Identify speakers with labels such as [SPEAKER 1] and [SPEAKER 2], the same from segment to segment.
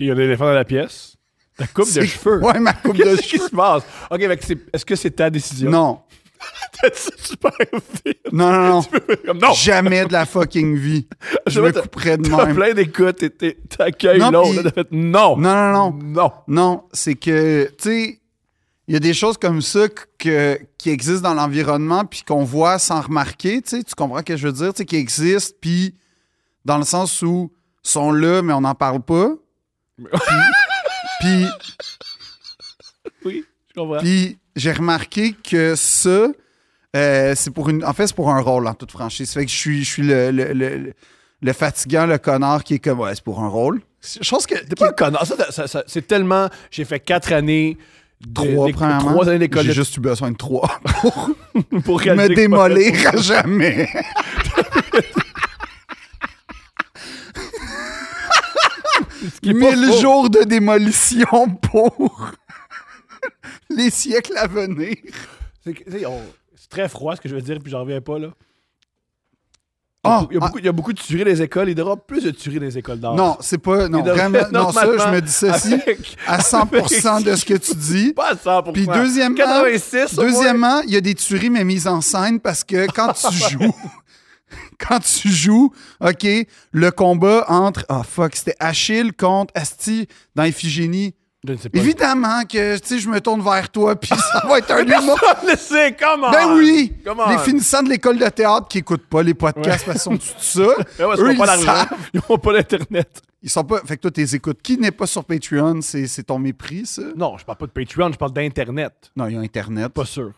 [SPEAKER 1] a l'éléphant dans la pièce. Ta coupe de
[SPEAKER 2] C'est-
[SPEAKER 1] cheveux.
[SPEAKER 2] Ouais, ma coupe de
[SPEAKER 1] Qu'est-ce qui
[SPEAKER 2] cheveux.
[SPEAKER 1] se passe? OK, fait que c'est- est-ce que c'est ta décision?
[SPEAKER 2] Non.
[SPEAKER 1] C'est super vite.
[SPEAKER 2] Non, non, non.
[SPEAKER 1] Comme non.
[SPEAKER 2] Jamais de la fucking vie. Je me
[SPEAKER 1] T'as-
[SPEAKER 2] couperais de
[SPEAKER 1] T'as
[SPEAKER 2] même.
[SPEAKER 1] plein d'écoutes et t'es- t'accueilles
[SPEAKER 2] Non,
[SPEAKER 1] l'autre.
[SPEAKER 2] puis-
[SPEAKER 1] Là, t'as fait non.
[SPEAKER 2] Non, non, non.
[SPEAKER 1] Non.
[SPEAKER 2] Non, c'est que, tu sais, il y a des choses comme ça que, qui existent dans l'environnement puis qu'on voit sans remarquer, tu sais, tu comprends ce que je veux dire, tu sais, qui existent, puis dans le sens où sont là, mais on n'en parle pas. Puis- Puis,
[SPEAKER 1] Oui, je comprends.
[SPEAKER 2] puis j'ai remarqué que ça, euh, c'est pour une... En fait, c'est pour un rôle, en toute franchise. Fait que je suis, je suis le, le, le, le fatigant, le connard qui est comme, ouais, c'est pour un rôle. Chose que...
[SPEAKER 1] T'es pas un connard. Ça, ça, ça, c'est tellement. J'ai fait quatre années. de-
[SPEAKER 2] Trois,
[SPEAKER 1] des-
[SPEAKER 2] premièrement.
[SPEAKER 1] trois années d'école
[SPEAKER 2] J'ai
[SPEAKER 1] de-
[SPEAKER 2] juste eu besoin de trois pour
[SPEAKER 1] pour
[SPEAKER 2] me
[SPEAKER 1] réaliser que-
[SPEAKER 2] démolir à jamais.
[SPEAKER 1] ce qui est pas
[SPEAKER 2] Mille
[SPEAKER 1] faux.
[SPEAKER 2] jours de démolition pour les siècles à venir.
[SPEAKER 1] C'est que, tu sais, on- c'est très froid ce que je veux dire, puis j'en reviens pas là.
[SPEAKER 2] Ah,
[SPEAKER 1] il, y a
[SPEAKER 2] ah,
[SPEAKER 1] beaucoup, il y a beaucoup de tueries des écoles. Il devrait plus de tueries des écoles d'art.
[SPEAKER 2] non, c'est pas. Non,
[SPEAKER 1] Ah. Il devrait
[SPEAKER 2] vraiment. Non, ça, je
[SPEAKER 1] normalement
[SPEAKER 2] me dissocie
[SPEAKER 1] avec-
[SPEAKER 2] à 100% de ce que tu dis.
[SPEAKER 1] Pas à 100%.
[SPEAKER 2] Puis deuxièmement-
[SPEAKER 1] 86, au moins.
[SPEAKER 2] Deuxièmement, il y a des tueries, mais mises en scène parce que quand tu joues. Quand tu joues, OK, le combat entre. Ah, fuck, c'était Achille contre Asti dans Iphigénie.
[SPEAKER 1] Je ne sais pas.
[SPEAKER 2] Évidemment que, tu sais, je me tourne vers toi, puis ça va être un humour.
[SPEAKER 1] Laissez, comment?
[SPEAKER 2] Ben oui!
[SPEAKER 1] Comment?
[SPEAKER 2] Les finissants de l'école de théâtre qui écoutent pas les podcasts parce qu'ils sont tout ça. eux,
[SPEAKER 1] ils n'ont pas
[SPEAKER 2] ils,
[SPEAKER 1] d'argent.
[SPEAKER 2] savent.
[SPEAKER 1] Ils n'ont pas d'Internet.
[SPEAKER 2] Ils sont pas. Fait que toi, t'es écoutes. Qui n'est pas sur Patreon, c'est c'est ton mépris, ça?
[SPEAKER 1] Non, je parle pas de Patreon, je parle d'Internet.
[SPEAKER 2] Non, il y a Internet.
[SPEAKER 1] Pas sûr.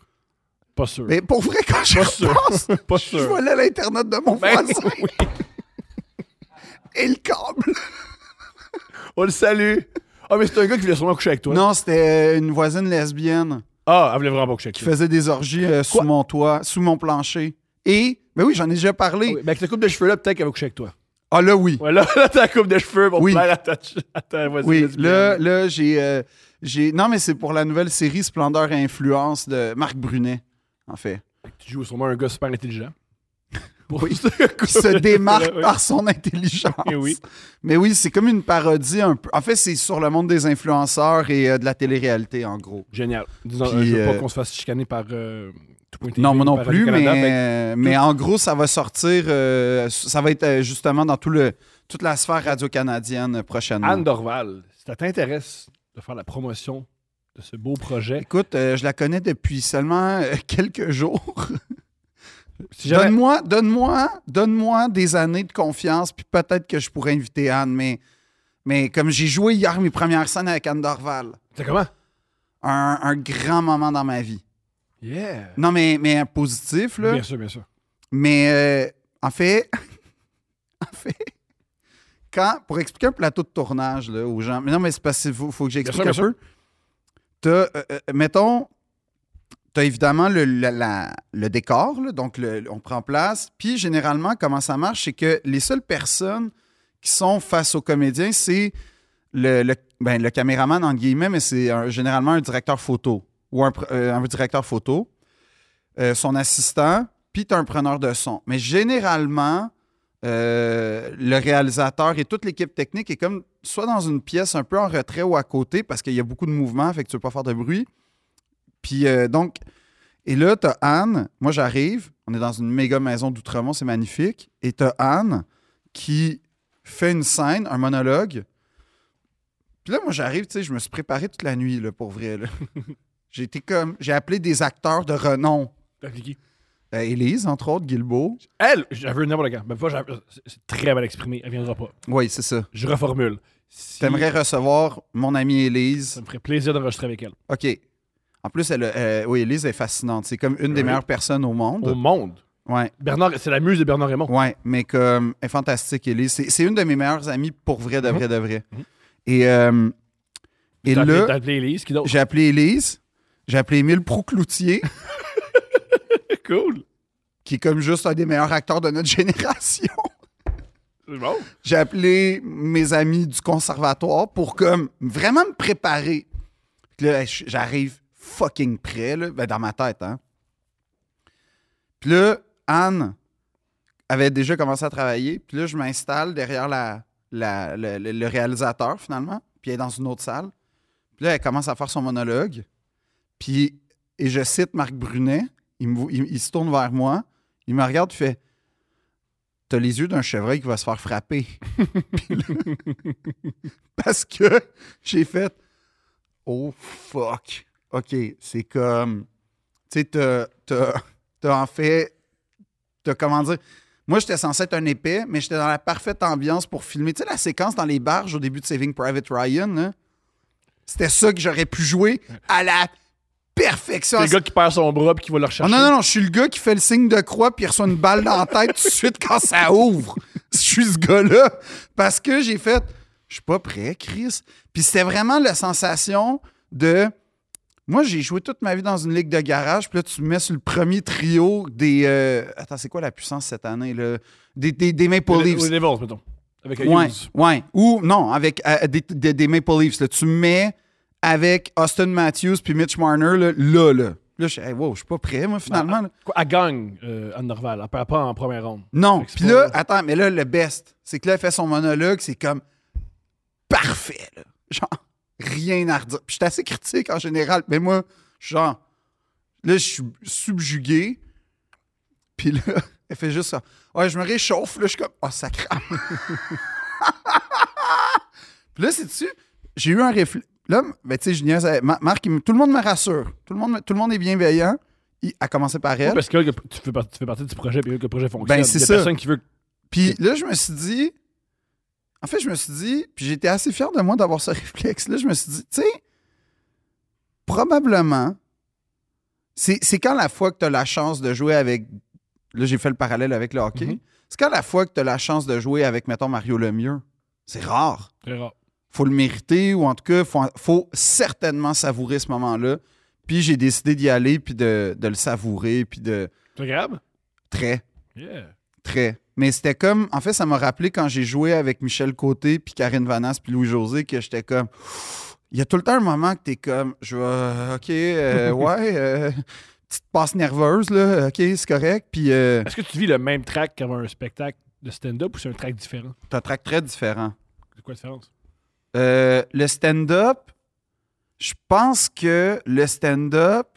[SPEAKER 1] Pas sûr.
[SPEAKER 2] Mais pour vrai, quand je
[SPEAKER 1] Pas sûr.
[SPEAKER 2] repense,
[SPEAKER 1] Pas
[SPEAKER 2] je
[SPEAKER 1] sûr.
[SPEAKER 2] vois là l'Internet de mon
[SPEAKER 1] Ben
[SPEAKER 2] voisin
[SPEAKER 1] oui.
[SPEAKER 2] et le câble.
[SPEAKER 1] On le salue. Ah, mais c'est un gars qui voulait sûrement coucher avec toi.
[SPEAKER 2] Non, c'était euh, une voisine lesbienne
[SPEAKER 1] Ah, elle voulait vraiment pas coucher avec
[SPEAKER 2] qui
[SPEAKER 1] toi.
[SPEAKER 2] faisait des orgies euh, sous
[SPEAKER 1] Quoi?
[SPEAKER 2] mon toit, sous mon plancher. Et, ben oui, j'en ai déjà parlé.
[SPEAKER 1] Oui, mais avec ta coupe de cheveux là, peut-être qu'elle va coucher avec toi.
[SPEAKER 2] Ah là, oui.
[SPEAKER 1] Ouais, là, là ta coupe de cheveux pour
[SPEAKER 2] Oui.
[SPEAKER 1] plaire à ta, ch- à ta voisine.
[SPEAKER 2] Oui,
[SPEAKER 1] lesbienne.
[SPEAKER 2] là, là j'ai, euh, j'ai. Non, mais c'est pour la nouvelle série Splendeur et Influence de Marc Brunet, en fait.
[SPEAKER 1] Tu joues sûrement un gars super intelligent. Pour
[SPEAKER 2] Oui.
[SPEAKER 1] ce
[SPEAKER 2] Qui se démarque
[SPEAKER 1] Oui.
[SPEAKER 2] par son intelligence.
[SPEAKER 1] Eh oui.
[SPEAKER 2] Mais oui, c'est comme une parodie un peu. En fait, c'est sur le monde des influenceurs et euh, de la télé-réalité, en gros.
[SPEAKER 1] Génial. Disons,
[SPEAKER 2] Puis,
[SPEAKER 1] euh, je veux
[SPEAKER 2] euh,
[SPEAKER 1] pas qu'on se fasse chicaner par euh, tout point
[SPEAKER 2] Non, moi non plus,
[SPEAKER 1] Ben,
[SPEAKER 2] mais, mais en gros, ça va sortir. euh, ça va être euh, justement dans tout le, toute la sphère radio-canadienne euh, prochainement.
[SPEAKER 1] Anne Dorval, si ça t'intéresse de faire la promotion de ce beau projet,
[SPEAKER 2] Écoute, euh, je la connais depuis seulement euh, quelques jours.
[SPEAKER 1] si jamais-
[SPEAKER 2] Donne-moi, donne-moi, donne-moi des années de confiance, puis peut-être que je pourrais inviter Anne, mais, mais comme j'ai joué hier mes premières scènes avec Anne Dorval,
[SPEAKER 1] C'est comment?
[SPEAKER 2] un, un grand moment dans ma vie.
[SPEAKER 1] Yeah!
[SPEAKER 2] Non, mais, mais un positif, là.
[SPEAKER 1] Bien sûr, bien sûr.
[SPEAKER 2] Mais euh, en fait, en fait, quand, pour expliquer un plateau de tournage là, aux gens, mais non, mais c'est parce qu'il faut, faut que j'explique
[SPEAKER 1] Bien
[SPEAKER 2] un
[SPEAKER 1] sûr, bien
[SPEAKER 2] peu. T'as, euh, euh, mettons, t'as évidemment le, la- la- le décor, là, donc le- on prend place. Puis généralement, comment ça marche, c'est que les seules personnes qui sont face aux comédiens, c'est le, le- ben, le caméraman, entre guillemets, mais c'est un- généralement un directeur photo ou un, pr- euh, un directeur photo, euh, son assistant, puis t'as un preneur de son. Mais généralement, euh, le réalisateur et toute l'équipe technique est comme soit dans une pièce un peu en retrait ou à côté parce qu'il y a beaucoup de mouvements, fait que tu veux pas faire de bruit. Puis euh, donc, et là, t'as Anne, moi j'arrive, on est dans une méga maison d'Outremont, c'est magnifique, et t'as Anne qui fait une scène, un monologue. Puis là, moi j'arrive, tu sais, je me suis préparé toute la nuit, là, pour vrai. là. j'ai été comme, j'ai appelé des acteurs de renom.
[SPEAKER 1] T'as cliqué.
[SPEAKER 2] Euh, Élise, entre autres, Guilbeault.
[SPEAKER 1] Ben, Elle, j'avais n'importe quand. Même pas, j'avais- c'est- c'est très mal exprimé. Elle viendra pas.
[SPEAKER 2] Oui, c'est ça.
[SPEAKER 1] Je reformule. Si-
[SPEAKER 2] T'aimerais recevoir mon amie Élise.
[SPEAKER 1] Ça me ferait plaisir d'enregistrer avec elle.
[SPEAKER 2] OK. En plus, elle, a- euh, oui, Élise est fascinante. C'est comme une des
[SPEAKER 1] Oui.
[SPEAKER 2] meilleures personnes au monde.
[SPEAKER 1] Au monde.
[SPEAKER 2] Ouais,
[SPEAKER 1] Bernard, c'est la muse de Bernard Raymond.
[SPEAKER 2] ouais, mais comme elle est fantastique, Élise. C'est, c'est une de mes meilleures amies pour vrai, de
[SPEAKER 1] Mhm.
[SPEAKER 2] vrai, de vrai.
[SPEAKER 1] Mhm.
[SPEAKER 2] Et, euh, et
[SPEAKER 1] T'as appelé- T'as
[SPEAKER 2] là,
[SPEAKER 1] appelé Elise, qui d'autre?
[SPEAKER 2] j'ai appelé Élise, j'ai appelé Émile Proucloutier,
[SPEAKER 1] Cool.
[SPEAKER 2] qui est comme juste un des meilleurs acteurs de notre génération.
[SPEAKER 1] C'est bon.
[SPEAKER 2] J'ai appelé mes amis du conservatoire pour comme vraiment me préparer. Puis Là, je- j'arrive fucking prêt, là, ben, dans ma tête. Hein. Puis là, Anne avait déjà commencé à travailler. Puis là, je m'installe derrière la, la- le- le- le réalisateur, finalement. puis elle est dans une autre salle. Puis là, elle commence à faire son monologue. Puis, et je cite Marc Brunet, il, me vo- il- il se tourne vers moi, il me regarde, il fait T'as les yeux d'un chevreuil qui va se faire frapper. Puis là- parce que j'ai fait Oh fuck. OK, c'est comme. Tu sais, t'as- t'as t'as en fait. T'as comment dire. Moi, j'étais censé être un épais, mais j'étais dans la parfaite ambiance pour filmer. Tu sais, la séquence dans les barges au début de Saving Private Ryan, là? c'était ça que j'aurais pu jouer à la perfection.
[SPEAKER 1] C'est le gars qui perd son bras puis qui va le
[SPEAKER 2] Oh
[SPEAKER 1] rechercher.
[SPEAKER 2] non, non, non, je suis le gars qui fait le signe de croix puis il reçoit une balle dans la tête tout de suite quand ça ouvre. Je suis ce gars-là. Parce que j'ai fait, je suis pas prêt, Chris. Puis c'était vraiment la sensation de, moi, j'ai joué toute ma vie dans une ligue de garage, puis là, tu me mets sur le premier trio des. euh, attends, c'est quoi la puissance cette année, là? Des, des, des Maple
[SPEAKER 1] Les,
[SPEAKER 2] Leafs.
[SPEAKER 1] les Devils, mettons. Avec un
[SPEAKER 2] Ouais,
[SPEAKER 1] Hughes.
[SPEAKER 2] ouais. Ou non, avec euh, des, des- des Maple Leafs. là. tu me mets avec Austin Matthews puis Mitch Marner là, là. Là, Là, je suis hey, wow, je suis pas prêt, moi, finalement. là.
[SPEAKER 1] Quoi, Elle gagne euh, Anne Norval. Elle perd pas en première ronde.
[SPEAKER 2] Non.
[SPEAKER 1] Fait que c'est
[SPEAKER 2] Puis
[SPEAKER 1] pas-
[SPEAKER 2] là, attends, mais là, le best, c'est que là, elle fait son monologue, c'est comme parfait, là. Genre, rien à redire. Puis j'étais assez critique en général, mais moi, je suis genre, là, je suis subjugué. Puis là, elle fait juste ça. Ouais, je me réchauffe, là, je suis comme, oh, ça crame. Puis là, c'est-tu, j'ai eu un réflexe. Là, ben, tu sais, je niaise avec- Ma- Marc, il me- tout le monde me rassure. Tout le monde, me- tout le monde est bienveillant. Il, à commencer par elle.
[SPEAKER 1] Ouais, parce que là, que tu fais, par- tu fais partie du projet puis que le projet fonctionne.
[SPEAKER 2] Ben, c'est
[SPEAKER 1] Il y a
[SPEAKER 2] ça.
[SPEAKER 1] personne qui veut.
[SPEAKER 2] Puis là, je me suis dit. En fait, je me suis dit. Puis j'étais assez fier de moi d'avoir ce réflexe-là. Je me suis dit, tu sais, probablement. C'est c'est quand la fois que tu as la chance de jouer avec. Là, j'ai fait le parallèle avec le hockey.
[SPEAKER 1] Mhm.
[SPEAKER 2] C'est quand la fois que tu as la chance de jouer avec, mettons, Mario Lemieux. C'est rare
[SPEAKER 1] Très rare.
[SPEAKER 2] faut le mériter ou en tout cas, faut, faut certainement savourer ce moment-là. Puis j'ai décidé d'y aller puis de, de le savourer puis de
[SPEAKER 1] C'est agréable?
[SPEAKER 2] très,
[SPEAKER 1] Yeah.
[SPEAKER 2] très. Mais c'était comme, en fait, ça m'a rappelé quand j'ai joué avec Michel Côté puis Karine Vanasse puis Louis-José que j'étais comme, il y a tout le temps un moment que t'es comme, je vais, ok, euh, ouais, euh, petite passe nerveuse là, ok, c'est correct. Puis euh,
[SPEAKER 1] Est-ce que tu vis le même track qu'avant un spectacle de stand-up ou c'est un track différent?
[SPEAKER 2] t'as un track très différent.
[SPEAKER 1] C'est quoi la différence?
[SPEAKER 2] Euh, le stand-up, je pense que le stand-up,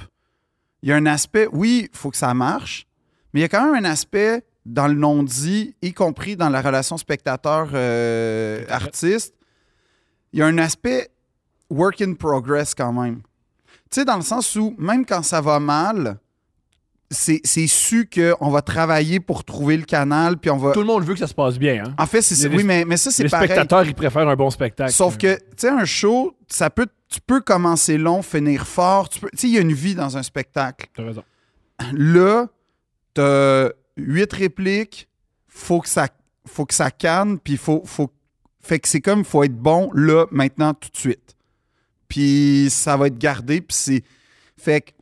[SPEAKER 2] il y a un aspect, oui, il faut que ça marche, mais il y a quand même un aspect dans le non-dit, y compris dans la relation spectateur-artiste, il y a un aspect work in progress quand même. Tu sais, dans le sens où, même quand ça va mal, c'est c'est su qu'on va travailler pour trouver le canal, puis on va...
[SPEAKER 1] Tout le monde veut que ça se passe bien, hein?
[SPEAKER 2] En fait, c'est
[SPEAKER 1] Il y a
[SPEAKER 2] Oui,
[SPEAKER 1] des-
[SPEAKER 2] mais, mais ça, Euh, c'est
[SPEAKER 1] Les
[SPEAKER 2] pareil.
[SPEAKER 1] spectateurs, ils préfèrent un bon spectacle.
[SPEAKER 2] Sauf que, tu sais, un show, ça peut, tu peux commencer long, finir fort. Tu peux- tu sais, il y a une vie dans un spectacle.
[SPEAKER 1] T'as raison.
[SPEAKER 2] Là, t'as huit répliques, faut que ça, faut que ça canne, puis faut, faut, fait que c'est comme, faut être bon là, maintenant, tout de suite. Puis ça va être gardé, puis c'est, fait que,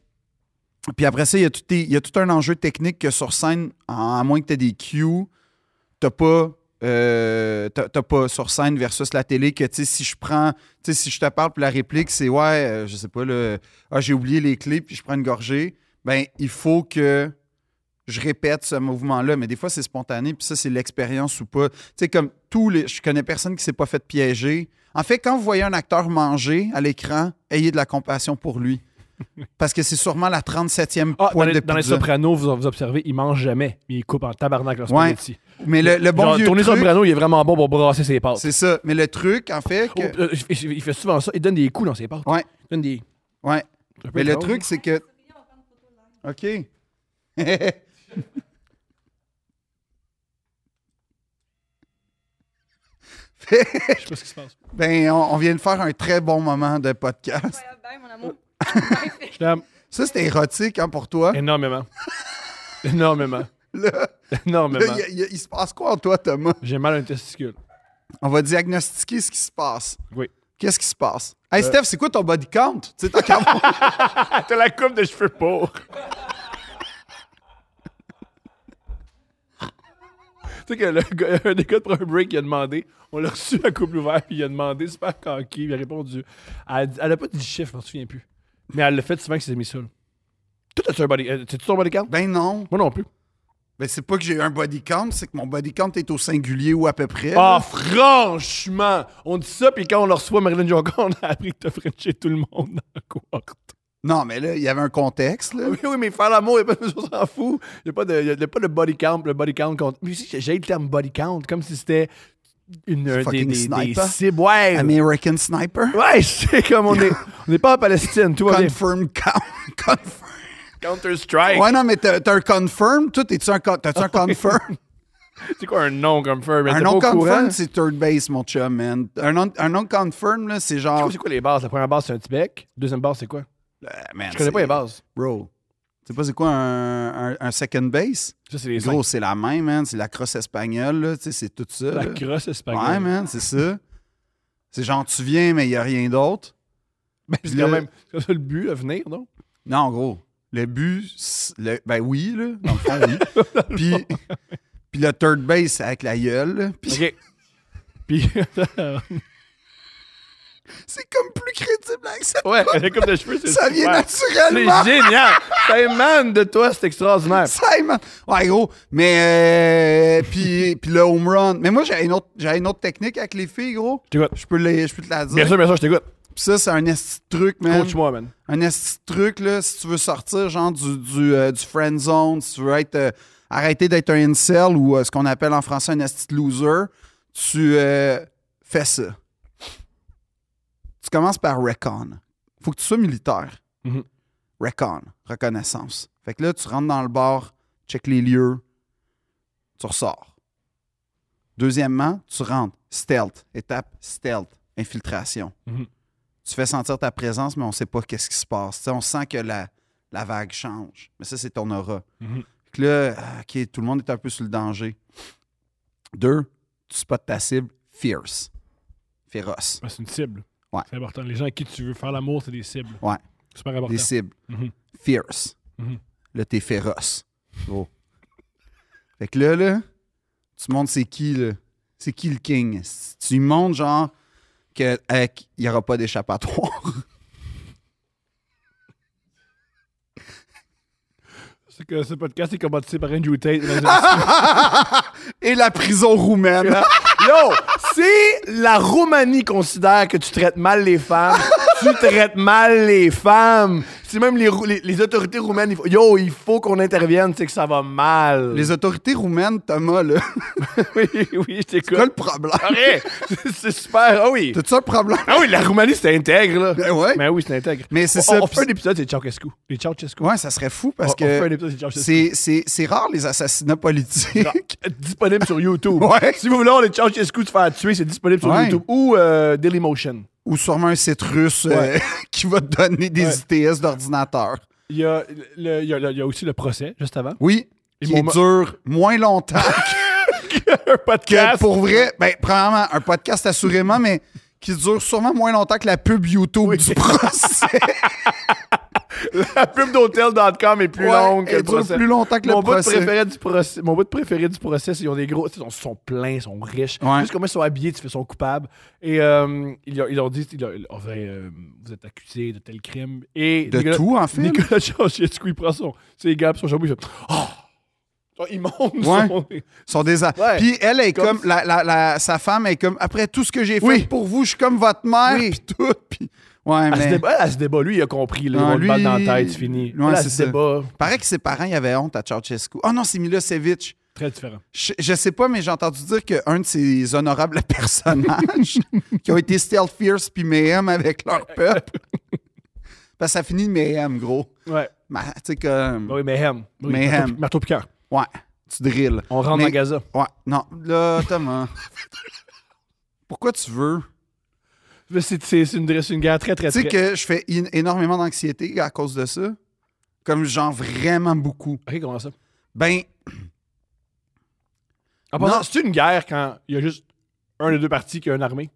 [SPEAKER 2] puis après ça, il y, a tout des- il y a tout un enjeu technique que sur scène, à à moins que tu aies des cues, t'as pas, euh, t'as t'as pas sur scène versus la télé que, tu sais, si je prends, tu sais, si je te parle, puis la réplique, c'est, ouais, euh, je sais pas, là, ah, j'ai oublié les clés, puis je prends une gorgée, ben, il faut que je répète ce mouvement-là. Mais des fois, c'est spontané, puis ça, c'est l'expérience ou pas. Tu sais, comme tous les. Je connais personne qui s'est pas fait piéger. En fait, quand vous voyez un acteur manger à l'écran, ayez de la compassion pour lui. Parce que c'est sûrement la 37e
[SPEAKER 1] Ah, dans
[SPEAKER 2] pointe de
[SPEAKER 1] les, dans les
[SPEAKER 2] pizza.
[SPEAKER 1] Sopranos, vous, vous observez, ils mangent jamais, mais ils coupent en tabarnak leur
[SPEAKER 2] Ouais.
[SPEAKER 1] spaghetti.
[SPEAKER 2] Mais le, le bon
[SPEAKER 1] Genre,
[SPEAKER 2] vieux
[SPEAKER 1] Tony
[SPEAKER 2] truc,
[SPEAKER 1] Soprano, il est vraiment bon pour brasser ses pâtes.
[SPEAKER 2] c'est ça. Mais le truc, en fait, que...
[SPEAKER 1] Oh, euh, il- il il fait souvent ça. Il donne des coups dans ses portes.
[SPEAKER 2] Ouais.
[SPEAKER 1] Il donne des.
[SPEAKER 2] ouais.
[SPEAKER 1] C'est un peu hein?
[SPEAKER 2] Mais le
[SPEAKER 1] drôle.
[SPEAKER 2] truc, c'est que. OK.
[SPEAKER 1] Je sais pas ce qui se passe.
[SPEAKER 2] ben, on, on vient de faire un très bon moment de podcast.
[SPEAKER 3] Incroyable, bye, mon amour.
[SPEAKER 1] Je t'aime
[SPEAKER 2] Ça, c'était érotique hein, pour toi.
[SPEAKER 1] énormément. énormément.
[SPEAKER 2] Là, là,
[SPEAKER 1] Énormément.
[SPEAKER 2] il y a- il y a- il se passe quoi en toi, Thomas?
[SPEAKER 1] J'ai mal à un testicule.
[SPEAKER 2] On va diagnostiquer ce qui se passe.
[SPEAKER 1] Oui. Euh,
[SPEAKER 2] Qu'est-ce qui se passe? Hey, Steph, c'est quoi ton body count? Tu sais, tant qu'à moi-
[SPEAKER 1] Ah, t'as la coupe de cheveux pour. tu sais que le gars, un des gars de Premier Break, il a demandé, on l'a reçu à couple ouvert, puis il a demandé, super conquis, il a répondu. Elle, a dit- elle a pas dit le chiffre, je m'en souviens plus. Mais elle l'a fait souvent que c'est mis ça. là. Toi, t'as-tu un body. euh, T'as-tu ton body count?
[SPEAKER 2] Ben non.
[SPEAKER 1] Moi non plus.
[SPEAKER 2] Ben, c'est pas que j'ai eu un body count, c'est que mon body count est au singulier ou à peu près.
[SPEAKER 1] Ah,
[SPEAKER 2] là.
[SPEAKER 1] franchement! On dit ça, puis quand on leur reçoit Marilyn Jonca, on a appris que t'as frenché tout le monde dans la cohorte.
[SPEAKER 2] Non, mais là, il y avait un contexte. Là.
[SPEAKER 1] Ah Oui, oui, mais faire l'amour, il y a pas de on s'en fout. Il n'y a, pas de- il y a pas de body count, le body count compte. Mais si j'ai le terme body count, comme si c'était une euh, des,
[SPEAKER 2] Fucking
[SPEAKER 1] des, des
[SPEAKER 2] sniper. Ah,
[SPEAKER 1] cibles. Ouais,
[SPEAKER 2] American Sniper.
[SPEAKER 1] ouais, c'est comme on est. On n'est pas en Palestine, tout va bien.
[SPEAKER 2] Confirm count. Confirm.
[SPEAKER 1] Counter-Strike.
[SPEAKER 2] Ouais, non, mais t'as t'as un confirm. Toi, t'es-tu un, con-
[SPEAKER 1] Ah
[SPEAKER 2] t'as-tu un confirm?
[SPEAKER 1] C'est quoi un nom comme ça?
[SPEAKER 2] un
[SPEAKER 1] Un nom
[SPEAKER 2] non-confirm, c'est third base, mon chum, man. Un non- Un non-confirm, là, c'est genre.
[SPEAKER 1] C'est quoi les bases? La première base, c'est un Tibet. Deuxième base, c'est quoi?
[SPEAKER 2] Euh, man,
[SPEAKER 1] Je connais pas
[SPEAKER 2] c'est-
[SPEAKER 1] les bases.
[SPEAKER 2] Bro. Tu sais pas c'est quoi un, un- un second base?
[SPEAKER 1] Ça, c'est les
[SPEAKER 2] Gros, c'est la main, man. C'est la crosse espagnole, là. Tu sais, c'est tout ça.
[SPEAKER 1] cinq. La
[SPEAKER 2] là.
[SPEAKER 1] crosse espagnole.
[SPEAKER 2] Ouais, man, c'est ça. C'est genre, tu viens, mais il n'y a rien d'autre.
[SPEAKER 1] Ben, c'est
[SPEAKER 2] Le-
[SPEAKER 1] quand même c'est ça le but à venir, non?
[SPEAKER 2] Non, en gros, le but, c'est- le- ben oui, là, dans le fond, oui. puis, puis le third base avec la gueule, là. Puis
[SPEAKER 1] OK. Puis,
[SPEAKER 2] c'est comme plus crédible avec ça.
[SPEAKER 1] ouais, la coupe de cheveux, c'est
[SPEAKER 2] Ça vient
[SPEAKER 1] super.
[SPEAKER 2] naturellement.
[SPEAKER 1] C'est génial! Ça émane de toi, c'est extraordinaire.
[SPEAKER 2] Ça, man. Ouais, gros. Mais, euh, puis, puis le home run. Mais moi, j'ai une, autre- j'ai une autre technique avec les filles, gros.
[SPEAKER 1] T'écoutes.
[SPEAKER 2] Je peux, les, je peux te la dire.
[SPEAKER 1] Bien sûr, bien sûr, je t'écoute.
[SPEAKER 2] Puis ça, c'est un esti de truc, man.
[SPEAKER 1] Coach-moi, man.
[SPEAKER 2] un esti de truc, là, si tu veux sortir, genre, du, du, euh, du friend zone, si tu veux être, euh, arrêter d'être un incel ou euh, ce qu'on appelle en français un esti de loser, tu euh, fais ça. Tu commences par recon. Faut que tu sois militaire.
[SPEAKER 1] Mhm.
[SPEAKER 2] Recon, reconnaissance. Fait que là, tu rentres dans le bar, check les lieux, tu ressors. Deuxièmement, tu rentres. Stealth. Étape stealth. Infiltration.
[SPEAKER 1] Mhm.
[SPEAKER 2] Tu fais sentir ta présence, mais on ne sait pas qu'est-ce qui se passe. Tu sais, on sent que la, la vague change. Mais ça, c'est ton aura.
[SPEAKER 1] Mhm.
[SPEAKER 2] Fait que là, ah, OK, tout le monde est un peu sur le danger. Deux, tu spots ta cible. Fierce. Féroce.
[SPEAKER 1] Ah, c'est une cible.
[SPEAKER 2] Ouais.
[SPEAKER 1] C'est important. Les gens à qui tu veux faire l'amour, c'est des cibles.
[SPEAKER 2] Ouais.
[SPEAKER 1] Super important.
[SPEAKER 2] Des cibles.
[SPEAKER 1] Mhm.
[SPEAKER 2] Fierce.
[SPEAKER 1] Mhm.
[SPEAKER 2] Là, t'es féroce. Gros. fait que là, là, tu montres c'est qui, là. C'est qui le king? Tu lui montres, genre, qu'il n'y aura pas d'échappatoire.
[SPEAKER 1] C'est que ce podcast est commandité par Andrew Tate. Yo!
[SPEAKER 2] Et la prison roumaine.
[SPEAKER 1] Si la Roumanie considère que tu traites mal les femmes, tu traites mal les femmes. Si même les, Rou- les- les autorités roumaines, il faut- yo, il faut qu'on intervienne, c'est que ça va mal.
[SPEAKER 2] Les autorités roumaines, Thomas, là,
[SPEAKER 1] Oui, oui, je
[SPEAKER 2] quoi
[SPEAKER 1] t'écoute.
[SPEAKER 2] le problème?
[SPEAKER 1] Arrête! C'est- C'est super, ah oui.
[SPEAKER 2] T'as-tu un problème?
[SPEAKER 1] Ah oui, la Roumanie, c'est intègre, là.
[SPEAKER 2] Ben ouais.
[SPEAKER 1] Mais oui, c'est intègre.
[SPEAKER 2] Mais c'est
[SPEAKER 1] On-
[SPEAKER 2] ça,
[SPEAKER 1] On
[SPEAKER 2] puis-
[SPEAKER 1] fait un épisode, c'est Ceausescu. Les Ceausescu.
[SPEAKER 2] Ouais, ça serait fou parce
[SPEAKER 1] On- on fait un
[SPEAKER 2] que
[SPEAKER 1] épisode, c'est Ceausescu. Ah,
[SPEAKER 2] c'est- c'est c'est rare les assassinats politiques.
[SPEAKER 1] disponible sur YouTube.
[SPEAKER 2] Ouais.
[SPEAKER 1] Si vous voulez, on les Ceausescu se faire tuer, c'est disponible sur
[SPEAKER 2] Ouais.
[SPEAKER 1] YouTube. Ou euh, Dailymotion.
[SPEAKER 2] Ou sûrement un site russe euh, qui va te donner des ITS d'ordinateur.
[SPEAKER 1] Il y, a le- il y a le- il y a aussi le procès, juste avant.
[SPEAKER 2] Oui.
[SPEAKER 1] Et
[SPEAKER 2] Qui
[SPEAKER 1] mon ma-
[SPEAKER 2] dure moins longtemps
[SPEAKER 1] Un
[SPEAKER 2] que
[SPEAKER 1] podcast.
[SPEAKER 2] pour vrai. Ben, premièrement, un podcast assurément, mais qui dure sûrement moins longtemps que la pub YouTube du procès.
[SPEAKER 1] La pub d'hôtel.com est plus
[SPEAKER 2] Ouais,
[SPEAKER 1] longue que
[SPEAKER 2] elle
[SPEAKER 1] le
[SPEAKER 2] dure
[SPEAKER 1] procès.
[SPEAKER 2] plus longtemps que le
[SPEAKER 1] Mon bout de
[SPEAKER 2] procès.
[SPEAKER 1] préféré du procès. Mon bout de préféré du procès, c'est qu'ils ont des gros. tu sais, Ils sont, sont pleins, ils sont riches.
[SPEAKER 2] Ouais.
[SPEAKER 1] Juste comment ils sont habillés, tu fais son coupable. Et euh, ils, ont- ils ont dit ils ont- enfin, euh, vous êtes accusé de tel crime. Et
[SPEAKER 2] De
[SPEAKER 1] Nicolas-
[SPEAKER 2] tout, en fait.
[SPEAKER 1] Nicolas Ceausescu, il prend son. C'est les gars, son jambon, il fait. Oh! Genre, Il monte son.
[SPEAKER 2] Son désir.
[SPEAKER 1] Ouais.
[SPEAKER 2] Puis elle est
[SPEAKER 1] Comme-
[SPEAKER 2] comme, la, la- la- sa femme est comme après tout ce que j'ai fait
[SPEAKER 1] Oui.
[SPEAKER 2] pour vous, je suis comme votre mère puis tout. Puis ouais,
[SPEAKER 1] Elle, se
[SPEAKER 2] mais
[SPEAKER 1] débat, elle se débat, lui, il a compris. Là,
[SPEAKER 2] Non,
[SPEAKER 1] ils vont
[SPEAKER 2] lui,
[SPEAKER 1] le battre dans la tête, c'est fini.
[SPEAKER 2] ouais,
[SPEAKER 1] elle, elle
[SPEAKER 2] c'est
[SPEAKER 1] se
[SPEAKER 2] ça.
[SPEAKER 1] débat.
[SPEAKER 2] paraît que ses parents ils avaient honte à Ceausescu. Oh non, c'est Milosevic.
[SPEAKER 1] Très différent.
[SPEAKER 2] Je, je sais pas, mais j'ai entendu dire qu'un de ces honorables personnages qui ont été Stealth Fierce puis Mayhem avec leur peuple. Parce que ça finit Mayhem, gros.
[SPEAKER 1] Ouais.
[SPEAKER 2] Ma- Tu sais, comme.
[SPEAKER 1] Oui, Mayhem. Oui,
[SPEAKER 2] Mayhem.
[SPEAKER 1] marteau- Marteau piqueur.
[SPEAKER 2] Ouais, tu drilles.
[SPEAKER 1] On rentre
[SPEAKER 2] Mais-
[SPEAKER 1] dans Gaza.
[SPEAKER 2] Ouais, non. Là, Thomas. Pourquoi tu veux.
[SPEAKER 1] Mais C'est c'est- c'est une, c'est une guerre très, très,
[SPEAKER 2] Tu
[SPEAKER 1] très.
[SPEAKER 2] sais que je fais in- énormément d'anxiété à cause de ça. Comme genre vraiment beaucoup.
[SPEAKER 1] Ok, comment ça?
[SPEAKER 2] Ben,
[SPEAKER 1] En passant,
[SPEAKER 2] Non.
[SPEAKER 1] c'est une guerre quand il y a juste un des deux parties qui a une armée.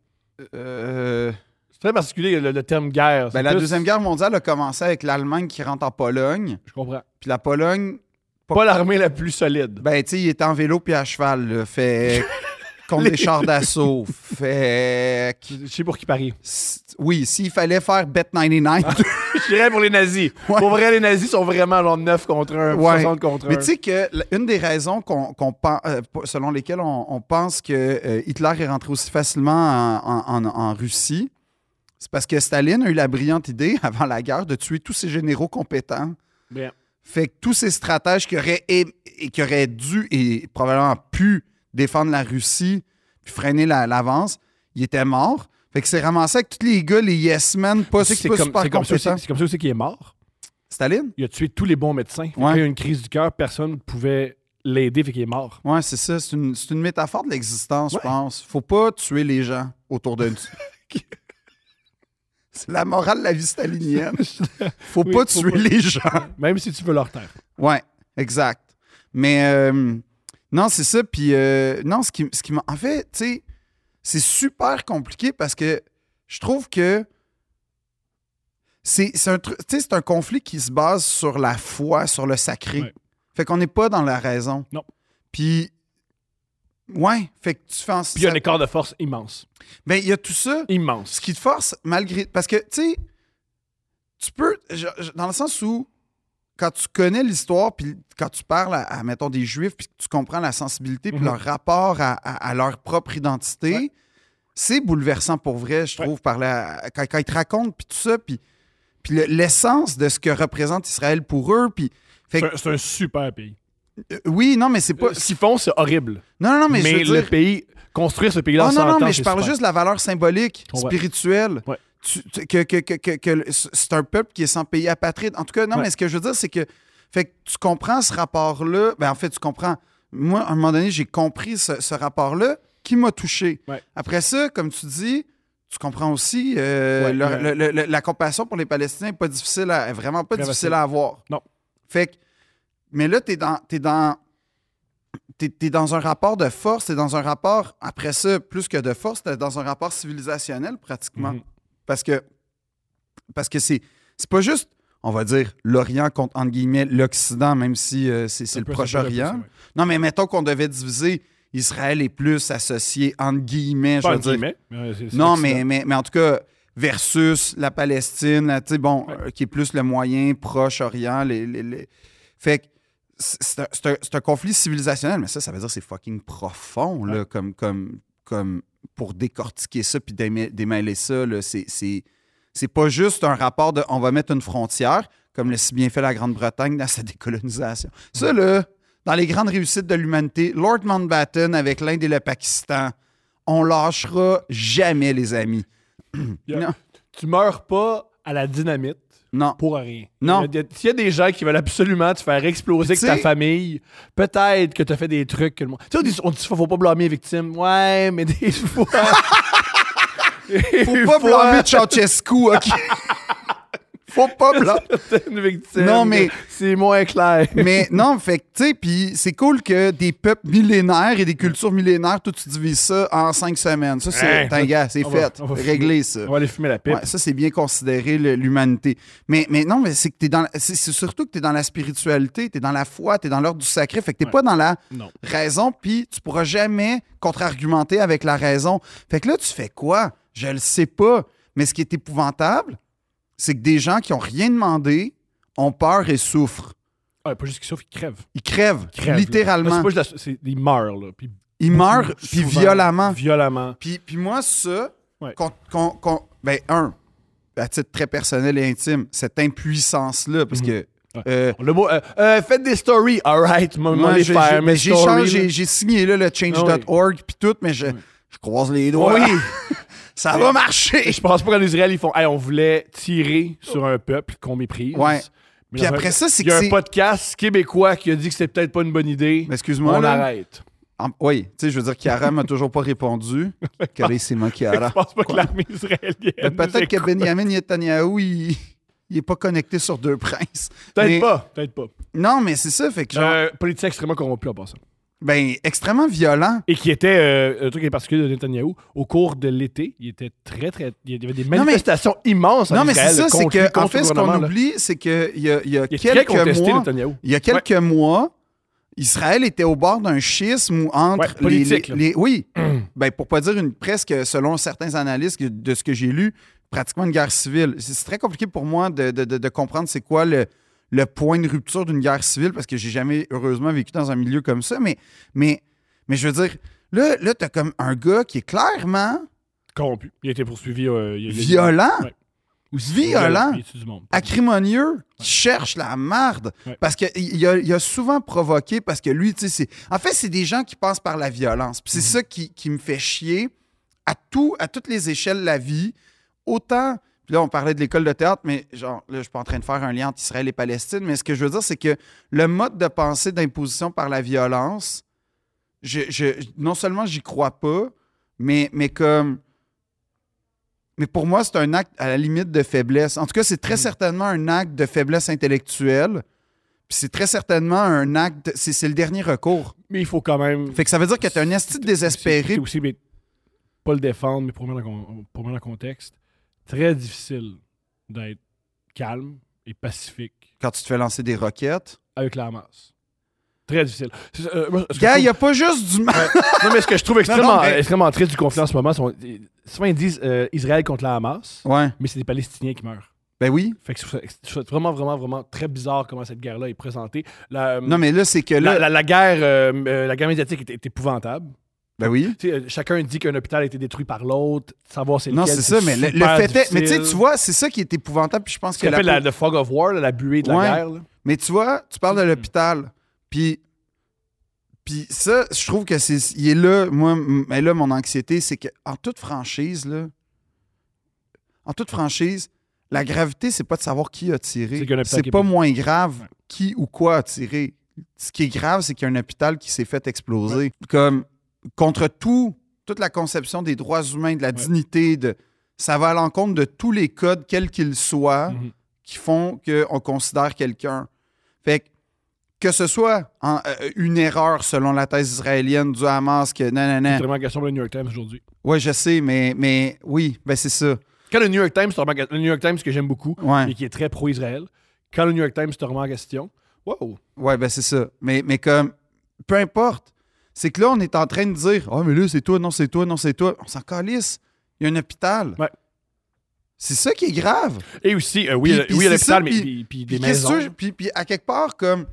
[SPEAKER 2] euh,
[SPEAKER 1] C'est très particulier le, le terme guerre. C'est
[SPEAKER 2] ben, la
[SPEAKER 1] plus-
[SPEAKER 2] Deuxième Guerre mondiale a commencé avec l'Allemagne qui rentre en Pologne.
[SPEAKER 1] Je comprends.
[SPEAKER 2] Puis la Pologne,
[SPEAKER 1] Pas l'armée la plus solide.
[SPEAKER 2] ben, tu sais, il était en vélo puis à cheval. là. fait contre
[SPEAKER 1] Les-
[SPEAKER 2] des chars d'assaut. Fait que,
[SPEAKER 1] Je sais pour qui parier.
[SPEAKER 2] s- oui, s'il fallait faire Bet 99,
[SPEAKER 1] Je dirais pour les nazis.
[SPEAKER 2] Ouais.
[SPEAKER 1] Ah, Pour vrai, les nazis sont vraiment genre 9 contre 1,
[SPEAKER 2] Ouais.
[SPEAKER 1] 60 contre 1.
[SPEAKER 2] Mais tu sais que la- une des raisons qu'on, qu'on pen- euh, p- selon lesquelles on, on pense que euh, Hitler est rentré aussi facilement en, en- en- en Russie, c'est parce que Staline a eu la brillante idée avant la guerre de tuer tous ses généraux compétents.
[SPEAKER 1] Bien.
[SPEAKER 2] Fait que tous ces stratèges qui auraient, aim- et qui auraient dû et probablement pu défendre la Russie puis freiner la- l'avance, ils étaient morts. Fait que c'est ramassé avec tous les gars, les yes men, pas,
[SPEAKER 1] Tu sais que c'est
[SPEAKER 2] pas
[SPEAKER 1] comme,
[SPEAKER 2] super
[SPEAKER 1] c'est comme ça aussi-
[SPEAKER 2] compétents.
[SPEAKER 1] c'est comme ça aussi qu'il est mort.
[SPEAKER 2] Staline?
[SPEAKER 1] Il a tué tous les bons médecins. Fait que
[SPEAKER 2] Ouais.
[SPEAKER 1] Quand il y a eu une crise du cœur, personne ne pouvait l'aider, fait qu'il est mort.
[SPEAKER 2] Ouais, c'est ça. C'est une, c'est une métaphore de l'existence,
[SPEAKER 1] Ouais.
[SPEAKER 2] je pense. Faut pas tuer les gens autour de nous. c'est la morale de la vie stalinienne. Faut
[SPEAKER 1] Oui, faut
[SPEAKER 2] pas tuer
[SPEAKER 1] pas.
[SPEAKER 2] les gens.
[SPEAKER 1] Même si tu veux leur taire.
[SPEAKER 2] Ouais, exact. Mais euh, non, c'est ça. Puis euh, non, ce qui, ce qui m'a. En fait, tu sais, c'est super compliqué parce que je trouve que c'est c'est un, tru- tu sais, c'est un conflit qui se base sur la foi, sur le sacré.
[SPEAKER 1] Ouais.
[SPEAKER 2] Fait qu'on n'est pas dans la raison.
[SPEAKER 1] Non.
[SPEAKER 2] Puis. Ouais, fait que tu fais en
[SPEAKER 1] Puis il y a
[SPEAKER 2] ça-
[SPEAKER 1] un écart de force immense.
[SPEAKER 2] Ben, il y a tout ça ce
[SPEAKER 1] Immense.
[SPEAKER 2] qui te force, malgré. Parce que, tu sais, tu peux. je- je- dans le sens où, quand tu connais l'histoire, puis quand tu parles à, à, mettons, des Juifs, puis que tu comprends la sensibilité, puis
[SPEAKER 1] Mhm.
[SPEAKER 2] leur rapport à, à- à leur propre identité,
[SPEAKER 1] Ouais.
[SPEAKER 2] c'est bouleversant pour vrai, je
[SPEAKER 1] Ouais.
[SPEAKER 2] trouve, par la, quand, quand ils te racontent, puis tout ça, puis, puis le- l'essence de ce que représente Israël pour eux, puis. fait
[SPEAKER 1] C'est
[SPEAKER 2] que-
[SPEAKER 1] un, c'est un super pays.
[SPEAKER 2] euh, oui, non, mais c'est pas.
[SPEAKER 1] Euh, Ce qu'ils font, c'est horrible.
[SPEAKER 2] Non, non, non, mais,
[SPEAKER 1] Mais,
[SPEAKER 2] je veux
[SPEAKER 1] le
[SPEAKER 2] dire-
[SPEAKER 1] pays, construire ce pays-là,
[SPEAKER 2] Ah,
[SPEAKER 1] en
[SPEAKER 2] non,
[SPEAKER 1] 100
[SPEAKER 2] non,
[SPEAKER 1] ans,
[SPEAKER 2] mais je
[SPEAKER 1] c'est
[SPEAKER 2] parle
[SPEAKER 1] super.
[SPEAKER 2] juste de la valeur symbolique,
[SPEAKER 1] Ouais.
[SPEAKER 2] spirituelle.
[SPEAKER 1] Ouais.
[SPEAKER 2] Tu- tu- que, que- que- que- que le- c'est un peuple qui est sans pays apatride. En tout cas, non,
[SPEAKER 1] Ouais.
[SPEAKER 2] mais ce que je veux dire, c'est que, fait que tu comprends ce rapport-là. Ben, en fait, tu comprends. Moi, à un moment donné, j'ai compris ce, ce rapport-là qui m'a touché.
[SPEAKER 1] Ouais.
[SPEAKER 2] Après ça, comme tu dis, tu comprends aussi euh,
[SPEAKER 1] Ouais,
[SPEAKER 2] le-
[SPEAKER 1] ouais.
[SPEAKER 2] le- le- la compassion pour les Palestiniens n'est pas difficile à, est vraiment pas
[SPEAKER 1] Très
[SPEAKER 2] difficile
[SPEAKER 1] facile.
[SPEAKER 2] à avoir.
[SPEAKER 1] Non.
[SPEAKER 2] Fait que, mais là, t'es dans, t'es dans, t'es, t'es dans un rapport de force, t'es dans un rapport, après ça, plus que de force, t'es dans un rapport civilisationnel pratiquement.
[SPEAKER 1] Mhm.
[SPEAKER 2] Parce que, parce que c'est, c'est pas juste, on va dire, l'Orient contre, entre guillemets, l'Occident, même si euh, c'est, c'est
[SPEAKER 1] Un
[SPEAKER 2] le
[SPEAKER 1] peu, ça peut
[SPEAKER 2] Proche-Orient.
[SPEAKER 1] être ça, ouais.
[SPEAKER 2] Non, mais mettons qu'on devait diviser, Israël est plus associé, entre
[SPEAKER 1] Pas
[SPEAKER 2] guillemets, je
[SPEAKER 1] en
[SPEAKER 2] veux dire.
[SPEAKER 1] guillemets, mais c'est- c'est
[SPEAKER 2] Non,
[SPEAKER 1] l'accident.
[SPEAKER 2] mais, mais, mais en tout cas, versus la Palestine, là, tu sais, bon,
[SPEAKER 1] Ouais.
[SPEAKER 2] euh, qui est plus le moyen Proche-Orient. Les, les- les- Fait que c'est c'est un, c'est un- c'est un conflit civilisationnel, mais ça, ça veut dire que c'est fucking profond, là, comme, comme, comme pour décortiquer ça puis démê- démêler ça, là, c'est- c'est c'est pas juste un rapport de on va mettre une frontière, comme le si bien fait la Grande-Bretagne dans sa décolonisation. Ça, là, dans les grandes réussites de l'humanité, Lord Mountbatten avec l'Inde et le Pakistan, on lâchera jamais, les amis.
[SPEAKER 1] Yeah.
[SPEAKER 2] Non.
[SPEAKER 1] Tu meurs pas à la dynamite
[SPEAKER 2] Non.
[SPEAKER 1] pour rien.
[SPEAKER 2] Non.
[SPEAKER 1] Il y a- S'il y a des gens qui veulent absolument te faire exploser avec
[SPEAKER 2] Tu
[SPEAKER 1] ta
[SPEAKER 2] sais-
[SPEAKER 1] famille, peut-être que tu as fait des trucs que le monde. Tu sais, on dit, on dit, faut faut pas blâmer les victimes. Ouais, mais des fois.
[SPEAKER 2] Faut pas blâmer Ceausescu, OK? Faut pas blâmer.
[SPEAKER 1] une victime.
[SPEAKER 2] Non, mais-
[SPEAKER 1] C'est moins clair.
[SPEAKER 2] Mais non, fait que, tu sais, puis c'est cool que des peuples millénaires et des cultures millénaires, tout tu divises ça en cinq semaines. Ça, c'est
[SPEAKER 1] Hein,
[SPEAKER 2] tinga, c'est
[SPEAKER 1] on va-
[SPEAKER 2] fait.
[SPEAKER 1] on va
[SPEAKER 2] Réglé, ça.
[SPEAKER 1] On va aller fumer la pipe.
[SPEAKER 2] Ouais, ça, c'est bien considéré le- l'humanité. Mais, mais non, mais c'est que t'es dans. la- C'est c'est surtout que tu es dans la spiritualité, tu es dans la foi, tu es dans l'ordre du sacré. Fait que tu
[SPEAKER 1] Ouais.
[SPEAKER 2] pas dans la
[SPEAKER 1] Non.
[SPEAKER 2] raison, puis tu pourras jamais contre-argumenter avec la raison. Fait que là, tu fais quoi? Je le sais pas. Mais ce qui est épouvantable, c'est que des gens qui ont rien demandé ont peur et souffrent.
[SPEAKER 1] Ah, pas juste qu'ils souffrent, ils crèvent.
[SPEAKER 2] Ils crèvent,
[SPEAKER 1] Ils crèvent, là. Là,
[SPEAKER 2] littéralement.
[SPEAKER 1] c'est pas juste la- c'est- Ils meurent, là. Puis
[SPEAKER 2] Ils meurent, puis
[SPEAKER 1] Mm, souvent,
[SPEAKER 2] violemment.
[SPEAKER 1] Violemment.
[SPEAKER 2] Puis, puis moi, ça,
[SPEAKER 1] Ouais.
[SPEAKER 2] qu'on- qu'on- qu'on- ben, un, à titre très personnel et intime, cette impuissance-là, parce que.
[SPEAKER 1] Ouais.
[SPEAKER 2] euh,
[SPEAKER 1] Le mot. euh, euh, faites des stories. All right. Moi,
[SPEAKER 2] moi,
[SPEAKER 1] les
[SPEAKER 2] j'ai-
[SPEAKER 1] faire. mes
[SPEAKER 2] j'ai- mais j'ai
[SPEAKER 1] stories,
[SPEAKER 2] changé,
[SPEAKER 1] là. Ah
[SPEAKER 2] j'ai signé là, le change.org, puis tout, mais je, je croise les doigts.
[SPEAKER 1] Oui.
[SPEAKER 2] ça va marcher.
[SPEAKER 1] Je pense pas qu'en Israël, ils font Hey, on voulait tirer sur un peuple qu'on méprise.
[SPEAKER 2] Ouais.
[SPEAKER 1] Mais
[SPEAKER 2] Puis
[SPEAKER 1] dans
[SPEAKER 2] après
[SPEAKER 1] un-
[SPEAKER 2] ça, c'est
[SPEAKER 1] Il y a
[SPEAKER 2] que
[SPEAKER 1] un
[SPEAKER 2] c'est-
[SPEAKER 1] podcast québécois qui a dit que c'était peut-être pas une bonne idée.
[SPEAKER 2] Excuse-moi.
[SPEAKER 1] On
[SPEAKER 2] là.
[SPEAKER 1] arrête.
[SPEAKER 2] Ah, oui, tu sais, je veux dire, Chiara m'a toujours pas répondu. Carissima
[SPEAKER 1] Je
[SPEAKER 2] Chiara.
[SPEAKER 1] pense pas que l'armée israélienne.
[SPEAKER 2] Mais
[SPEAKER 1] nous
[SPEAKER 2] Peut-être que
[SPEAKER 1] écoute.
[SPEAKER 2] Benjamin Netanyahu, il n'est pas connecté sur deux princes.
[SPEAKER 1] Peut-être
[SPEAKER 2] Mais-
[SPEAKER 1] pas. Peut-être pas.
[SPEAKER 2] Non, mais c'est ça, fait que genre,
[SPEAKER 1] Euh, politique extrêmement corrompue en passant.
[SPEAKER 2] ben, extrêmement violent.
[SPEAKER 1] Et qui était, euh, un truc qui est particulier de Netanyahou, au cours de l'été, il était très, très. Il y avait des
[SPEAKER 2] mais-
[SPEAKER 1] manifestations immenses en
[SPEAKER 2] Non, mais c'est
[SPEAKER 1] Israël
[SPEAKER 2] ça, c'est
[SPEAKER 1] contre-
[SPEAKER 2] que, en
[SPEAKER 1] contre
[SPEAKER 2] fait,
[SPEAKER 1] le
[SPEAKER 2] ce qu'on
[SPEAKER 1] gouvernement, là.
[SPEAKER 2] oublie, c'est qu'il y a, il y a
[SPEAKER 1] Il est très
[SPEAKER 2] quelques
[SPEAKER 1] contesté,
[SPEAKER 2] mois.
[SPEAKER 1] Netanyahou.
[SPEAKER 2] Il y a quelques mois, Israël était au bord d'un schisme où entre
[SPEAKER 3] Ouais, politique,
[SPEAKER 2] les,
[SPEAKER 3] là.
[SPEAKER 2] les- les- oui, ben pour pas dire une presque selon certains analystes que- de ce que j'ai lu, pratiquement une guerre civile. C'est c'est très compliqué pour moi de, de- de- de comprendre c'est quoi le le point de rupture d'une guerre civile parce que j'ai jamais heureusement vécu dans un milieu comme ça, mais mais mais je veux dire là là t'as comme un gars qui est clairement
[SPEAKER 1] Corrompu. Il a été poursuivi. euh, il- il-
[SPEAKER 2] violent
[SPEAKER 1] Ouais.
[SPEAKER 2] ou violent
[SPEAKER 1] Il tue du monde.
[SPEAKER 2] acrimonieux qui cherche la marde
[SPEAKER 1] Ouais.
[SPEAKER 2] parce que il il a, il a souvent provoqué parce que lui tu sais c'est en fait c'est des gens qui passent par la violence Puis c'est ça qui, qui me fait chier à tout à toutes les échelles de la vie autant puis là on parlait de l'école de théâtre mais genre là je suis pas en train de faire un lien entre Israël et Palestine mais ce que je veux dire c'est que le mode de pensée d'imposition par la violence je, je- non seulement j'y crois pas mais mais comme mais pour moi, c'est un acte à la limite de faiblesse. En tout cas, c'est
[SPEAKER 1] Mm.
[SPEAKER 2] très certainement un acte de faiblesse intellectuelle. Puis c'est très certainement un acte. de- C'est c'est le dernier recours.
[SPEAKER 1] Mais il faut quand même.
[SPEAKER 2] Fait que ça veut dire que t'es un esti de
[SPEAKER 1] C'est
[SPEAKER 2] désespéré.
[SPEAKER 1] aussi, mais pas le défendre, mais pour mettre en, con- pour mettre en contexte, très difficile d'être calme et pacifique
[SPEAKER 2] Quand tu te fais lancer des roquettes.
[SPEAKER 1] avec la masse. Très difficile. C'est- euh, moi, ce que
[SPEAKER 2] Gars,
[SPEAKER 1] je
[SPEAKER 2] il a pas juste du mal.
[SPEAKER 3] Non, mais ce que je trouve extrêmement,
[SPEAKER 2] Non, non, mais-
[SPEAKER 3] extrêmement triste du conflit en ce moment, sont- souvent ils disent euh, Israël contre la Hamas,
[SPEAKER 2] Ouais.
[SPEAKER 1] mais c'est des Palestiniens qui meurent.
[SPEAKER 2] Ben oui.
[SPEAKER 1] Fait que je trouve ça- je trouve ça vraiment, vraiment, vraiment très bizarre comment cette guerre-là est présentée. La, euh,
[SPEAKER 2] Non, mais là, c'est que là.
[SPEAKER 1] la, la- la guerre, euh, euh, la guerre médiatique est, est épouvantable.
[SPEAKER 2] Ben oui.
[SPEAKER 1] Tu sais, euh, chacun dit qu'un hôpital a été détruit par l'autre, savoir c'est
[SPEAKER 2] Non,
[SPEAKER 1] lequel,
[SPEAKER 2] c'est ça, mais le, le
[SPEAKER 1] super
[SPEAKER 2] fait est. Mais tu sais,
[SPEAKER 1] difficile.
[SPEAKER 2] tu vois, c'est ça qui est épouvantable. Puis je pense
[SPEAKER 1] Ce
[SPEAKER 2] que
[SPEAKER 1] qu'on
[SPEAKER 2] la
[SPEAKER 1] appelle la, le fog of war, là, la buée de la
[SPEAKER 2] Ouais.
[SPEAKER 1] guerre. là.
[SPEAKER 2] Mais tu vois, tu
[SPEAKER 1] Mm-hmm.
[SPEAKER 2] parles de l'hôpital, puis puis ça, je trouve que c'est il est là, moi, m- mais là mon anxiété, c'est que en toute franchise là, en toute franchise, la gravité c'est pas de savoir qui a
[SPEAKER 1] C'est
[SPEAKER 2] tiré,
[SPEAKER 1] qu'il y a un hôpital qui
[SPEAKER 2] c'est
[SPEAKER 1] est
[SPEAKER 2] pas
[SPEAKER 1] pas-
[SPEAKER 2] moins grave qui ou quoi a tiré. Ce qui est grave, c'est qu'il y a un hôpital qui s'est fait exploser. Comme contre tout, toute la conception des droits humains, de la dignité, de ça va à l'encontre de tous les codes, quels qu'ils soient
[SPEAKER 1] Mhm.
[SPEAKER 2] qui font qu'on considère quelqu'un. Fait que, que ce soit en- euh, une erreur selon la thèse israélienne du Hamas, que non, non,
[SPEAKER 1] C'est
[SPEAKER 2] non.
[SPEAKER 1] vraiment la question pour le New York Times aujourd'hui.
[SPEAKER 2] Ouais, je sais, mais, mais oui, ben c'est ça.
[SPEAKER 1] Quand le New York Times, c'est un maga- le New York Times que j'aime beaucoup
[SPEAKER 2] Ouais,
[SPEAKER 1] et qui est très pro-Israël, quand le New York Times te remet en question, wow,
[SPEAKER 2] ouais ben c'est ça. Mais, mais comme, peu importe. C'est que là, on est en train de dire Ah, mais là, c'est toi, non, c'est toi, non, c'est toi. On s'en calisse. Il y a un hôpital.
[SPEAKER 1] Ouais.
[SPEAKER 2] C'est ça qui est grave.
[SPEAKER 1] Et aussi, euh, oui,
[SPEAKER 2] Puis-
[SPEAKER 1] euh,
[SPEAKER 2] puis
[SPEAKER 1] oui, à
[SPEAKER 2] c'est ça,
[SPEAKER 1] l'hôpital, mais
[SPEAKER 2] puis-
[SPEAKER 1] puis- puis des
[SPEAKER 2] Puis, qu'est-ce
[SPEAKER 1] maisons.
[SPEAKER 2] que- puis- puis à quelque part, comme,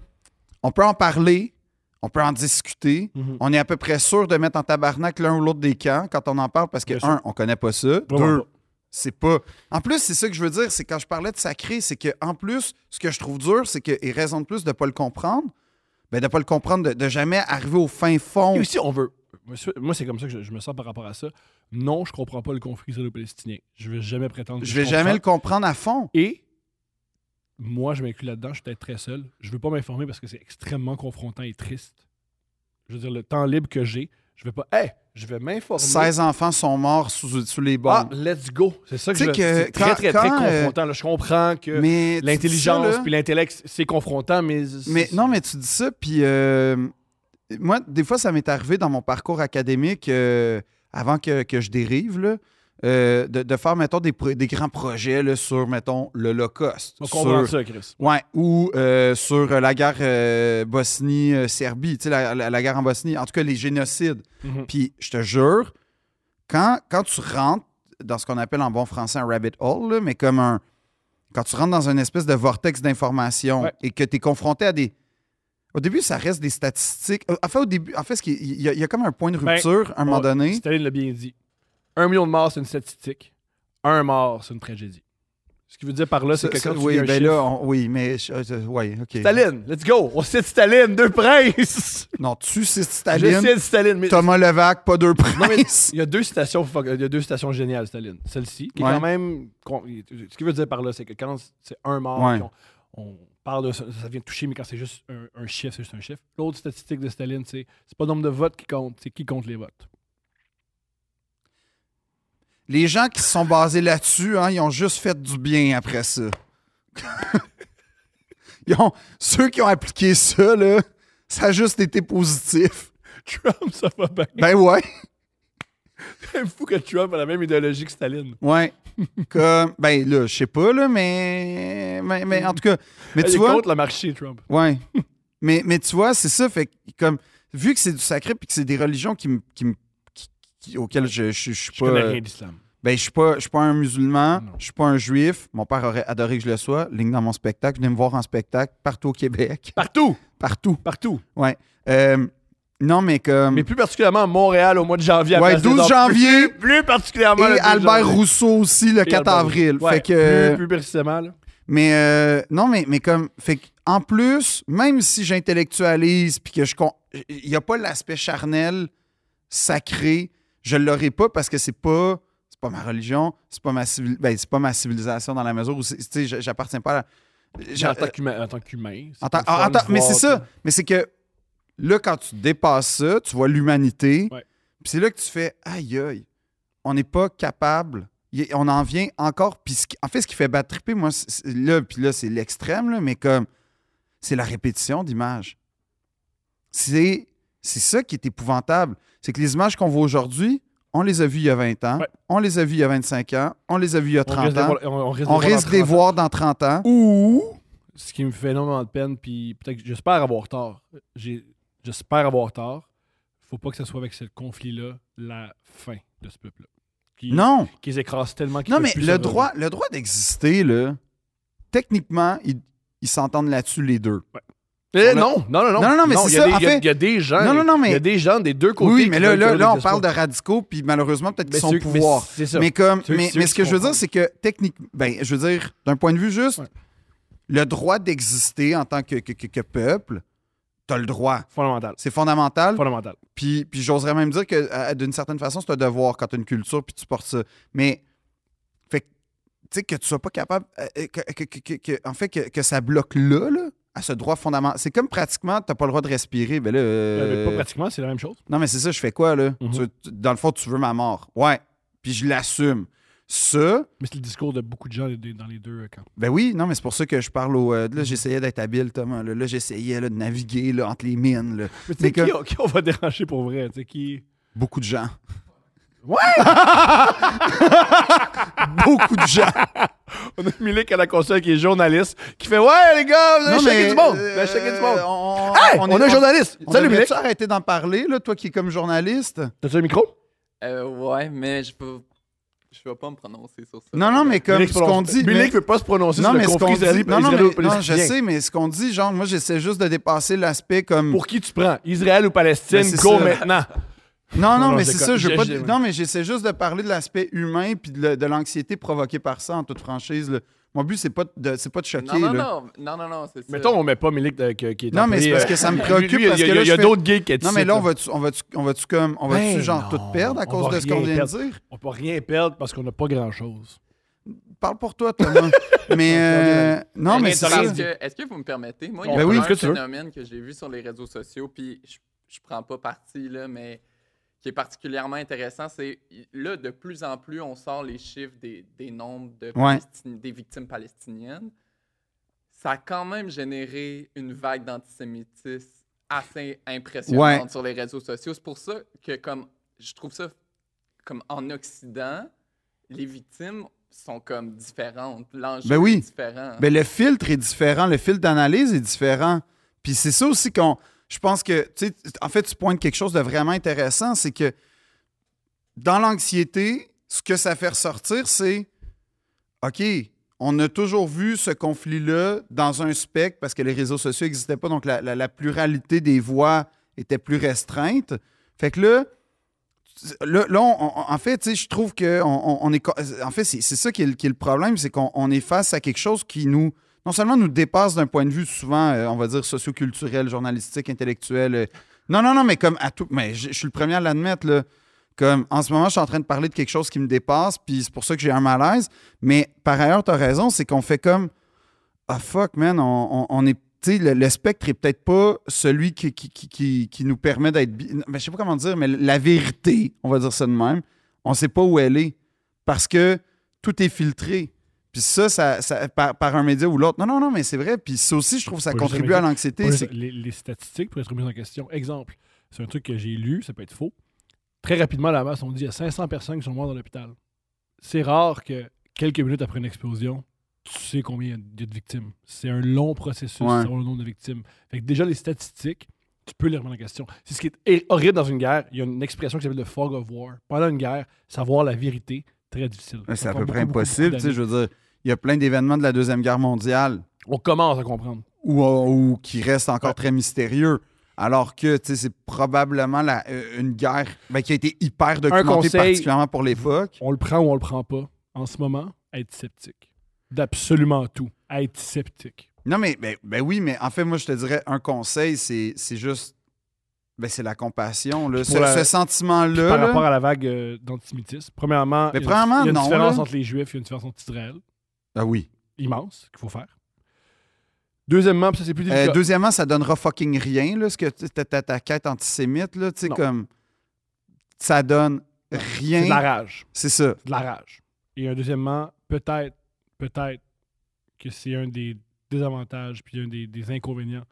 [SPEAKER 2] on peut en parler, on peut en discuter,
[SPEAKER 1] Mhm.
[SPEAKER 2] on est à peu près sûr de mettre en tabarnak l'un ou l'autre des camps quand on en parle parce que,
[SPEAKER 1] Bien sûr.
[SPEAKER 2] un, on connaît pas ça.
[SPEAKER 1] Vraiment
[SPEAKER 2] Deux,
[SPEAKER 1] pas.
[SPEAKER 2] c'est pas. En plus, c'est ça que je veux dire, c'est quand je parlais de sacré, c'est que en plus, ce que je trouve dur, c'est que, et raison de plus de pas le comprendre, ben de pas le comprendre, de, de jamais arriver au fin fond.
[SPEAKER 1] Et aussi, on veut. Monsieur- Moi, c'est comme ça que je, je me sens par rapport à ça. Non, je comprends pas le conflit israélo-palestinien. Je vais jamais prétendre. que
[SPEAKER 2] Je vais jamais le
[SPEAKER 1] comprends.
[SPEAKER 2] comprendre à fond.
[SPEAKER 1] Et moi, je m'inclus là-dedans. Je suis peut-être très seul. Je veux pas m'informer parce que c'est extrêmement confrontant et triste. Je veux dire, le temps libre que j'ai, je vais pas. Hé, je vais m'informer.
[SPEAKER 2] 16 enfants sont morts sous, sous les
[SPEAKER 1] Ah,
[SPEAKER 2] bombes.
[SPEAKER 1] let's go. C'est ça que
[SPEAKER 2] Tu
[SPEAKER 1] je
[SPEAKER 2] sais que
[SPEAKER 1] c'est très,
[SPEAKER 2] quand-
[SPEAKER 1] très,
[SPEAKER 2] quand,
[SPEAKER 1] très
[SPEAKER 2] euh,
[SPEAKER 1] confrontant. là. Je comprends que
[SPEAKER 2] mais tu dis ça,
[SPEAKER 1] l'intelligence
[SPEAKER 2] là,
[SPEAKER 1] puis l'intellect, c'est confrontant, mais.
[SPEAKER 2] Mais
[SPEAKER 1] c'est-
[SPEAKER 2] non, mais tu dis ça, puis euh, moi, des fois, ça m'est arrivé dans mon parcours académique, euh, avant que, que je dérive, là, euh, de, de faire, mettons, des, pro- des grands projets là, sur, mettons, l'Holocauste.
[SPEAKER 1] On comprend
[SPEAKER 2] Sur,
[SPEAKER 1] ça, Chris.
[SPEAKER 2] ouais, ou euh, sur euh, la guerre euh, Bosnie-Serbie, tu sais, la, la- la guerre en Bosnie, en tout cas, les génocides.
[SPEAKER 1] Mhm.
[SPEAKER 2] Puis, je te jure, quand, quand tu rentres dans ce qu'on appelle en bon français un rabbit hole, là, mais comme un. Quand tu rentres dans une espèce de vortex d'information
[SPEAKER 1] Ouais.
[SPEAKER 2] et que tu es confronté à des. Au début, ça reste des statistiques. Euh, En fait, au début, en fait, ce qui- il y, a- il y a comme un point de
[SPEAKER 1] Ben,
[SPEAKER 2] rupture à un moment
[SPEAKER 1] Ouais,
[SPEAKER 2] donné.
[SPEAKER 1] Staline l'a bien dit. Un million de morts, c'est une statistique. Un mort, c'est une tragédie. Ce qu'il veut dire par là, c'est que
[SPEAKER 2] Ça-
[SPEAKER 1] quand
[SPEAKER 2] ça-
[SPEAKER 1] tu
[SPEAKER 2] oui,
[SPEAKER 1] lis un
[SPEAKER 2] ben
[SPEAKER 1] chiffre-
[SPEAKER 2] là, on- oui, mais. je- euh, ouais, OK.
[SPEAKER 3] Staline, let's go! On cite Staline, deux princes!
[SPEAKER 2] Non, tu, c'est
[SPEAKER 3] Je
[SPEAKER 2] Staline.
[SPEAKER 3] cite Staline, mais.
[SPEAKER 2] Thomas Levac, pas deux princes.
[SPEAKER 1] Il y a deux citations, fuck- il y a deux citations géniales, Staline. Celle-ci, qui
[SPEAKER 2] Ouais.
[SPEAKER 1] est quand même. con- Ce qu'il veut dire par là, c'est que quand c'est un mort,
[SPEAKER 2] Ouais.
[SPEAKER 1] puis on, on parle de ça, ça vient de toucher, mais quand c'est juste un, un chiffre, c'est juste un chiffre. L'autre statistique de Staline, c'est c'est pas le nombre de votes qui compte, c'est qui compte les votes.
[SPEAKER 2] Les gens qui se sont basés là-dessus, hein, ils ont juste fait du bien après ça. Ils ont- ceux qui ont appliqué ça, là, ça a juste été positif.
[SPEAKER 1] Trump, ça va bien.
[SPEAKER 2] Ben ouais,
[SPEAKER 1] C'est fou que Trump a la même idéologie que Staline.
[SPEAKER 2] ouais. Comme, ben là, je sais pas, là, mais, mais, mais en tout cas, mais
[SPEAKER 1] Il
[SPEAKER 2] tu
[SPEAKER 1] est
[SPEAKER 2] vois,
[SPEAKER 1] contre le marché, Trump.
[SPEAKER 2] ouais. Mais, mais tu vois, c'est ça. Fait que, comme, vu que c'est du sacré puis que c'est des religions qui, me- qui, me- qui- qui- auxquelles je, je, je suis
[SPEAKER 1] Je
[SPEAKER 2] pas.
[SPEAKER 1] connais rien d'islam.
[SPEAKER 2] Ben, je suis pas, je suis pas un musulman,
[SPEAKER 1] Non.
[SPEAKER 2] je suis pas un juif. Mon père aurait adoré que je le sois. Ligne dans mon spectacle, venez me voir en spectacle partout au Québec,
[SPEAKER 3] Partout!
[SPEAKER 2] partout.
[SPEAKER 3] Partout!
[SPEAKER 2] Ouais. Euh, non, mais comme.
[SPEAKER 3] Mais plus particulièrement à Montréal au mois de janvier. à
[SPEAKER 2] Hmm. Ouais,
[SPEAKER 3] place des
[SPEAKER 2] 12
[SPEAKER 3] Arts.
[SPEAKER 2] janvier.
[SPEAKER 3] Plus, plus particulièrement le
[SPEAKER 2] et
[SPEAKER 3] 12
[SPEAKER 2] Albert
[SPEAKER 3] janvier.
[SPEAKER 2] Rousseau aussi le
[SPEAKER 3] Et
[SPEAKER 2] 4
[SPEAKER 3] Albert
[SPEAKER 2] avril.
[SPEAKER 3] Ouais,
[SPEAKER 2] fait que. euh,
[SPEAKER 3] Plus, plus précisément, là.
[SPEAKER 2] Mais euh, non, mais, mais comme. Fait que, en plus, même si j'intellectualise puis que je. con- Il n'y a pas l'aspect charnel sacré, je l'aurai pas parce que c'est pas. C'est pas ma religion, c'est pas ma, civil- ben, c'est pas ma civilisation dans la mesure où c'est- tu sais, j'a- j'appartiens pas à. la-
[SPEAKER 1] Mais
[SPEAKER 2] j'a-
[SPEAKER 1] En tant qu'humain. en tant qu'humain, c'est
[SPEAKER 2] en tant-
[SPEAKER 1] le fun
[SPEAKER 2] en tant-
[SPEAKER 1] de
[SPEAKER 2] mais
[SPEAKER 1] voir,
[SPEAKER 2] c'est ça.
[SPEAKER 1] t'sais.
[SPEAKER 2] Mais c'est que là, quand tu dépasses ça, tu vois l'humanité.
[SPEAKER 1] Ouais.
[SPEAKER 2] Puis c'est là que tu fais aïe aïe, on n'est pas capable. Y- On en vient encore. Puis ce qui- en fait, ce qui fait battre triper, moi, c'est- c'est- là, puis là, c'est l'extrême, là, mais comme c'est la répétition d'images. C'est c'est ça qui est épouvantable. C'est que les images qu'on voit aujourd'hui, on les a vues il y a 20 ans,
[SPEAKER 1] Ouais.
[SPEAKER 2] on les a vues il y a 25 ans, on les a vues il y a
[SPEAKER 1] On
[SPEAKER 2] 30
[SPEAKER 1] risque de
[SPEAKER 2] ans.
[SPEAKER 1] voir- On on risque de
[SPEAKER 2] On
[SPEAKER 1] voir dans
[SPEAKER 2] risque de les
[SPEAKER 1] 30 ans.
[SPEAKER 2] voir dans 30 ans.
[SPEAKER 1] Ou, ce qui me fait énormément de peine, puis peut-être que j'espère avoir tort. J'ai- J'espère avoir tort. Faut pas que ce soit avec ce conflit-là la fin de ce peuple-là. Qui-
[SPEAKER 2] Non!
[SPEAKER 1] Qu'ils écrasent tellement qu'ils
[SPEAKER 2] Non,
[SPEAKER 1] peuvent
[SPEAKER 2] mais
[SPEAKER 1] plus se
[SPEAKER 2] le
[SPEAKER 1] relever.
[SPEAKER 2] droit, le droit d'exister, là, techniquement, ils ils s'entendent là-dessus, les deux.
[SPEAKER 3] Eh,
[SPEAKER 2] On a-
[SPEAKER 3] non, non, non, non.
[SPEAKER 2] Non, non, non, mais c'est
[SPEAKER 3] il y a
[SPEAKER 2] ça,
[SPEAKER 3] des-
[SPEAKER 2] en
[SPEAKER 3] Il y a-
[SPEAKER 2] fait-
[SPEAKER 3] il y a des gens.
[SPEAKER 2] Non, non, non, mais-
[SPEAKER 3] Il y a des gens des deux côtés.
[SPEAKER 2] oui,
[SPEAKER 3] qui
[SPEAKER 2] mais là,
[SPEAKER 3] veulent
[SPEAKER 2] là,
[SPEAKER 3] que
[SPEAKER 2] là, on
[SPEAKER 3] les
[SPEAKER 2] parle de
[SPEAKER 3] espoirs.
[SPEAKER 2] radicaux, puis malheureusement, peut-être qu'ils
[SPEAKER 3] Mais
[SPEAKER 2] sont au
[SPEAKER 3] ceux- mais
[SPEAKER 2] pouvoir.
[SPEAKER 3] C'est ça.
[SPEAKER 2] Mais, comme,
[SPEAKER 3] Ceux-
[SPEAKER 2] mais,
[SPEAKER 3] ceux
[SPEAKER 2] mais
[SPEAKER 3] qui
[SPEAKER 2] ce que je veux
[SPEAKER 3] comprennent.
[SPEAKER 2] dire, c'est que techniquement, ben, je veux dire, d'un point de vue juste,
[SPEAKER 1] Ouais.
[SPEAKER 2] le droit d'exister en tant que, que, que- que peuple, t'as le droit.
[SPEAKER 1] Fondamental.
[SPEAKER 2] C'est fondamental.
[SPEAKER 1] Fondamental.
[SPEAKER 2] Puis, puis j'oserais même dire que à- d'une certaine façon, c'est un devoir quand tu as une culture puis tu portes ça. Mais fait que, tu sais que tu sois pas capable euh, euh, que, que- que- que- que- en fait que, que ça bloque là, là, à ce droit fondamental. C'est comme pratiquement t'as pas le droit de respirer, ben là. euh,
[SPEAKER 1] Euh, Pas pratiquement, c'est la même chose.
[SPEAKER 2] non mais c'est ça, je fais quoi là
[SPEAKER 1] Mhm.
[SPEAKER 2] Tu veux- tu- Dans le fond, tu veux ma mort. Ouais. Puis je l'assume. Ça,
[SPEAKER 1] Mais c'est le discours de beaucoup de gens des- dans les deux euh, camps.
[SPEAKER 2] ben oui, non, mais c'est pour ça que je parle au. euh, là, j'essayais d'être habile, Thomas. Là, Là, j'essayais là, de naviguer là, entre les mines. là.
[SPEAKER 1] Mais tu
[SPEAKER 2] Mais
[SPEAKER 1] sais, qui,
[SPEAKER 2] que-
[SPEAKER 1] on- qui on va déranger pour vrai? Tu sais, qui...
[SPEAKER 2] Beaucoup de gens.
[SPEAKER 1] Ouais!
[SPEAKER 2] Beaucoup de gens.
[SPEAKER 3] On a Milik à la console qui est journaliste, qui fait Ouais, les gars, vous avez checké du monde. Vous avez checké du monde.
[SPEAKER 2] euh, on,
[SPEAKER 3] Hey, on,
[SPEAKER 2] est-
[SPEAKER 3] a un journaliste.
[SPEAKER 2] On
[SPEAKER 3] Salut, Milik.
[SPEAKER 2] devrait-tu arrêter d'en parler, là, toi qui es comme journaliste?
[SPEAKER 3] T'as-tu un micro?
[SPEAKER 4] Euh, ouais, mais je peux. Je vais pas me prononcer sur ça. Euh,
[SPEAKER 2] Non, non, mais comme
[SPEAKER 3] Milik,
[SPEAKER 2] ce qu'on dit...
[SPEAKER 3] Milik
[SPEAKER 2] mais-
[SPEAKER 3] veut pas se prononcer
[SPEAKER 2] Non,
[SPEAKER 3] sur
[SPEAKER 2] mais
[SPEAKER 3] le
[SPEAKER 2] ce
[SPEAKER 3] conflit
[SPEAKER 2] qu'on dit... Non, non, mais- non, je
[SPEAKER 3] israélo-palestinien.
[SPEAKER 2] sais, mais ce qu'on dit, genre, moi, j'essaie juste de dépasser l'aspect comme...
[SPEAKER 3] Pour qui tu prends? Israël ou Palestine?
[SPEAKER 2] Ben, c'est
[SPEAKER 3] Go
[SPEAKER 2] ça.
[SPEAKER 3] maintenant.
[SPEAKER 2] Non, non,
[SPEAKER 3] Non,
[SPEAKER 2] mais
[SPEAKER 3] je
[SPEAKER 2] c'est
[SPEAKER 3] déconne.
[SPEAKER 2] ça, je veux
[SPEAKER 3] Je-
[SPEAKER 2] pas...
[SPEAKER 3] je-
[SPEAKER 2] Non, mais j'essaie juste de parler de l'aspect humain puis de, le- de l'anxiété provoquée par ça, en toute franchise. là. Mon but, c'est pas de, c'est pas de choquer,
[SPEAKER 4] non, non,
[SPEAKER 2] là.
[SPEAKER 4] non, non, non, non, c'est ça.
[SPEAKER 3] Mettons, on met pas Milik euh, qui qui est
[SPEAKER 2] Non, mais c'est parce que ça me préoccupe,
[SPEAKER 3] Il
[SPEAKER 2] parce que là,
[SPEAKER 3] y
[SPEAKER 2] je
[SPEAKER 3] a
[SPEAKER 2] fais-
[SPEAKER 3] d'autres gays qui étaient
[SPEAKER 2] Non, mais
[SPEAKER 3] ici,
[SPEAKER 2] là, on va-tu, on va-tu, on va-tu comme... On va-tu,
[SPEAKER 1] Ben
[SPEAKER 2] genre,
[SPEAKER 1] non,
[SPEAKER 2] tout perdre à
[SPEAKER 1] on
[SPEAKER 2] cause
[SPEAKER 1] va
[SPEAKER 2] de ce qu'on
[SPEAKER 1] rien
[SPEAKER 2] vient de
[SPEAKER 1] perdre.
[SPEAKER 2] dire?
[SPEAKER 1] On peut rien perdre parce qu'on n'a pas grand-chose.
[SPEAKER 2] Parle pour toi, Thomas. mais... euh, non, mais
[SPEAKER 4] Est-ce
[SPEAKER 2] c'est ça.
[SPEAKER 4] que- Est-ce que vous me permettez? Moi, il y a
[SPEAKER 2] Ben oui,
[SPEAKER 4] un
[SPEAKER 3] ce que tu veux.
[SPEAKER 4] phénomène que j'ai vu sur les réseaux sociaux, puis je, je prends pas parti, là, mais qui est particulièrement intéressant, c'est là, de plus en plus, on sort les chiffres des, des nombres de Palestini- des victimes palestiniennes. Ça a quand même généré une vague d'antisémitisme assez impressionnante
[SPEAKER 2] Ouais.
[SPEAKER 4] sur les réseaux sociaux. C'est pour ça que, comme, je trouve ça comme en Occident, les victimes sont comme différentes. L'enjeu
[SPEAKER 2] Ben oui.
[SPEAKER 4] est différent.
[SPEAKER 2] Ben, le filtre est différent, le filtre d'analyse est différent. Puis c'est ça aussi qu'on. Je pense que, tu sais, en fait, tu pointes quelque chose de vraiment intéressant, c'est que dans l'anxiété, ce que ça fait ressortir, c'est OK, on a toujours vu ce conflit-là dans un spectre parce que les réseaux sociaux n'existaient pas, donc la, la- la pluralité des voix était plus restreinte. Fait que là, là, là, on- on- en fait, tu sais, je trouve que on, on- on est. co- En fait, c'est c'est ça qui est, le- qui est le problème, c'est qu'on on est face à quelque chose qui nous. Non seulement nous dépasse d'un point de vue souvent, euh, on va dire, socioculturel, journalistique, intellectuel. euh, non, non, non, mais comme à tout. Mais je je suis le premier à l'admettre, là. Comme en ce moment, je suis en train de parler de quelque chose qui me dépasse, puis c'est pour ça que j'ai un malaise. Mais par ailleurs, tu as raison, c'est qu'on fait comme. Ah fuck, man, on, on- on est. Tu sais, le, le spectre est peut-être pas celui qui, qui, qui- qui- qui nous permet d'être. bi- non, ben, je sais pas comment dire, mais la vérité, on va dire ça de même, on sait pas où elle est. Parce que tout est filtré. Puis ça, ça, ça- par, par un média ou l'autre. Non, non, non, mais c'est vrai. Puis ça aussi, je trouve que ça
[SPEAKER 1] Pas juste un
[SPEAKER 2] contribue
[SPEAKER 1] média,
[SPEAKER 2] à l'anxiété.
[SPEAKER 1] Pas
[SPEAKER 2] c'est-
[SPEAKER 1] juste- les, les statistiques pourraient être remises en question. Exemple, c'est un truc que j'ai lu, ça peut être faux. Très rapidement, la masse, on dit il y a 500 personnes qui sont mortes dans l'hôpital. C'est rare que quelques minutes après une explosion, tu sais combien il y a de victimes. C'est un long processus
[SPEAKER 2] Ouais.
[SPEAKER 1] de savoir le nombre de victimes. Fait que déjà, les statistiques, tu peux les remettre en question. C'est ce qui est horrible dans une guerre. Il y a une expression qui s'appelle le fog of war. Pendant une guerre, savoir la vérité, très difficile.
[SPEAKER 2] Ouais, C'est
[SPEAKER 1] Ça
[SPEAKER 2] à peu
[SPEAKER 1] prend
[SPEAKER 2] près
[SPEAKER 1] beaucoup, beaucoup,
[SPEAKER 2] impossible.
[SPEAKER 1] beaucoup
[SPEAKER 2] tu sais, je veux dire, il y a plein d'événements de la Deuxième Guerre mondiale
[SPEAKER 1] d'années. On commence à comprendre.
[SPEAKER 2] ou, ou qui restent encore très mystérieux. Alors que tu sais, c'est probablement la- euh, une guerre ben, qui a été hyper documentée,
[SPEAKER 3] conseil-
[SPEAKER 2] particulièrement pour l'époque.
[SPEAKER 1] On le prend ou on le prend pas. En ce moment, être sceptique. D'absolument tout. Être sceptique.
[SPEAKER 2] Non, mais ben, ben oui, mais en fait, moi, je te dirais un conseil, c'est c'est juste. Ben, c'est la compassion. là.
[SPEAKER 1] Puis
[SPEAKER 2] Ce,
[SPEAKER 1] pour la-
[SPEAKER 2] ce sentiment-là.
[SPEAKER 1] Par
[SPEAKER 2] là,
[SPEAKER 1] rapport à la vague euh, d'antisémitisme, premièrement,
[SPEAKER 2] Mais
[SPEAKER 1] il y a une-
[SPEAKER 2] premièrement,
[SPEAKER 1] il y a une
[SPEAKER 2] non,
[SPEAKER 1] différence
[SPEAKER 2] là.
[SPEAKER 1] entre les Juifs, il y a une différence entre Israël.
[SPEAKER 2] Ah oui.
[SPEAKER 1] Immense qu'il faut faire. Deuxièmement, puis ça c'est plus
[SPEAKER 2] Euh,
[SPEAKER 1] délicat.
[SPEAKER 2] deuxièmement, ça donnera fucking rien, là, ce que t- ta, ta, ta quête antisémite, là, tu sais,
[SPEAKER 1] Non.
[SPEAKER 2] comme. Ça donne
[SPEAKER 1] C'est de la
[SPEAKER 2] rien.
[SPEAKER 1] rage.
[SPEAKER 2] C'est ça.
[SPEAKER 1] de la rage. Et un deuxièmement, peut-être, peut-être que c'est un des désavantages puis un des, des inconvénients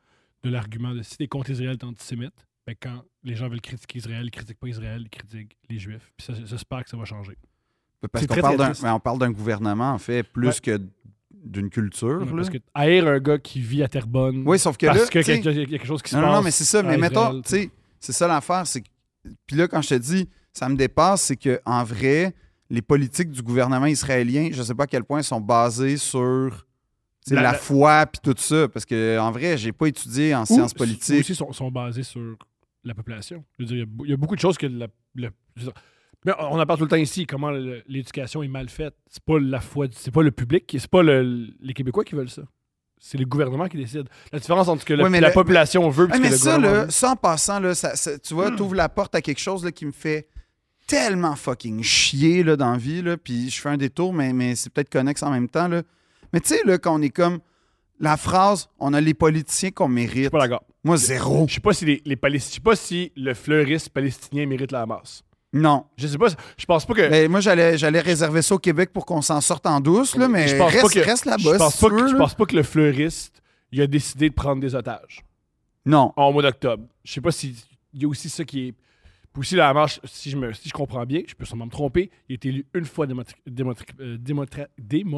[SPEAKER 1] de l'argument de si t'es contre Israël, t'es antisémite. Ben, quand les gens veulent critiquer Israël, ils critiquent pas Israël, ils critiquent les Juifs. Puis ça, j'espère que ça va changer.
[SPEAKER 2] Parce
[SPEAKER 1] C'est
[SPEAKER 2] qu'on
[SPEAKER 1] très,
[SPEAKER 2] parle
[SPEAKER 1] très
[SPEAKER 2] d'un
[SPEAKER 1] triste.
[SPEAKER 2] mais on parle d'un gouvernement, en fait, plus
[SPEAKER 1] Ouais.
[SPEAKER 2] que d'une culture.
[SPEAKER 1] Ouais,
[SPEAKER 2] là.
[SPEAKER 1] Parce que haïr un gars qui vit à Terrebonne,
[SPEAKER 2] Oui, sauf que
[SPEAKER 1] parce
[SPEAKER 2] là.
[SPEAKER 1] que
[SPEAKER 2] tu sais,
[SPEAKER 1] quelque- il y a quelque chose qui se
[SPEAKER 2] non,
[SPEAKER 1] passe.
[SPEAKER 2] non, non, mais c'est ça.
[SPEAKER 1] à
[SPEAKER 2] Mais mettons,
[SPEAKER 1] Israël,
[SPEAKER 2] tu sais, c'est ça l'affaire. c'est que- Puis là, quand je te dis, ça me dépasse, c'est que en vrai, les politiques du gouvernement israélien, je ne sais pas à quel point, sont basées sur tu sais,
[SPEAKER 1] La-
[SPEAKER 2] la,
[SPEAKER 1] la-
[SPEAKER 2] foi puis tout ça. Parce que en vrai, j'ai pas étudié en
[SPEAKER 1] Ou-
[SPEAKER 2] sciences
[SPEAKER 1] ou
[SPEAKER 2] politiques.
[SPEAKER 1] aussi sont, sont basés sur la population. Je veux dire, il y a bou- il y, a beaucoup de choses que la. la- je veux dire, mais on en parle tout le temps ici, comment le- l'éducation est mal faite. C'est pas la foi, du- c'est pas le public, qui- c'est pas le- les Québécois qui veulent ça. C'est le gouvernement qui décide. La différence entre ce que la,
[SPEAKER 2] Ouais, mais
[SPEAKER 1] la
[SPEAKER 2] le-
[SPEAKER 1] population veut
[SPEAKER 2] Ah,
[SPEAKER 1] et
[SPEAKER 2] mais
[SPEAKER 1] le
[SPEAKER 2] ça,
[SPEAKER 1] gouvernement Hmm.
[SPEAKER 2] là, ça, en passant, là, ça- ça- tu vois, t'ouvres la porte à quelque chose là, qui me fait tellement fucking chier là, dans la vie. Là, puis je fais un détour, mais, mais c'est peut-être connexe en même temps. Là. Mais tu sais, là, quand on est comme la phrase, on a les politiciens qu'on
[SPEAKER 1] Je suis
[SPEAKER 2] mérite.
[SPEAKER 1] pas d'accord.
[SPEAKER 2] Moi, zéro.
[SPEAKER 1] Je sais pas si les, les Palestiniens- je sais pas si le fleuriste palestinien mérite la masse.
[SPEAKER 2] Non.
[SPEAKER 1] Je sais pas. si- Je pense pas que.
[SPEAKER 2] Mais moi, j'allais, j'allais réserver ça au Québec pour qu'on s'en sorte en douce, là, mais
[SPEAKER 1] je pense pas
[SPEAKER 2] reste,
[SPEAKER 1] que-
[SPEAKER 2] reste là-bas.
[SPEAKER 1] je pense
[SPEAKER 2] si
[SPEAKER 1] pas
[SPEAKER 2] tu
[SPEAKER 1] que-
[SPEAKER 2] veux,
[SPEAKER 1] je
[SPEAKER 2] là.
[SPEAKER 1] pense pas que le fleuriste il a décidé de prendre des otages.
[SPEAKER 2] Non.
[SPEAKER 1] en mois d'octobre. Je sais pas si il y a aussi ça qui est puis aussi la marche, si je, me, si je comprends bien, je peux sûrement me tromper, il est élu une fois démotri- démotri- euh, démotra-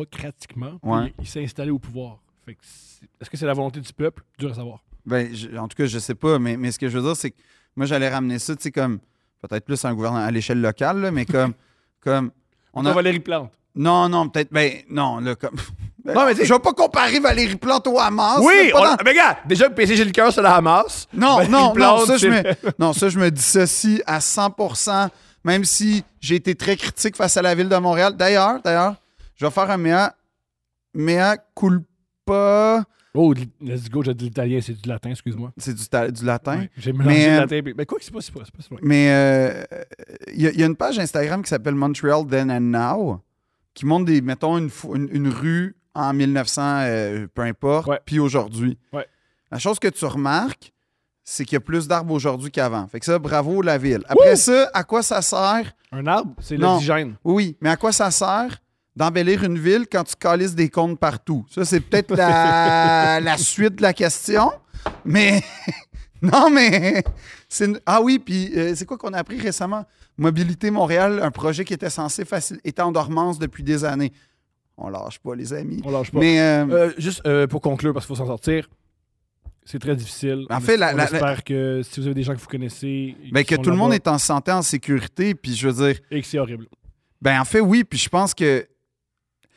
[SPEAKER 1] démocratiquement, puis
[SPEAKER 2] Ouais.
[SPEAKER 1] il, il s'est installé au pouvoir. Fait que c'est- Est-ce que c'est la volonté du peuple? Dur à savoir.
[SPEAKER 2] Ben, je- en tout cas, je sais pas, mais, mais ce que je veux dire, c'est que moi, j'allais ramener ça, tu sais, comme peut-être plus un gouvernement à l'échelle locale, là, mais comme. comme
[SPEAKER 1] On
[SPEAKER 2] on a...
[SPEAKER 1] Valérie Plante.
[SPEAKER 2] Non, non, peut-être. Ben, non, là, comme. non, mais je vais pas comparer Valérie Plante au Hamas.
[SPEAKER 3] Oui,
[SPEAKER 2] là, Ah, pas
[SPEAKER 3] on-
[SPEAKER 2] dans-
[SPEAKER 3] mais regarde, déjà que PCG le cœur, c'est la Hamas.
[SPEAKER 2] Non,
[SPEAKER 3] Valérie
[SPEAKER 2] non, non,
[SPEAKER 3] Plante,
[SPEAKER 2] ça, je
[SPEAKER 3] c'est-
[SPEAKER 2] me... non, ça, je me dissocie à 100 même si j'ai été très critique face à la ville de Montréal. D'ailleurs, d'ailleurs, je vais faire un mea, mea culpa.
[SPEAKER 1] Oh, de- let's go, j'ai dit l'italien, c'est du latin, excuse-moi.
[SPEAKER 2] C'est du, ta- du latin.
[SPEAKER 1] Ouais, j'ai mélangé
[SPEAKER 2] Mais,
[SPEAKER 1] le
[SPEAKER 2] euh,
[SPEAKER 1] latin. puis- Mais quoi que c'est pas, c'est pas, c'est pas, c'est pas-
[SPEAKER 2] Mais euh, il y, a- il y a une page Instagram qui s'appelle Montreal Then and Now qui montre, des, mettons, une, fou- une- une rue en 1900, euh, peu importe,
[SPEAKER 1] Ouais.
[SPEAKER 2] puis aujourd'hui.
[SPEAKER 1] Ouais.
[SPEAKER 2] La chose que tu remarques, c'est qu'il y a plus d'arbres aujourd'hui qu'avant. Fait que ça, bravo la ville. Après ça, à quoi ça sert?
[SPEAKER 1] Un arbre, c'est
[SPEAKER 2] Non.
[SPEAKER 1] l'oxygène.
[SPEAKER 2] Oui, mais à quoi ça sert d'embellir une ville quand tu calisses des comptes partout? Ça, c'est peut-être la, la suite de la question, mais... Non, mais... c'est une- Ah oui, puis euh, c'est quoi qu'on a appris récemment? Mobilité Montréal, un projet qui était censé facile, était en dormance depuis des années. On lâche pas, les amis.
[SPEAKER 1] On lâche pas.
[SPEAKER 2] Mais... euh,
[SPEAKER 1] Euh, juste euh, pour conclure, parce qu'il faut s'en sortir, c'est très difficile.
[SPEAKER 2] En
[SPEAKER 1] On
[SPEAKER 2] fait,
[SPEAKER 1] es-
[SPEAKER 2] la-
[SPEAKER 1] Euh, on
[SPEAKER 2] la-
[SPEAKER 1] espère que si vous avez des gens que vous connaissez, et
[SPEAKER 2] ben,
[SPEAKER 1] qui
[SPEAKER 2] que
[SPEAKER 1] sont
[SPEAKER 2] tout le monde
[SPEAKER 1] là-bas,
[SPEAKER 2] est en santé, en sécurité, puis je veux dire...
[SPEAKER 1] et que c'est horrible.
[SPEAKER 2] Ben en fait, oui, puis je pense que...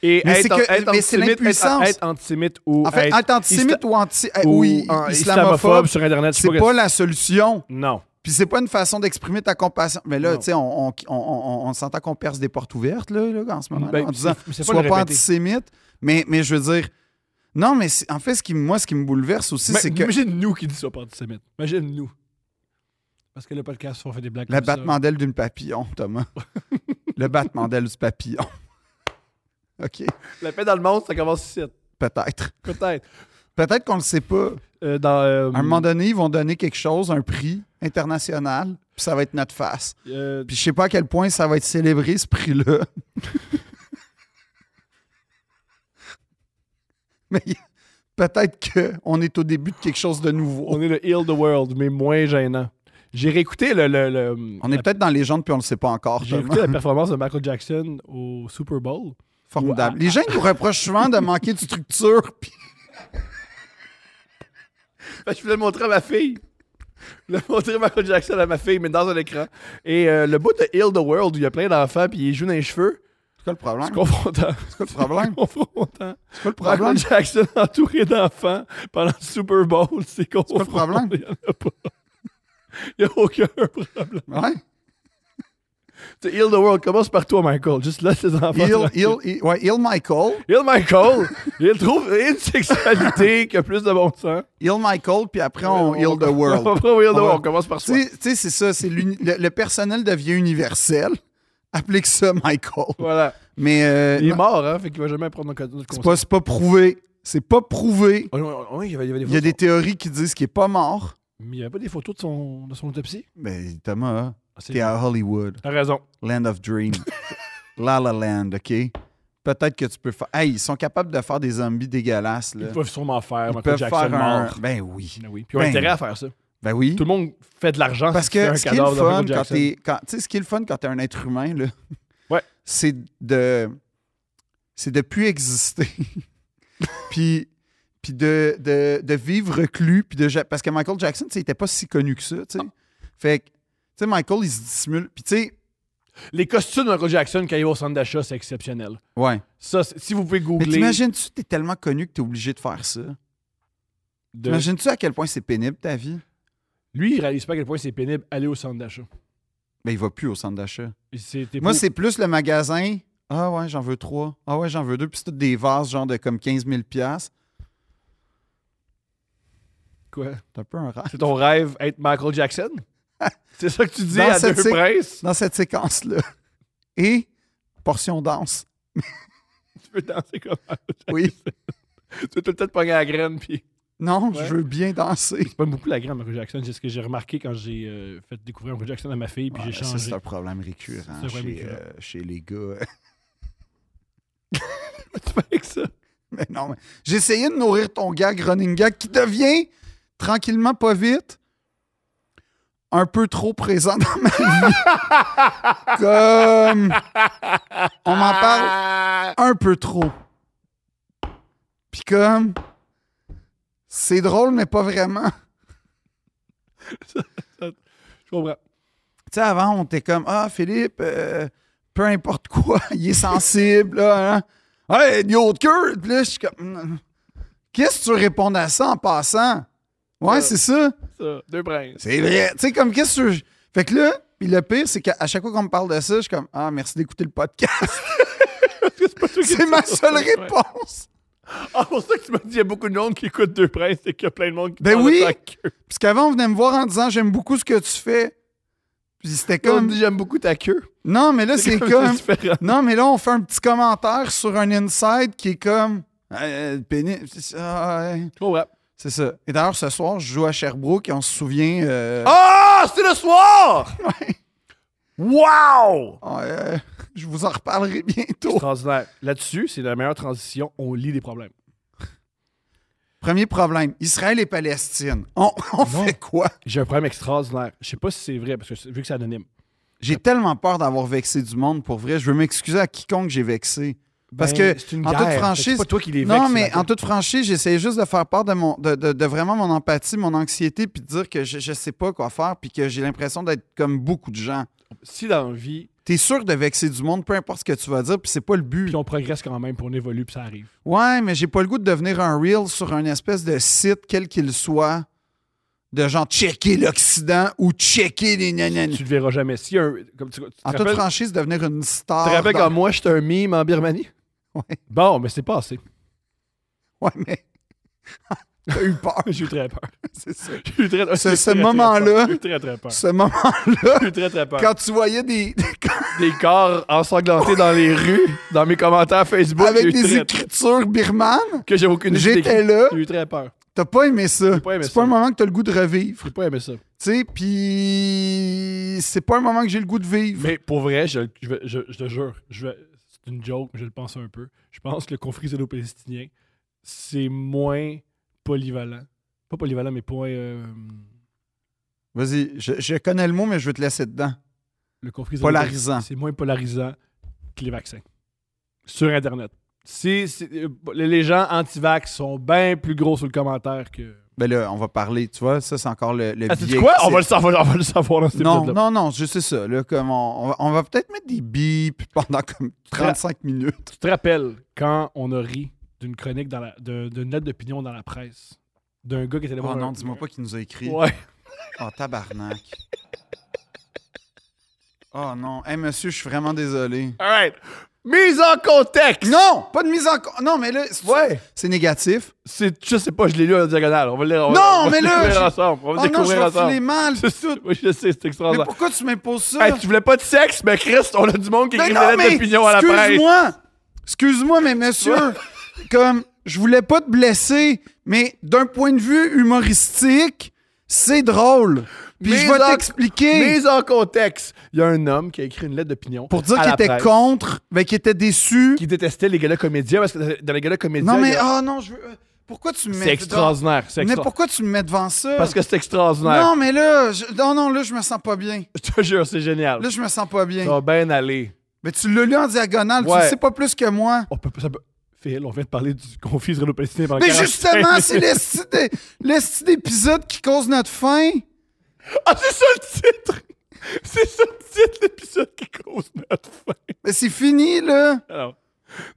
[SPEAKER 1] Et
[SPEAKER 2] Mais
[SPEAKER 1] être,
[SPEAKER 2] c'est que-
[SPEAKER 1] être
[SPEAKER 2] mais c'est
[SPEAKER 1] antisémite,
[SPEAKER 2] l'impuissance.
[SPEAKER 1] être, être antisémite ou
[SPEAKER 2] En fait,
[SPEAKER 1] être
[SPEAKER 2] être antisémite ou anti... euh,
[SPEAKER 1] ou
[SPEAKER 2] oui,
[SPEAKER 1] en-
[SPEAKER 2] islamophobe,
[SPEAKER 1] sur internet, je sais
[SPEAKER 2] c'est
[SPEAKER 1] que-
[SPEAKER 2] pas la solution.
[SPEAKER 1] Non.
[SPEAKER 2] Puis c'est pas une façon d'exprimer ta compassion. Mais là,
[SPEAKER 1] Non.
[SPEAKER 2] tu sais, on, on, on, on- on s'entend qu'on perce des portes ouvertes là, là, en ce moment
[SPEAKER 1] Ben,
[SPEAKER 2] Ah, en disant
[SPEAKER 1] c'est- c'est pas
[SPEAKER 2] sois
[SPEAKER 1] le
[SPEAKER 2] pas
[SPEAKER 1] répéter.
[SPEAKER 2] antisémite. Mais, mais je veux dire, non, mais c'est- en fait, ce qui, moi, ce qui me bouleverse aussi,
[SPEAKER 1] Mais-
[SPEAKER 2] c'est que
[SPEAKER 1] Imagine nous qui disons pas antisémite. Imagine nous. Parce que le podcast, on fait des blagues
[SPEAKER 2] le
[SPEAKER 1] comme ça.
[SPEAKER 2] battement d'aile d'une papillon, Thomas. le battement d'aile du papillon. OK,
[SPEAKER 3] La paix dans le monde, ça commence ici.
[SPEAKER 2] peut-être.
[SPEAKER 1] Peut-être.
[SPEAKER 2] Peut-être qu'on le sait pas.
[SPEAKER 1] Euh, dans, euh,
[SPEAKER 2] À un moment donné, ils vont donner quelque chose, un prix international, puis ça va être notre face.
[SPEAKER 1] euh,
[SPEAKER 2] Puis je sais pas à quel point ça va être célébré, ce prix-là. Mais y- peut-être qu'on est au début de quelque chose de nouveau.
[SPEAKER 1] on est le Heal the World, mais moins gênant. J'ai réécouté le, le, le-
[SPEAKER 2] On est
[SPEAKER 1] la-
[SPEAKER 2] peut-être dans les gens puis on le sait pas encore.
[SPEAKER 1] J'ai
[SPEAKER 2] Thomas.
[SPEAKER 1] écouté la performance de Michael Jackson au Super Bowl.
[SPEAKER 2] Formidable. Les gens ils nous reprochent souvent de manquer de structure. puis-
[SPEAKER 3] Fait que Ben, je voulais le montrer à ma fille. Je voulais montrer Michael Jackson à ma fille, mais dans un écran. Et euh, le bout de Heal the World, où il y a plein d'enfants, puis ils jouent dans les cheveux,
[SPEAKER 2] C'est quoi le problème?
[SPEAKER 3] c'est confrontant.
[SPEAKER 2] C'est quoi le problème?
[SPEAKER 3] confrontant.
[SPEAKER 2] C'est quoi le problème?
[SPEAKER 3] Michael Jackson entouré d'enfants pendant le Super Bowl, c'est confrontant.
[SPEAKER 2] le problème?
[SPEAKER 3] Il n'y en a pas. Il n'y a aucun problème.
[SPEAKER 2] Ouais.
[SPEAKER 3] Tu sais, Heal the World, commence par toi, Michael. Juste laisse les enfants.
[SPEAKER 2] Il,
[SPEAKER 3] tranquilles.
[SPEAKER 2] il, il- ouais, il Michael.
[SPEAKER 3] Heal Michael. il trouve une sexualité qui a plus de bon sens.
[SPEAKER 2] Il Michael, puis après, on
[SPEAKER 3] Il
[SPEAKER 2] Heal the world.
[SPEAKER 3] On va prendre Heal the
[SPEAKER 2] On va-
[SPEAKER 3] World, on commence par soi.
[SPEAKER 2] Tu sais- tu sais, c'est ça. c'est l'uni- le, le personnel devient universel. Applique ça, Michael.
[SPEAKER 3] Voilà.
[SPEAKER 2] Mais euh,
[SPEAKER 3] Il est
[SPEAKER 2] non,
[SPEAKER 3] mort, hein, fait qu'il va jamais prendre notre notre
[SPEAKER 2] c'est
[SPEAKER 3] conseil.
[SPEAKER 2] pas, c'est pas prouvé. C'est pas prouvé.
[SPEAKER 3] Oh, non, oh, oui, il y avait, il y avait des
[SPEAKER 2] Il y a
[SPEAKER 3] photos.
[SPEAKER 2] des théories qui disent qu'il est pas mort.
[SPEAKER 1] Mais il n'y avait pas des photos de son, de son autopsie?
[SPEAKER 2] Mais Thomas,
[SPEAKER 1] Ah, c'est-
[SPEAKER 2] t'es à Hollywood.
[SPEAKER 1] T'as raison.
[SPEAKER 2] Land of Dream. La La Land, OK? Peut-être que tu peux faire... Hey, ils sont capables de faire des zombies dégueulasses, là.
[SPEAKER 1] Ils peuvent sûrement faire
[SPEAKER 2] Ils
[SPEAKER 1] Michael
[SPEAKER 2] peuvent
[SPEAKER 1] Jackson
[SPEAKER 2] faire un...
[SPEAKER 1] mort.
[SPEAKER 2] Ben oui.
[SPEAKER 1] Ben oui. Puis ils ont
[SPEAKER 2] Ben.
[SPEAKER 1] intérêt à faire ça.
[SPEAKER 2] Ben oui.
[SPEAKER 1] Tout le monde fait de l'argent
[SPEAKER 2] Parce
[SPEAKER 1] si tu fais
[SPEAKER 2] que
[SPEAKER 1] Ah, un
[SPEAKER 2] ce qui est le
[SPEAKER 1] cadavre de
[SPEAKER 2] fun
[SPEAKER 1] Michael
[SPEAKER 2] quand
[SPEAKER 1] Jackson.
[SPEAKER 2] t'es... quand- Tu sais, ce qui est le fun quand t'es un être humain, là,
[SPEAKER 1] Ouais.
[SPEAKER 2] c'est de... C'est de plus exister. puis... Puis de, de, de vivre reclus. Puis de, ja- parce que Michael Jackson, tu sais, il était pas si connu que ça, tu sais. Fait que, tu sais, Michael, il se dissimule. Puis tu sais,
[SPEAKER 3] Les costumes de Michael Jackson quand il va au centre d'achat, c'est exceptionnel.
[SPEAKER 2] ouais.
[SPEAKER 3] Ça, c'est- si vous pouvez
[SPEAKER 2] Mais
[SPEAKER 3] googler.
[SPEAKER 2] t'imagines-tu, t'es tellement connu que t'es obligé de faire ça?
[SPEAKER 3] de-
[SPEAKER 2] T'imagines-tu à quel point c'est pénible ta vie?
[SPEAKER 3] Lui, il réalise pas à quel point c'est pénible aller au centre d'achat.
[SPEAKER 2] Ben, il va plus au centre d'achat.
[SPEAKER 3] Et c'est- t'es
[SPEAKER 2] Moi,
[SPEAKER 3] pas-
[SPEAKER 2] c'est plus le magasin. Ah ouais, j'en veux trois. Ah ouais, j'en veux deux. Puis c'est toutes des vases, genre de comme 15 000 piastres.
[SPEAKER 3] quoi?
[SPEAKER 2] C'est un peu un rêve.
[SPEAKER 3] C'est ton rêve être Michael Jackson? c'est ça que tu dis
[SPEAKER 2] Dans
[SPEAKER 3] à
[SPEAKER 2] cette
[SPEAKER 3] deux
[SPEAKER 2] sé-
[SPEAKER 3] princes?
[SPEAKER 2] Dans cette séquence-là. Et portion danse.
[SPEAKER 3] Tu peux danser comme Michael Jackson.
[SPEAKER 2] Oui.
[SPEAKER 3] Tu peux tout le temps te pogner à la graine. Puis...
[SPEAKER 2] Non,
[SPEAKER 3] Ouais.
[SPEAKER 2] je veux bien danser.
[SPEAKER 1] C'est pas beaucoup la graine, Michael Jackson. C'est ce que j'ai remarqué quand j'ai euh, fait découvrir Michael Jackson à ma fille, puis
[SPEAKER 2] Ouais,
[SPEAKER 1] j'ai
[SPEAKER 2] Ah, ça,
[SPEAKER 1] changé.
[SPEAKER 2] c'est un problème
[SPEAKER 1] C'est
[SPEAKER 2] récurrent
[SPEAKER 1] un problème
[SPEAKER 2] chez,
[SPEAKER 1] récurrent.
[SPEAKER 2] euh, chez les gars.
[SPEAKER 3] tu fais avec ça.
[SPEAKER 2] mais non, mais... j'ai essayé de nourrir ton gag, running gag, qui devient tranquillement, pas vite, un peu trop présent dans ma vie. Comme. On m'en parle
[SPEAKER 3] Ah!
[SPEAKER 2] un peu trop. Puis comme. C'est drôle, mais pas vraiment.
[SPEAKER 3] Je comprends.
[SPEAKER 2] Tu sais, avant, on était comme Ah, Philippe, euh, peu importe quoi, il est sensible, là. Hein? Hey, une haute queue! Puis là, je suis comme. Hmm. Qu'est-ce que tu réponds à ça en passant? Ouais,
[SPEAKER 3] Euh.
[SPEAKER 2] c'est ça.
[SPEAKER 3] Ça, deux princes.
[SPEAKER 2] C'est vrai. Tu sais, comme qu'est-ce que. tu- Fait que là, puis le pire, c'est qu'à à chaque fois qu'on me parle de ça, je suis comme Ah, merci d'écouter le podcast. c'est ma seule réponse.
[SPEAKER 3] Ah, pour ça que tu m'as dit, il y a beaucoup de monde qui écoute Deux Princes et qu'il y a plein de monde qui
[SPEAKER 2] Ben
[SPEAKER 3] parle
[SPEAKER 2] oui!
[SPEAKER 3] de ta queue.
[SPEAKER 2] Parce qu'avant, on venait me voir en disant J'aime beaucoup ce que tu fais. Puis c'était
[SPEAKER 3] Comme
[SPEAKER 2] comme.
[SPEAKER 3] dit, j'aime beaucoup ta queue.
[SPEAKER 2] Non, mais là, c'est
[SPEAKER 3] comme
[SPEAKER 2] comme.
[SPEAKER 3] différent.
[SPEAKER 2] Non, mais là, on fait un petit commentaire sur un inside qui est comme. Euh, pénible. C'est ah, ouais.
[SPEAKER 3] Oh, ouais.
[SPEAKER 2] C'est ça. Et d'ailleurs, ce soir, je joue à Sherbrooke et on se souvient. euh,
[SPEAKER 3] Ah, c'est le soir! Wow!
[SPEAKER 2] ah, euh, je vous en reparlerai bientôt.
[SPEAKER 3] Extraordinaire. Là-dessus, c'est la meilleure transition. On lit les problèmes.
[SPEAKER 2] Premier problème Israël et Palestine. On, on fait quoi
[SPEAKER 3] J'ai un problème extraordinaire. Je sais pas si c'est vrai, parce que c'est- vu que c'est anonyme.
[SPEAKER 2] J'ai tellement peur d'avoir vexé du monde pour vrai. Je veux m'excuser à quiconque j'ai vexé. Parce
[SPEAKER 3] Ben,
[SPEAKER 2] que,
[SPEAKER 3] c'est une
[SPEAKER 2] en
[SPEAKER 3] guerre.
[SPEAKER 2] toute
[SPEAKER 3] C'est
[SPEAKER 2] franchise.
[SPEAKER 3] pas toi qui les
[SPEAKER 2] Non,
[SPEAKER 3] vexes,
[SPEAKER 2] mais
[SPEAKER 3] c'est la
[SPEAKER 2] en toute franchise, j'essayais juste de faire part de, mon, de, de- de vraiment mon empathie, mon anxiété, puis de dire que je, je sais pas quoi faire, puis que j'ai l'impression d'être comme beaucoup de gens.
[SPEAKER 3] Si dans la vie,
[SPEAKER 2] T'es sûr de vexer du monde, peu importe ce que tu vas dire, puis c'est pas le but.
[SPEAKER 1] Puis on progresse quand même, puis on évolue, puis ça arrive.
[SPEAKER 2] Ouais, mais j'ai pas le goût de devenir un reel sur un espèce de site, quel qu'il soit, de genre checker l'Occident ou checker les nanani.
[SPEAKER 1] Tu le verras jamais. Si un, comme tu, tu te
[SPEAKER 2] En toute
[SPEAKER 1] rappelles-
[SPEAKER 2] franchise, devenir une
[SPEAKER 3] tu
[SPEAKER 2] star.
[SPEAKER 3] te rappelles
[SPEAKER 2] dans-
[SPEAKER 3] quand moi, j'étais un mime en Birmanie?
[SPEAKER 2] Ouais.
[SPEAKER 3] Bon, mais c'est passé.
[SPEAKER 2] Ouais, mais. T'as eu peur,
[SPEAKER 1] J'ai eu très peur.
[SPEAKER 2] c'est ça.
[SPEAKER 1] J'ai eu très-
[SPEAKER 2] Ce-
[SPEAKER 1] j'ai eu
[SPEAKER 2] ce
[SPEAKER 1] très, très
[SPEAKER 2] moment-là-
[SPEAKER 1] peur. J'ai eu très, très peur.
[SPEAKER 2] Ce moment-là,
[SPEAKER 1] J'ai eu très, très peur.
[SPEAKER 2] quand tu voyais des.
[SPEAKER 3] Des corps ensanglantés dans les rues, dans mes commentaires Facebook. j'ai eu
[SPEAKER 2] avec des
[SPEAKER 3] très-
[SPEAKER 2] écritures birmanes,
[SPEAKER 3] Que j'ai aucune idée.
[SPEAKER 2] j'étais
[SPEAKER 3] d'écrit.
[SPEAKER 2] là,
[SPEAKER 1] J'ai eu très peur.
[SPEAKER 2] t'as pas aimé ça.
[SPEAKER 3] pas aimé
[SPEAKER 2] C'est pas
[SPEAKER 3] ça.
[SPEAKER 2] un moment que t'as le goût de revivre.
[SPEAKER 1] J'ai pas aimé ça.
[SPEAKER 2] Tu sais, puis c'est pas un moment que j'ai le goût de vivre.
[SPEAKER 1] Mais pour vrai, je, je vais- je- je te jure, je vais- c'est une joke, mais je le pense un peu. Je pense que le conflit israélo-palestinien, c'est moins polyvalent. Pas polyvalent, mais point. euh,
[SPEAKER 2] Vas-y, je, je connais le mot, mais je vais te laisser dedans.
[SPEAKER 1] le conflit israélo-palestinien,
[SPEAKER 2] Polarisant.
[SPEAKER 1] C'est moins polarisant que les vaccins. sur Internet. Si, si- euh, les gens anti-vax sont bien plus gros sur le commentaire que.
[SPEAKER 2] Ben là, on va parler, tu vois, ça, c'est encore le, le
[SPEAKER 3] Ah, c'est
[SPEAKER 2] biais
[SPEAKER 3] quoi?
[SPEAKER 2] que
[SPEAKER 3] On va le
[SPEAKER 2] Eh c'est-
[SPEAKER 3] savoir, on va le savoir dans cet
[SPEAKER 2] Non,
[SPEAKER 3] épisode-là.
[SPEAKER 2] non, non, je sais ça. Là, comme on, on va, on va peut-être mettre des bips pendant comme 35 minutes.
[SPEAKER 1] Tu te rappelles quand on a ri d'une chronique, dans la, de- d'une lettre d'opinion dans la presse d'un gars qui était allé
[SPEAKER 2] Oh
[SPEAKER 1] voir un-
[SPEAKER 2] non, dis-moi pas qu'il nous a écrit.
[SPEAKER 1] Ouais.
[SPEAKER 2] Oh, tabarnak. Oh non. Hey, monsieur, je suis vraiment désolé.
[SPEAKER 3] All right. Mise en contexte.
[SPEAKER 2] Non! Pas de mise en... co- Non, mais là, c'est-
[SPEAKER 3] Ouais.
[SPEAKER 2] c'est négatif.
[SPEAKER 3] C'est, je sais pas, je l'ai lu en diagonale. On va le lire. on va-
[SPEAKER 2] Non,
[SPEAKER 3] on va
[SPEAKER 2] mais
[SPEAKER 3] le
[SPEAKER 2] là,
[SPEAKER 3] découvrir
[SPEAKER 2] je-
[SPEAKER 3] ensemble. On va
[SPEAKER 2] Oh non, je
[SPEAKER 3] découvrir
[SPEAKER 2] vais
[SPEAKER 3] ensemble.
[SPEAKER 2] filer mal.
[SPEAKER 3] C'est ça. Oui, je sais, c'est
[SPEAKER 2] Mais
[SPEAKER 3] extraordinaire.
[SPEAKER 2] pourquoi tu m'imposes ça?
[SPEAKER 3] Hey, tu voulais pas de sexe, mais Christ, on a du monde qui
[SPEAKER 2] Mais
[SPEAKER 3] écrit
[SPEAKER 2] non,
[SPEAKER 3] des lettres
[SPEAKER 2] mais
[SPEAKER 3] d'opinion à la presse.
[SPEAKER 2] Excuse-moi! Excuse-moi, mais monsieur, comme je voulais pas te blesser, mais d'un point de vue humoristique, c'est drôle. Puis
[SPEAKER 3] Mais
[SPEAKER 2] je vais
[SPEAKER 3] en-
[SPEAKER 2] t'expliquer
[SPEAKER 3] Mise en contexte. Il y a un homme qui a écrit une lettre d'opinion.
[SPEAKER 2] pour dire
[SPEAKER 3] à
[SPEAKER 2] qu'il
[SPEAKER 3] la
[SPEAKER 2] était
[SPEAKER 3] presse,
[SPEAKER 2] contre, mais qu'il était déçu.
[SPEAKER 3] Qui détestait les gars comédiens parce que dans les gars comédiens.
[SPEAKER 2] Non,
[SPEAKER 3] il
[SPEAKER 2] mais
[SPEAKER 3] y a-
[SPEAKER 2] ah non, je veux. euh, Pourquoi tu me mets.
[SPEAKER 3] c'est extraordinaire. C'est
[SPEAKER 2] Mais
[SPEAKER 3] extra-
[SPEAKER 2] pourquoi tu me mets devant ça?
[SPEAKER 3] Parce que c'est extraordinaire.
[SPEAKER 2] Non, mais là, je- non, non, là, je me sens pas bien.
[SPEAKER 3] Je te jure, c'est génial.
[SPEAKER 2] Là, je me sens pas bien.
[SPEAKER 3] Ça va bien aller.
[SPEAKER 2] Mais tu l'as lu en diagonale, tu
[SPEAKER 3] Ouais.
[SPEAKER 2] le sais pas plus que moi.
[SPEAKER 1] On peut, ça peut- Phil, on vient de parler du conflit israélo-palestinien pendant
[SPEAKER 2] Mais
[SPEAKER 1] 45
[SPEAKER 2] justement,
[SPEAKER 1] minutes.
[SPEAKER 2] c'est l'esti d'é- l'esti d'épisode qui cause notre fin.
[SPEAKER 3] Ah, c'est ça le titre! C'est ça le titre, l'épisode qui cause notre fin.
[SPEAKER 2] Mais c'est fini, là.
[SPEAKER 1] Alors,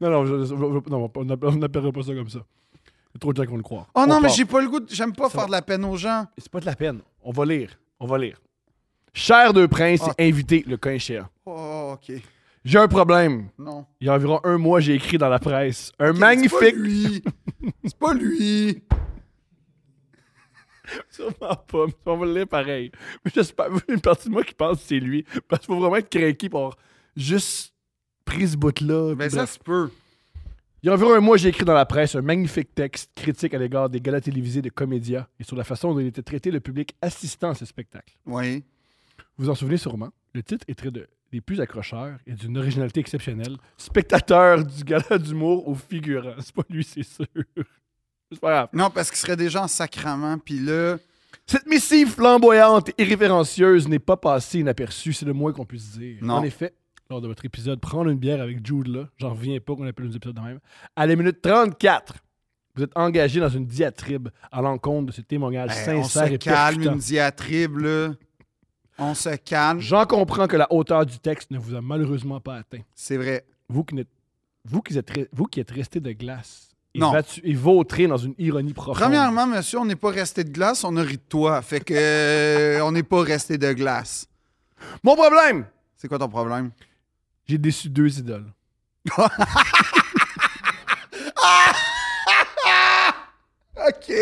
[SPEAKER 1] non, non, je- je- je- non, on n'appelle- on n'appellera pas ça comme ça. Il y a trop de gens qui vont le croire.
[SPEAKER 2] Oh
[SPEAKER 1] On
[SPEAKER 2] non, mais
[SPEAKER 1] part.
[SPEAKER 2] j'ai pas le goût. de- J'aime pas
[SPEAKER 1] Ça
[SPEAKER 2] faire de la peine aux gens.
[SPEAKER 1] C'est pas de la peine. On va lire. On va lire. Cher deux princes,
[SPEAKER 2] Ah.
[SPEAKER 1] invité le coin cher.
[SPEAKER 2] Oh, OK.
[SPEAKER 3] J'ai un problème.
[SPEAKER 2] Non.
[SPEAKER 1] Il y a environ un mois, j'ai écrit dans la presse un
[SPEAKER 2] Ok, C'est
[SPEAKER 3] Magnifique.
[SPEAKER 2] pas lui. C'est pas lui.
[SPEAKER 1] Sûrement pas, mais on va le lire pareil. Mais j'espère, une partie de moi qui pense que c'est lui. Parce qu'il faut vraiment être craqué pour juste pris ce bout-là.
[SPEAKER 2] Mais
[SPEAKER 1] puis
[SPEAKER 2] Ben, ça
[SPEAKER 1] bref.
[SPEAKER 2] se peut.
[SPEAKER 1] Il y a environ un mois, j'ai écrit dans la presse un magnifique texte critique à l'égard des galas télévisés de Comédia et sur la façon dont il était traité le public assistant à ce spectacle.
[SPEAKER 2] Oui.
[SPEAKER 1] Vous vous en souvenez sûrement, le titre est très de- des plus accrocheurs et d'une originalité exceptionnelle. Spectateur du gala d'humour au figurant. C'est pas lui, c'est sûr. C'est pas grave.
[SPEAKER 2] Non, parce qu'il serait déjà en sacrament, puis là.
[SPEAKER 1] Cette missive flamboyante et irrévérencieuse n'est pas passée inaperçue, c'est le moins qu'on puisse dire.
[SPEAKER 2] Non.
[SPEAKER 1] En effet, lors de votre épisode Prendre une bière avec Jude, là, j'en reviens pas qu'on appelle nos épisodes de même, à la minute 34, vous êtes engagé dans une diatribe à l'encontre de ce témoignage
[SPEAKER 2] hey, ben, on
[SPEAKER 1] sincère
[SPEAKER 2] se
[SPEAKER 1] et
[SPEAKER 2] calme,
[SPEAKER 1] percutant.
[SPEAKER 2] une diatribe, là. On se calme.
[SPEAKER 1] J'en comprends que la hauteur du texte ne vous a malheureusement pas atteint.
[SPEAKER 2] C'est vrai.
[SPEAKER 1] Vous qui, n'êtes- vous qui êtes, re- vous qui êtes resté de glace et,
[SPEAKER 2] Non.
[SPEAKER 1] battu- et vautré dans une ironie profonde.
[SPEAKER 2] Premièrement, monsieur, on n'est pas resté de glace, on a ri de toi. Fait que. euh, on n'est pas resté de glace.
[SPEAKER 3] Mon problème!
[SPEAKER 2] C'est quoi ton problème?
[SPEAKER 1] j'ai déçu deux idoles.
[SPEAKER 2] OK.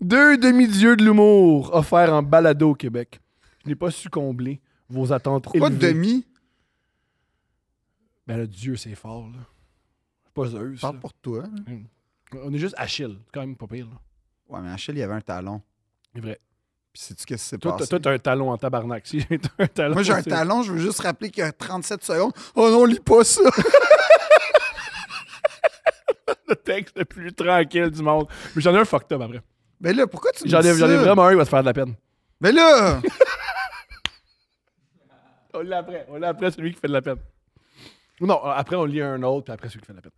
[SPEAKER 1] Deux demi-dieux de l'humour offerts en balado au Québec. Je n'ai pas su combler vos attentes
[SPEAKER 2] Pourquoi
[SPEAKER 1] élevées.
[SPEAKER 2] demi?
[SPEAKER 1] Ben là, Dieu, c'est fort, là. C'est pas Zeus,
[SPEAKER 2] Parle
[SPEAKER 1] là.
[SPEAKER 2] pour toi. là.
[SPEAKER 1] On est juste Achille. C'est quand même pas pire, là.
[SPEAKER 2] Ouais, mais Achille, il y avait un talon.
[SPEAKER 1] C'est vrai.
[SPEAKER 2] Ah, Puis sais-tu qu'est-ce qui s'est
[SPEAKER 1] Toi,
[SPEAKER 2] passé?
[SPEAKER 1] t'as- toi, t'as un talon en tabarnak. Si t'as un talon,
[SPEAKER 2] Moi, j'ai un
[SPEAKER 1] c'est-
[SPEAKER 2] talon, je veux juste rappeler qu'il y a 37 secondes. Oh non, lis pas ça!
[SPEAKER 1] Le texte le plus tranquille du monde. Mais j'en ai un fucked up après.
[SPEAKER 2] Mais là, pourquoi tu me
[SPEAKER 1] J'en ai,
[SPEAKER 2] dis
[SPEAKER 1] j'en ai
[SPEAKER 2] ça?
[SPEAKER 1] vraiment un qui va se faire de la peine.
[SPEAKER 2] Mais là!
[SPEAKER 1] On l'a après. On l'a après, celui qui fait de la peine. Non, euh, après, on lit un autre, puis après, celui qui fait de la peine.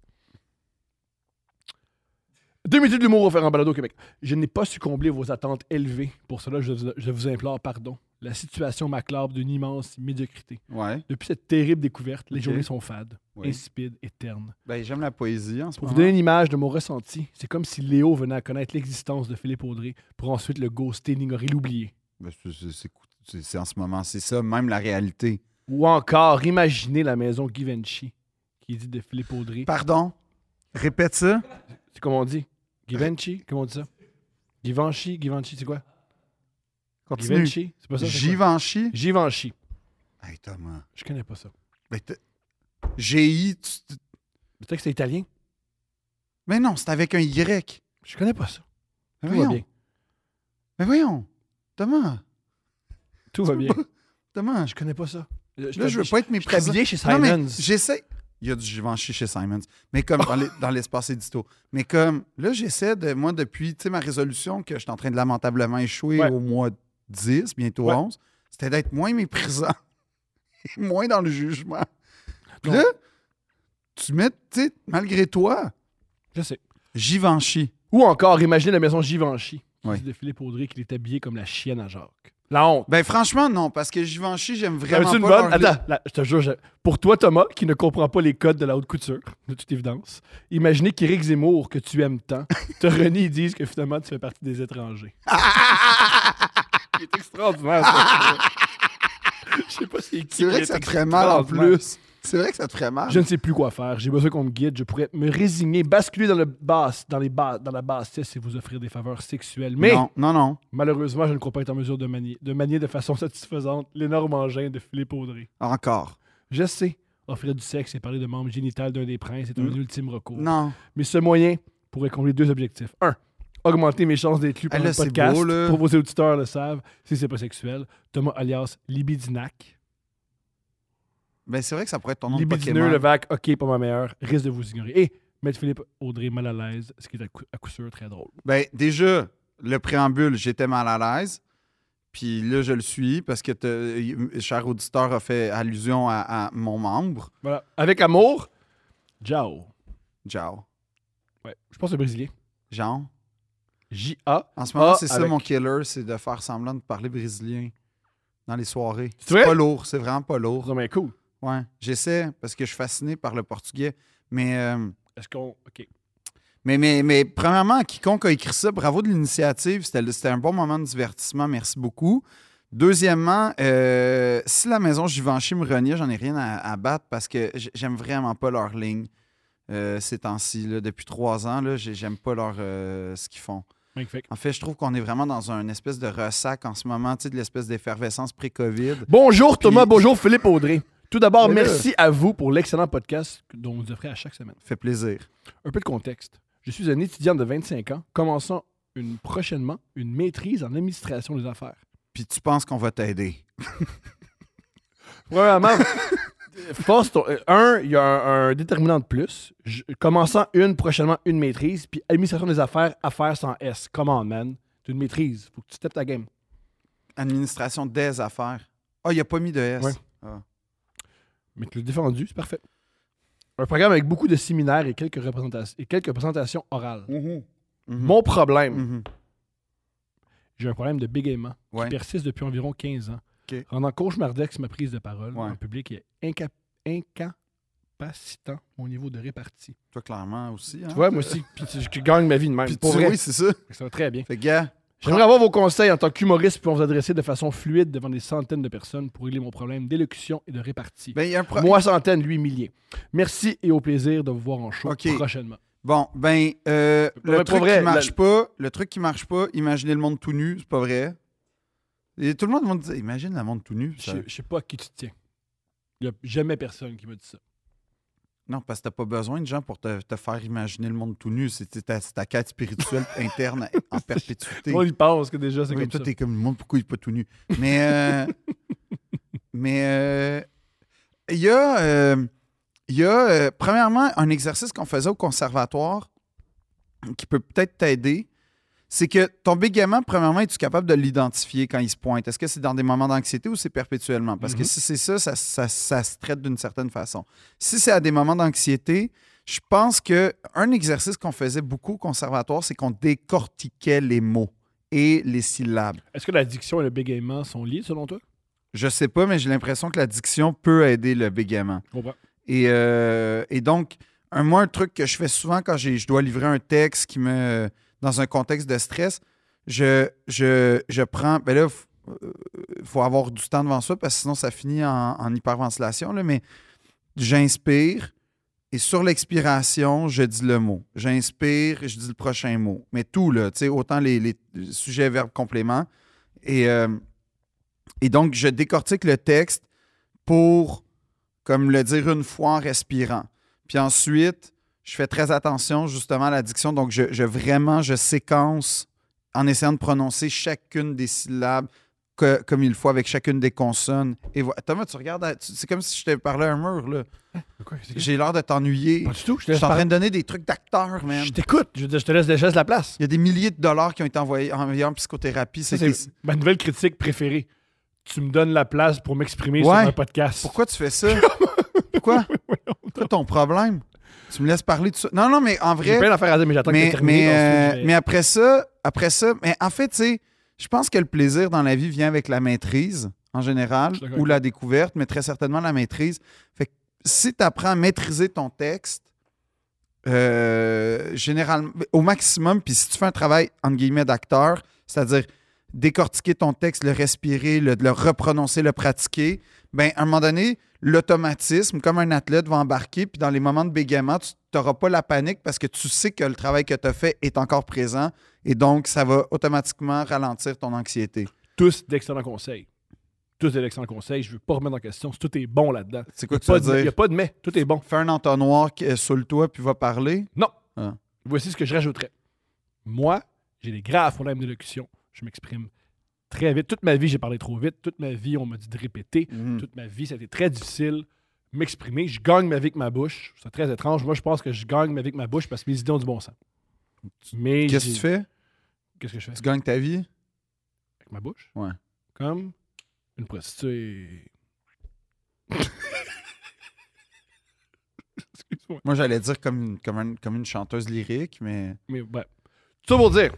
[SPEAKER 1] Deux minutes de l'humour offert en balado au Québec. Je n'ai pas succombé à vos attentes élevées. Pour cela, je, vous- je vous implore pardon. La situation m'acclame d'une immense médiocrité.
[SPEAKER 2] Ouais.
[SPEAKER 1] Depuis cette terrible découverte, les
[SPEAKER 2] Ok.
[SPEAKER 1] journées sont fades,
[SPEAKER 2] Oui. Ah.
[SPEAKER 1] insipides et ternes.
[SPEAKER 2] Ben, j'aime la poésie en ce
[SPEAKER 1] Pour
[SPEAKER 2] moment.
[SPEAKER 1] vous donner une image de mon ressenti, c'est comme si Léo venait à connaître l'existence de Philippe Audrey pour ensuite le ghoster, l'ignorer, l'oublier.
[SPEAKER 2] Ben, c'est- c'est- c'est- c'est- C'est en ce moment, c'est ça, même la réalité.
[SPEAKER 1] Ou encore imaginer la maison Givenchy qui dit de Philippe Audrey
[SPEAKER 2] Pardon? Répète ça.
[SPEAKER 1] C'est comme on dit. Givenchy, comment on dit ça? Givenchy, Givenchy, c'est quoi?
[SPEAKER 2] Continue.
[SPEAKER 1] Givenchy, c'est pas ça? c'est quoi?
[SPEAKER 2] Givenchy.
[SPEAKER 1] Givenchy.
[SPEAKER 2] Hey, Thomas.
[SPEAKER 1] Je connais pas ça.
[SPEAKER 2] Ben, t'as- G.I. tu- tu-
[SPEAKER 1] Peut-être que c'est italien.
[SPEAKER 2] Mais non, c'est avec un Y.
[SPEAKER 1] Je connais pas ça.
[SPEAKER 2] Mais
[SPEAKER 1] Tout va
[SPEAKER 2] voyons.
[SPEAKER 1] bien.
[SPEAKER 2] Mais voyons. Thomas.
[SPEAKER 1] Tout va bien.
[SPEAKER 2] Thomas.
[SPEAKER 1] Je connais pas ça.
[SPEAKER 2] Là, je veux pas être
[SPEAKER 1] Je suis
[SPEAKER 2] méprisant.
[SPEAKER 1] habillé chez
[SPEAKER 2] Non, mais
[SPEAKER 1] Simons.
[SPEAKER 2] j'essaie. Il y a du Givenchy chez Simons, mais comme dans les- dans l'espace édito. Mais comme, là, j'essaie de, moi, depuis, tu sais, ma résolution que je suis en train de lamentablement échouer
[SPEAKER 1] Ouais.
[SPEAKER 2] au mois 10, bientôt
[SPEAKER 1] Ouais.
[SPEAKER 2] 11, c'était d'être moins méprisant. moins dans le jugement. Puis
[SPEAKER 5] Donc-
[SPEAKER 2] là, tu mets, tu sais, malgré toi,
[SPEAKER 5] Je sais.
[SPEAKER 2] Givenchy.
[SPEAKER 1] Ou encore, imaginez la maison Givenchy, qui
[SPEAKER 2] Oui.
[SPEAKER 1] dit de Philippe Audrey qu'il est habillé comme la chienne à Jacques. La honte.
[SPEAKER 2] Ben franchement, non, parce que Givenchy, j'aime vraiment
[SPEAKER 1] T'avais-tu
[SPEAKER 2] pas
[SPEAKER 1] une bonne?
[SPEAKER 2] leur-
[SPEAKER 1] Attends, là, je te jure, je- pour toi, Thomas, qui ne comprend pas les codes de la haute couture, de toute évidence, imaginez qu'Éric Zemmour, que tu aimes tant, te renie et dise que finalement tu fais partie des étrangers. C'est extraordinaire, ça. Je sais pas c'est qui.
[SPEAKER 2] C'est vrai
[SPEAKER 1] mais
[SPEAKER 2] que ça
[SPEAKER 1] c'est
[SPEAKER 2] te ferait mal en
[SPEAKER 1] extraordinaire.
[SPEAKER 2] plus. C'est vrai que ça te ferait mal.
[SPEAKER 1] Je ne sais plus quoi faire. J'ai besoin qu'on me guide. Je pourrais me résigner, basculer dans, le basse, dans, les bas, dans la bassesse et vous offrir des faveurs sexuelles. Mais
[SPEAKER 2] Non, non, non.
[SPEAKER 1] malheureusement, je ne crois pas être en mesure de manier de, manier de façon satisfaisante l'énorme engin de Philippe Audrey.
[SPEAKER 2] Encore.
[SPEAKER 1] Je sais, offrir du sexe et parler de membres génitales d'un des princes est un
[SPEAKER 2] Mm.
[SPEAKER 1] ultime recours.
[SPEAKER 2] Non.
[SPEAKER 1] Mais ce moyen pourrait combler deux objectifs. Un, augmenter mes chances d'être lu par
[SPEAKER 2] Ah, là,
[SPEAKER 1] le
[SPEAKER 2] c'est
[SPEAKER 1] podcast.
[SPEAKER 2] beau, là.
[SPEAKER 1] Pour vos auditeurs le savent, si c'est pas sexuel, Thomas alias Libidinac.
[SPEAKER 2] Ben c'est vrai que ça pourrait être ton nom de
[SPEAKER 1] Libidineux, le
[SPEAKER 2] Pokémon.
[SPEAKER 1] vac, ok, pas ma meilleure, risque de vous ignorer. Et mettre Philippe Audrey mal à l'aise, ce qui est à coup, à coup sûr très drôle.
[SPEAKER 2] Ben déjà, le préambule, j'étais mal à l'aise. Puis là, je le suis parce que te- cher auditeur a fait allusion à, à mon membre.
[SPEAKER 1] Voilà. Avec amour, ciao.
[SPEAKER 2] Jao.
[SPEAKER 1] Ouais, je pense que c'est brésilien.
[SPEAKER 2] Jean.
[SPEAKER 1] J-A.
[SPEAKER 2] En ce moment,
[SPEAKER 1] Ah,
[SPEAKER 2] c'est ça
[SPEAKER 1] avec-
[SPEAKER 2] mon killer, c'est de faire semblant de parler brésilien dans les soirées.
[SPEAKER 1] C'est vrai?
[SPEAKER 2] pas lourd, c'est vraiment pas lourd.
[SPEAKER 1] Romain, cool.
[SPEAKER 2] Ouais, j'essaie parce que je suis fasciné par le portugais. Mais, euh,
[SPEAKER 1] Est-ce qu'on. Ok.
[SPEAKER 2] mais, mais, mais premièrement, quiconque a écrit ça, bravo de l'initiative. C'était c'était un bon moment de divertissement. Merci beaucoup. Deuxièmement, euh, si la maison Givenchy me renie, j'en ai rien à, à battre parce que j- j'aime vraiment pas leur ligne euh, ces temps-ci. là. Depuis trois ans, là, j'ai- j'aime pas leur, euh, ce qu'ils font.
[SPEAKER 5] Mike, fait que-
[SPEAKER 2] En fait, je trouve qu'on est vraiment dans un espèce de ressac en ce moment, tu sais, de l'espèce d'effervescence pré-COVID.
[SPEAKER 1] Bonjour
[SPEAKER 2] Puis-
[SPEAKER 1] Thomas, bonjour Philippe Audrey. Tout d'abord,
[SPEAKER 2] Mais là-
[SPEAKER 1] merci à vous pour l'excellent podcast dont vous offrez à chaque semaine.
[SPEAKER 2] Fait plaisir.
[SPEAKER 1] Un peu de contexte. Je suis un étudiant de 25 ans, commençant une, prochainement une maîtrise en administration des affaires.
[SPEAKER 2] Puis tu penses qu'on va t'aider.
[SPEAKER 1] Premièrement, force ton- euh, un, il y a un, un déterminant de plus. Je- commençant une, prochainement une maîtrise, puis administration des affaires, affaires sans S. Come on, man. C'est une maîtrise. Faut que tu steppes ta game.
[SPEAKER 2] Administration des affaires. Ah, il a pas mis de S.
[SPEAKER 1] Ouais. Mais tu l'as défendu, c'est parfait. Un programme avec beaucoup de séminaires et quelques, représentations, et quelques présentations orales.
[SPEAKER 2] Mhm.
[SPEAKER 1] Mon problème,
[SPEAKER 2] Mhm.
[SPEAKER 1] j'ai un problème de bégaiement
[SPEAKER 2] Ouais.
[SPEAKER 1] qui persiste depuis environ 15 ans,
[SPEAKER 2] Ok.
[SPEAKER 1] rendant cauchemardesque ma prise de parole
[SPEAKER 2] Ouais.
[SPEAKER 1] en public et inca- incapacitant mon niveau de répartie.
[SPEAKER 2] Toi, clairement aussi. hein?
[SPEAKER 1] Tu vois, moi aussi, puis tu- je gagne ma vie de même.
[SPEAKER 2] Puis
[SPEAKER 1] Pour
[SPEAKER 2] tu-
[SPEAKER 1] vrai,
[SPEAKER 2] oui, c'est ça.
[SPEAKER 1] ça va très bien.
[SPEAKER 2] Fait que, gars,
[SPEAKER 1] J'aimerais avoir vos conseils en tant qu'humoriste pour vous adresser de façon fluide devant des centaines de personnes pour régler mon problème d'élocution et de répartie.
[SPEAKER 2] ben, il y a un pro-
[SPEAKER 1] Moi, centaines, lui, milliers. Merci et au plaisir de vous voir en show
[SPEAKER 2] Ok.
[SPEAKER 1] prochainement.
[SPEAKER 2] Bon, ben, euh,
[SPEAKER 1] Ouais,
[SPEAKER 2] le
[SPEAKER 1] pour
[SPEAKER 2] truc
[SPEAKER 1] vrai,
[SPEAKER 2] qui marche
[SPEAKER 1] la-
[SPEAKER 2] pas, le truc qui marche pas, imaginez le monde tout nu, c'est pas vrai. Et tout le monde me dit, imagine le monde tout nu.
[SPEAKER 1] Je
[SPEAKER 2] ça-
[SPEAKER 1] je sais pas à qui tu te tiens. Il n'y a jamais personne qui m'a dit ça.
[SPEAKER 2] Non, parce que t'as pas besoin de gens pour te, te faire imaginer le monde tout nu. C'est c'est ta, c'est ta quête spirituelle interne en perpétuité.
[SPEAKER 1] Moi, il pense que déjà, c'est
[SPEAKER 2] Oui,
[SPEAKER 1] comme
[SPEAKER 2] toi,
[SPEAKER 1] ça.
[SPEAKER 2] t'es comme le monde, pourquoi il est pas tout nu? Mais. euh, mais. euh, Il y a. euh, il y a, euh, premièrement, un exercice qu'on faisait au conservatoire qui peut peut-être t'aider. C'est que ton bégaiement, premièrement, es-tu capable de l'identifier quand il se pointe? Est-ce que c'est dans des moments d'anxiété ou c'est perpétuellement? Parce que
[SPEAKER 1] Mhm.
[SPEAKER 2] si c'est ça, ça, ça- ça se traite d'une certaine façon. Si c'est à des moments d'anxiété, je pense que un exercice qu'on faisait beaucoup au conservatoire, c'est qu'on décortiquait les mots et les syllabes.
[SPEAKER 1] Est-ce que la diction et le bégaiement sont liés selon toi?
[SPEAKER 2] Je sais pas, mais j'ai l'impression que la diction peut aider le bégaiement.
[SPEAKER 1] Je comprends.
[SPEAKER 2] Et, euh, et donc, un, moi, un truc que je fais souvent quand j'ai- je dois livrer un texte qui me. dans un contexte de stress, je, je, je prends. Ben là, il faut avoir du temps devant soi parce que sinon, ça finit en, en hyperventilation, là, mais j'inspire. Et sur l'expiration, je dis le mot. J'inspire, je dis le prochain mot. Mais tout, là, tu sais, autant les, les sujets, verbes, compléments. Et, euh, et donc, je décortique le texte pour comme le dire une fois en respirant. Puis ensuite, je fais très attention justement à la diction. Donc, je, je- vraiment, je séquence en essayant de prononcer chacune des syllabes que- comme il faut avec chacune des consonnes. Et voilà. Thomas, tu regardes, à- tu- c'est comme si je te parlais à un mur, là. J'ai l'air de t'ennuyer.
[SPEAKER 1] Pas du tout. Je te
[SPEAKER 2] Je
[SPEAKER 1] laisse
[SPEAKER 2] suis en train
[SPEAKER 1] parler.
[SPEAKER 2] de donner des trucs d'acteur, man.
[SPEAKER 1] Je t'écoute. Je, veux dire, je te laisse, je te laisse la place.
[SPEAKER 2] Il y a des milliers de dollars qui ont été envoyés, envoyés en psychothérapie.
[SPEAKER 1] Ça,
[SPEAKER 2] C'est
[SPEAKER 1] C'est ma nouvelle critique préférée. tu me donnes la place pour m'exprimer
[SPEAKER 2] Ouais.
[SPEAKER 1] sur un podcast.
[SPEAKER 2] Pourquoi tu fais ça? Pourquoi? Pourquoi ton problème? Tu me laisses parler de ça? Non, non, mais en
[SPEAKER 1] J'ai
[SPEAKER 2] vrai.
[SPEAKER 1] plein d'affaires à dire, mais j'attends que
[SPEAKER 2] mais,
[SPEAKER 1] tu termines.
[SPEAKER 2] mais, euh, mais après ça, après ça, mais en fait, tu sais, je pense que le plaisir dans la vie vient avec la maîtrise en général
[SPEAKER 1] Je suis d'accord
[SPEAKER 2] ou
[SPEAKER 1] avec
[SPEAKER 2] la découverte, mais très certainement la maîtrise. Fait que si tu apprends à maîtriser ton texte, euh, généralement, au maximum, puis si tu fais un travail, entre guillemets, d'acteur, c'est-à-dire décortiquer ton texte, le respirer, le, le reprononcer, le pratiquer, ben à un moment donné, l'automatisme, comme un athlète va embarquer, puis dans les moments de bégaiement, tu n'auras pas la panique parce que tu sais que le travail que tu as fait est encore présent et donc ça va automatiquement ralentir ton anxiété.
[SPEAKER 1] Tous d'excellents conseils. Tous des excellents conseils. Je ne veux pas remettre en question si tout est bon là-dedans.
[SPEAKER 2] C'est quoi que tu veux
[SPEAKER 1] Il n'y
[SPEAKER 2] dire?
[SPEAKER 1] a pas de mais. Tout est bon.
[SPEAKER 2] Fais un entonnoir qui est sur le toit puis va parler.
[SPEAKER 1] Non.
[SPEAKER 2] Ah.
[SPEAKER 1] Voici ce que je rajouterais. Moi, j'ai des graves problèmes d'élocution. Je m'exprime très vite. Toute ma vie, j'ai parlé trop vite. Toute ma vie, on m'a dit de répéter.
[SPEAKER 2] Mm.
[SPEAKER 1] Toute ma vie, ça a été très difficile m'exprimer. Je gagne ma vie avec ma bouche. C'est très étrange. Moi, je pense que je gagne ma vie avec ma bouche parce que mes idées ont du bon sens. Mais
[SPEAKER 2] Qu'est-ce que
[SPEAKER 1] j'ai-
[SPEAKER 2] tu fais?
[SPEAKER 1] Qu'est-ce que je fais
[SPEAKER 2] Tu gagnes ta vie?
[SPEAKER 1] avec ma bouche?
[SPEAKER 2] Ouais.
[SPEAKER 1] Comme une prostituée. Excuse-moi.
[SPEAKER 2] Moi, j'allais dire comme une, comme un- comme une chanteuse lyrique, mais
[SPEAKER 1] Mais bref. Tout ça pour dire,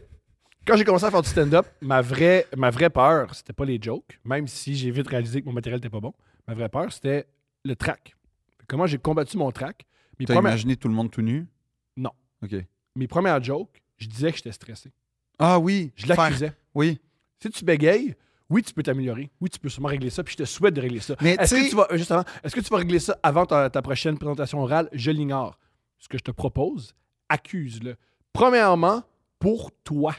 [SPEAKER 1] quand j'ai commencé à faire du stand-up, ma vraie, ma vraie peur, c'était pas les jokes, même si j'ai vite réalisé que mon matériel n'était pas bon. Ma vraie peur, c'était le track. Comment j'ai combattu mon track. Mes
[SPEAKER 2] t'as
[SPEAKER 1] premières,
[SPEAKER 2] imaginé tout le monde tout nu?
[SPEAKER 1] Non.
[SPEAKER 2] OK.
[SPEAKER 1] mes premières jokes, je disais que j'étais stressé.
[SPEAKER 2] Ah oui!
[SPEAKER 1] Je
[SPEAKER 2] faire-
[SPEAKER 1] l'accusais.
[SPEAKER 2] Oui.
[SPEAKER 1] Si tu bégayes, oui, tu peux t'améliorer. Oui, tu peux sûrement régler ça, puis je te souhaite de régler ça.
[SPEAKER 2] Mais
[SPEAKER 1] Est-ce
[SPEAKER 2] tu sais-
[SPEAKER 1] que tu vas, euh, justement, est-ce que tu vas régler ça avant ta, ta prochaine présentation orale? Je l'ignore. Ce que je te propose, accuse-le. Premièrement, pour toi.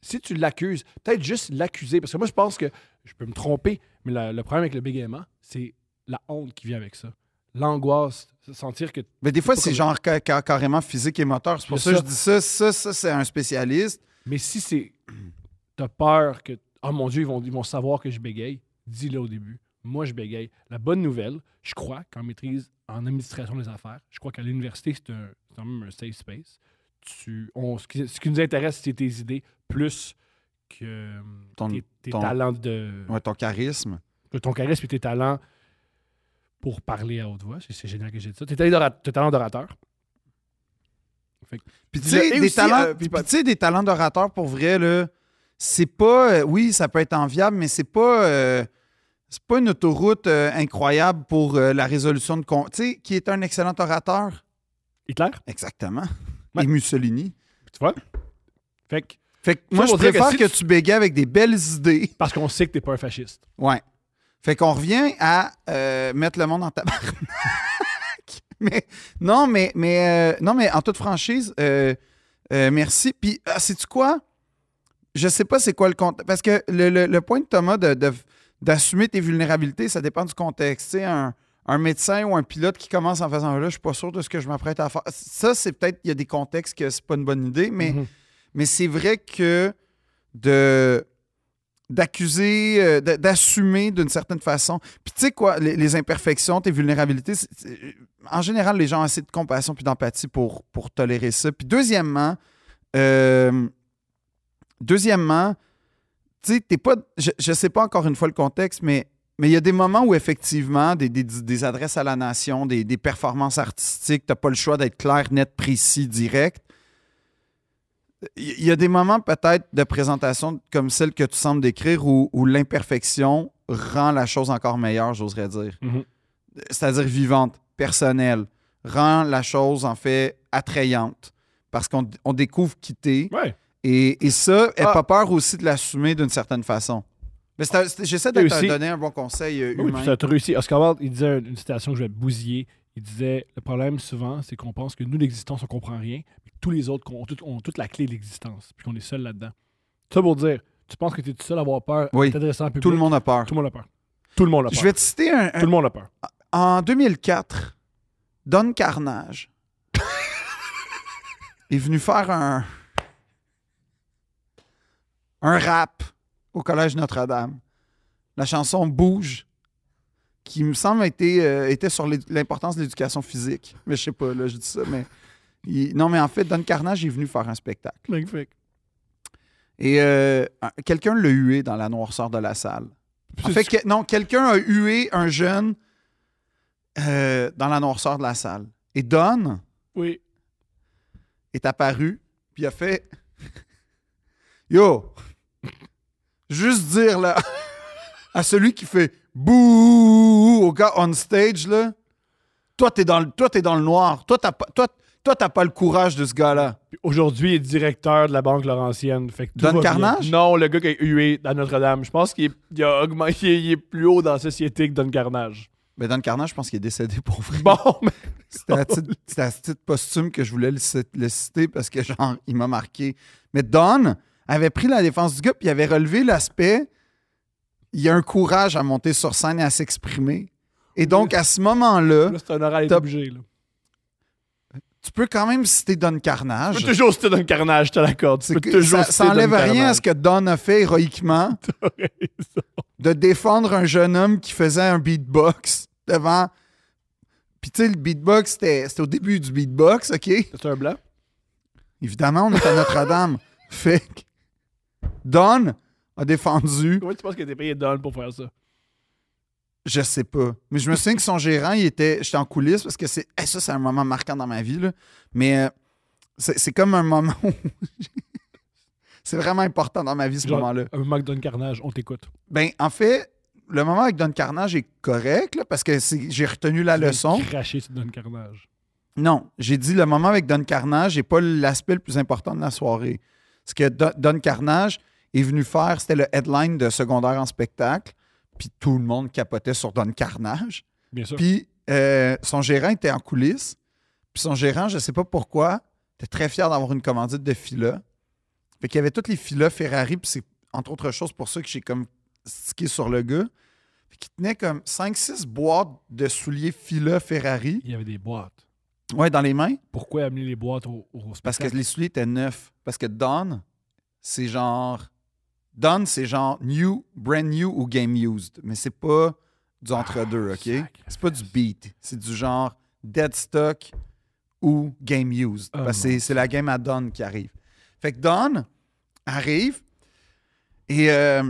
[SPEAKER 1] Si tu l'accuses, peut-être juste l'accuser. Parce que moi, je pense que je peux me tromper, mais la- le problème avec le bégaiement, c'est la honte qui vient avec ça. L'angoisse, sentir que.
[SPEAKER 2] Mais des fois,
[SPEAKER 1] Pas
[SPEAKER 2] c'est
[SPEAKER 1] comme-
[SPEAKER 2] genre ca- ca- carrément physique et moteur. C'est pour
[SPEAKER 1] C'est
[SPEAKER 2] ça que
[SPEAKER 1] ça.
[SPEAKER 2] je dis ça. Ça, ça c'est un spécialiste.
[SPEAKER 1] Mais si c'est. T'as peur que. Oh mon Dieu, ils vont, ils vont savoir que je bégaye. Dis-le au début. Moi, je bégaye. La bonne nouvelle, je crois qu'en maîtrise en administration des affaires, je crois qu'à l'université, c'est un, c'est quand même un safe space. Tu, on, ce, qui, ce qui nous intéresse, c'est tes idées plus que euh,
[SPEAKER 2] Ton-
[SPEAKER 1] tes, tes
[SPEAKER 2] ton-
[SPEAKER 1] talents de,
[SPEAKER 2] Ouais, ton charisme.
[SPEAKER 1] que ton charisme et tes talents pour parler à haute voix. C'est- C'est génial que j'ai dit ça. Tes talents d'ora- tes talents d'orateur.
[SPEAKER 2] Puis tu
[SPEAKER 3] Dis-le,
[SPEAKER 2] sais,
[SPEAKER 3] et
[SPEAKER 2] des,
[SPEAKER 3] aussi,
[SPEAKER 2] talents-
[SPEAKER 3] euh, puis
[SPEAKER 2] puis tu sais, des talents d'orateur pour vrai, là, c'est pas. euh, oui, ça peut être enviable, mais c'est pas. euh, c'est pas une autoroute euh, incroyable pour euh, la résolution de. con- Tu sais, qui est un excellent orateur.
[SPEAKER 1] Hitler,
[SPEAKER 2] Exactement.
[SPEAKER 1] Ouais.
[SPEAKER 2] Et Mussolini.
[SPEAKER 1] tu vois? Fait que,
[SPEAKER 2] Fait que
[SPEAKER 1] Ça,
[SPEAKER 2] moi, je
[SPEAKER 1] on dirait que
[SPEAKER 2] préfère que,
[SPEAKER 1] si tu-
[SPEAKER 2] tu bégayes avec des belles idées.
[SPEAKER 1] parce qu'on sait que t'es pas un fasciste.
[SPEAKER 2] Ouais. Fait qu'on revient à euh, mettre le monde en tabarnak. mais non, mais, mais, euh, non, mais en toute franchise, euh, euh, merci. Puis, c'est tu quoi? Je sais pas c'est quoi le contexte. Parce que le, le- le point de Thomas de- de- d'assumer tes vulnérabilités, ça dépend du contexte. Tu sais, un, un médecin ou un pilote qui commence en faisant là, je suis pas sûr de ce que je m'apprête à faire. Ça, c'est peut-être, il y a des contextes que c'est pas une bonne idée, mais
[SPEAKER 1] Mhm.
[SPEAKER 2] mais c'est vrai que de d'accuser, euh, d- d'assumer d'une certaine façon. Puis tu sais quoi, les, les imperfections, tes vulnérabilités, c'est- c'est- en général, les gens ont assez de compassion puis d'empathie pour, pour tolérer ça. Puis deuxièmement, euh, deuxièmement, tu sais, t'es pas, je, je sais pas encore une fois le contexte, mais mais il y a des moments où effectivement, des, des- des adresses à la nation, des, des performances artistiques, t'as pas le choix d'être clair, net, précis, direct. Il y a des moments peut-être de présentation comme celle que tu sembles décrire où, où l'imperfection rend la chose encore meilleure, j'oserais dire.
[SPEAKER 1] Mhm.
[SPEAKER 2] C'est-à-dire vivante, personnelle, rend la chose en fait attrayante parce qu'on on découvre qui t'es.
[SPEAKER 1] Ouais.
[SPEAKER 2] Et, et ça, aie
[SPEAKER 3] Ah.
[SPEAKER 2] pas peur aussi de l'assumer d'une certaine façon. Mais c'est un- c'est- j'essaie de
[SPEAKER 1] Et
[SPEAKER 2] te
[SPEAKER 1] aussi-
[SPEAKER 2] donner un bon conseil euh,
[SPEAKER 1] Oui,
[SPEAKER 2] humain.
[SPEAKER 1] puis ça a réussi. Oscar Wilde, il disait une citation que je vais bousiller. Il disait Le problème, souvent, c'est qu'on pense que nous, l'existence, on comprend rien, mais tous les autres ont, tout- ont toute la clé de l'existence, puis qu'on est seul là-dedans. Ça pour dire, tu penses que tu es tout seul à avoir peur
[SPEAKER 2] Oui.
[SPEAKER 1] en t'adressant à un public
[SPEAKER 2] Tout le monde a peur.
[SPEAKER 1] Tout le monde a peur. Tout le monde a peur.
[SPEAKER 2] Je vais te citer un- un,
[SPEAKER 1] Tout le monde a peur.
[SPEAKER 2] En 2004, Don Carnage est venu faire un, un rap au Collège Notre-Dame. La chanson Bouge, qui me semble était, euh, était sur l'é- l'importance de l'éducation physique. Mais je sais pas, là, je dis ça, mais. il- non, mais en fait, Don Carnage est venu faire un spectacle.
[SPEAKER 1] Magnifique.
[SPEAKER 2] Et euh, un- quelqu'un l'a hué dans la noirceur de la salle. En fait, que- non, quelqu'un a hué un jeune euh, dans la noirceur de la salle. Et Don
[SPEAKER 1] Oui.
[SPEAKER 2] est apparu, puis il a fait Yo, juste dire là à celui qui fait bouh au gars on stage, là, toi, t'es dans, le- toi, t'es dans le noir. Toi, t'as pas, toi, toi, t'as pas le courage de ce gars-là.
[SPEAKER 1] Puis Aujourd'hui, il est directeur de la Banque Laurentienne. Fait que tout
[SPEAKER 2] Don
[SPEAKER 1] va bien.
[SPEAKER 2] Carnage?
[SPEAKER 1] Non, le gars qui a hué à Notre-Dame. Je pense qu'il est, il a augmenté, il est plus haut dans la société que Don Carnage.
[SPEAKER 2] Mais dans le carnage, je pense qu'il est décédé pour vrai.
[SPEAKER 1] Bon, mais
[SPEAKER 2] C'était à, titre, c'était à ce titre posthume que je voulais le, ci- le citer parce que, genre, il m'a marqué. Mais Don avait pris la défense du gars puis il avait relevé l'aspect. Il y a un courage à monter sur scène et à s'exprimer. Et donc, à ce moment-là,
[SPEAKER 1] là, c'est un oral
[SPEAKER 2] Top.
[SPEAKER 1] obligé. Là.
[SPEAKER 2] tu peux quand même citer Don
[SPEAKER 1] Je
[SPEAKER 2] Carnage.
[SPEAKER 1] peux toujours citer Don Carnage, je te l'accorde. Tu
[SPEAKER 2] C'est
[SPEAKER 1] peux
[SPEAKER 2] que
[SPEAKER 1] toujours
[SPEAKER 2] ça
[SPEAKER 1] citer
[SPEAKER 2] ça
[SPEAKER 1] Don
[SPEAKER 2] enlève rien à
[SPEAKER 1] Carnage.
[SPEAKER 2] ce que Don a fait héroïquement de défendre un jeune homme qui faisait un beatbox devant. Puis, tu sais, le beatbox, c'était c'était au début du beatbox, OK?
[SPEAKER 1] C'est un blanc.
[SPEAKER 2] Évidemment, on est à Notre-Dame. fait que Don a défendu,
[SPEAKER 1] Comment tu penses que t'es payé Don pour faire ça?
[SPEAKER 2] je sais pas. Mais je me souviens que son gérant, il était, j'étais en coulisses parce que c'est, eh, ça, c'est un moment marquant dans ma vie. là. Mais euh, c'est, c'est comme un moment où. c'est vraiment important dans ma vie, ce
[SPEAKER 1] Genre,
[SPEAKER 2] moment-là.
[SPEAKER 1] Un moment que Don Carnage, on t'écoute.
[SPEAKER 2] Ben, en fait, le moment avec Don Carnage est correct là, parce que c'est- j'ai retenu la
[SPEAKER 1] Tu viens de
[SPEAKER 2] leçon.
[SPEAKER 1] Cracher sur Don Carnage.
[SPEAKER 2] Non, j'ai dit le moment avec Don Carnage n'est pas l'aspect le plus important de la soirée. Ce que Don, Don Carnage est venu faire, c'était le headline de secondaire en spectacle, puis tout le monde capotait sur Don Carnage.
[SPEAKER 1] Bien sûr.
[SPEAKER 2] Puis euh, son gérant était en coulisses, puis son gérant, je ne sais pas pourquoi, était très fier d'avoir une commandite de Fila. Fait qu'il y avait toutes les Fila Ferrari, puis c'est entre autres choses pour ça que j'ai comme stické sur le gars. Fait qu'il tenait comme 5-6 boîtes de souliers Fila Ferrari,
[SPEAKER 1] il y avait des boîtes.
[SPEAKER 2] ouais, dans les mains.
[SPEAKER 1] Pourquoi amener les boîtes au, au
[SPEAKER 2] Parce que
[SPEAKER 1] spectacle?
[SPEAKER 2] les souliers étaient neufs. Parce que Don, c'est genre. Don, c'est genre new, brand new ou game used. Mais c'est pas du entre-deux, OK?
[SPEAKER 1] sacrifice.
[SPEAKER 2] C'est pas du beat. C'est du genre dead stock ou game used.
[SPEAKER 1] Oh
[SPEAKER 2] Parce que c'est- c'est la game à Don qui arrive. Fait que Don arrive et, euh,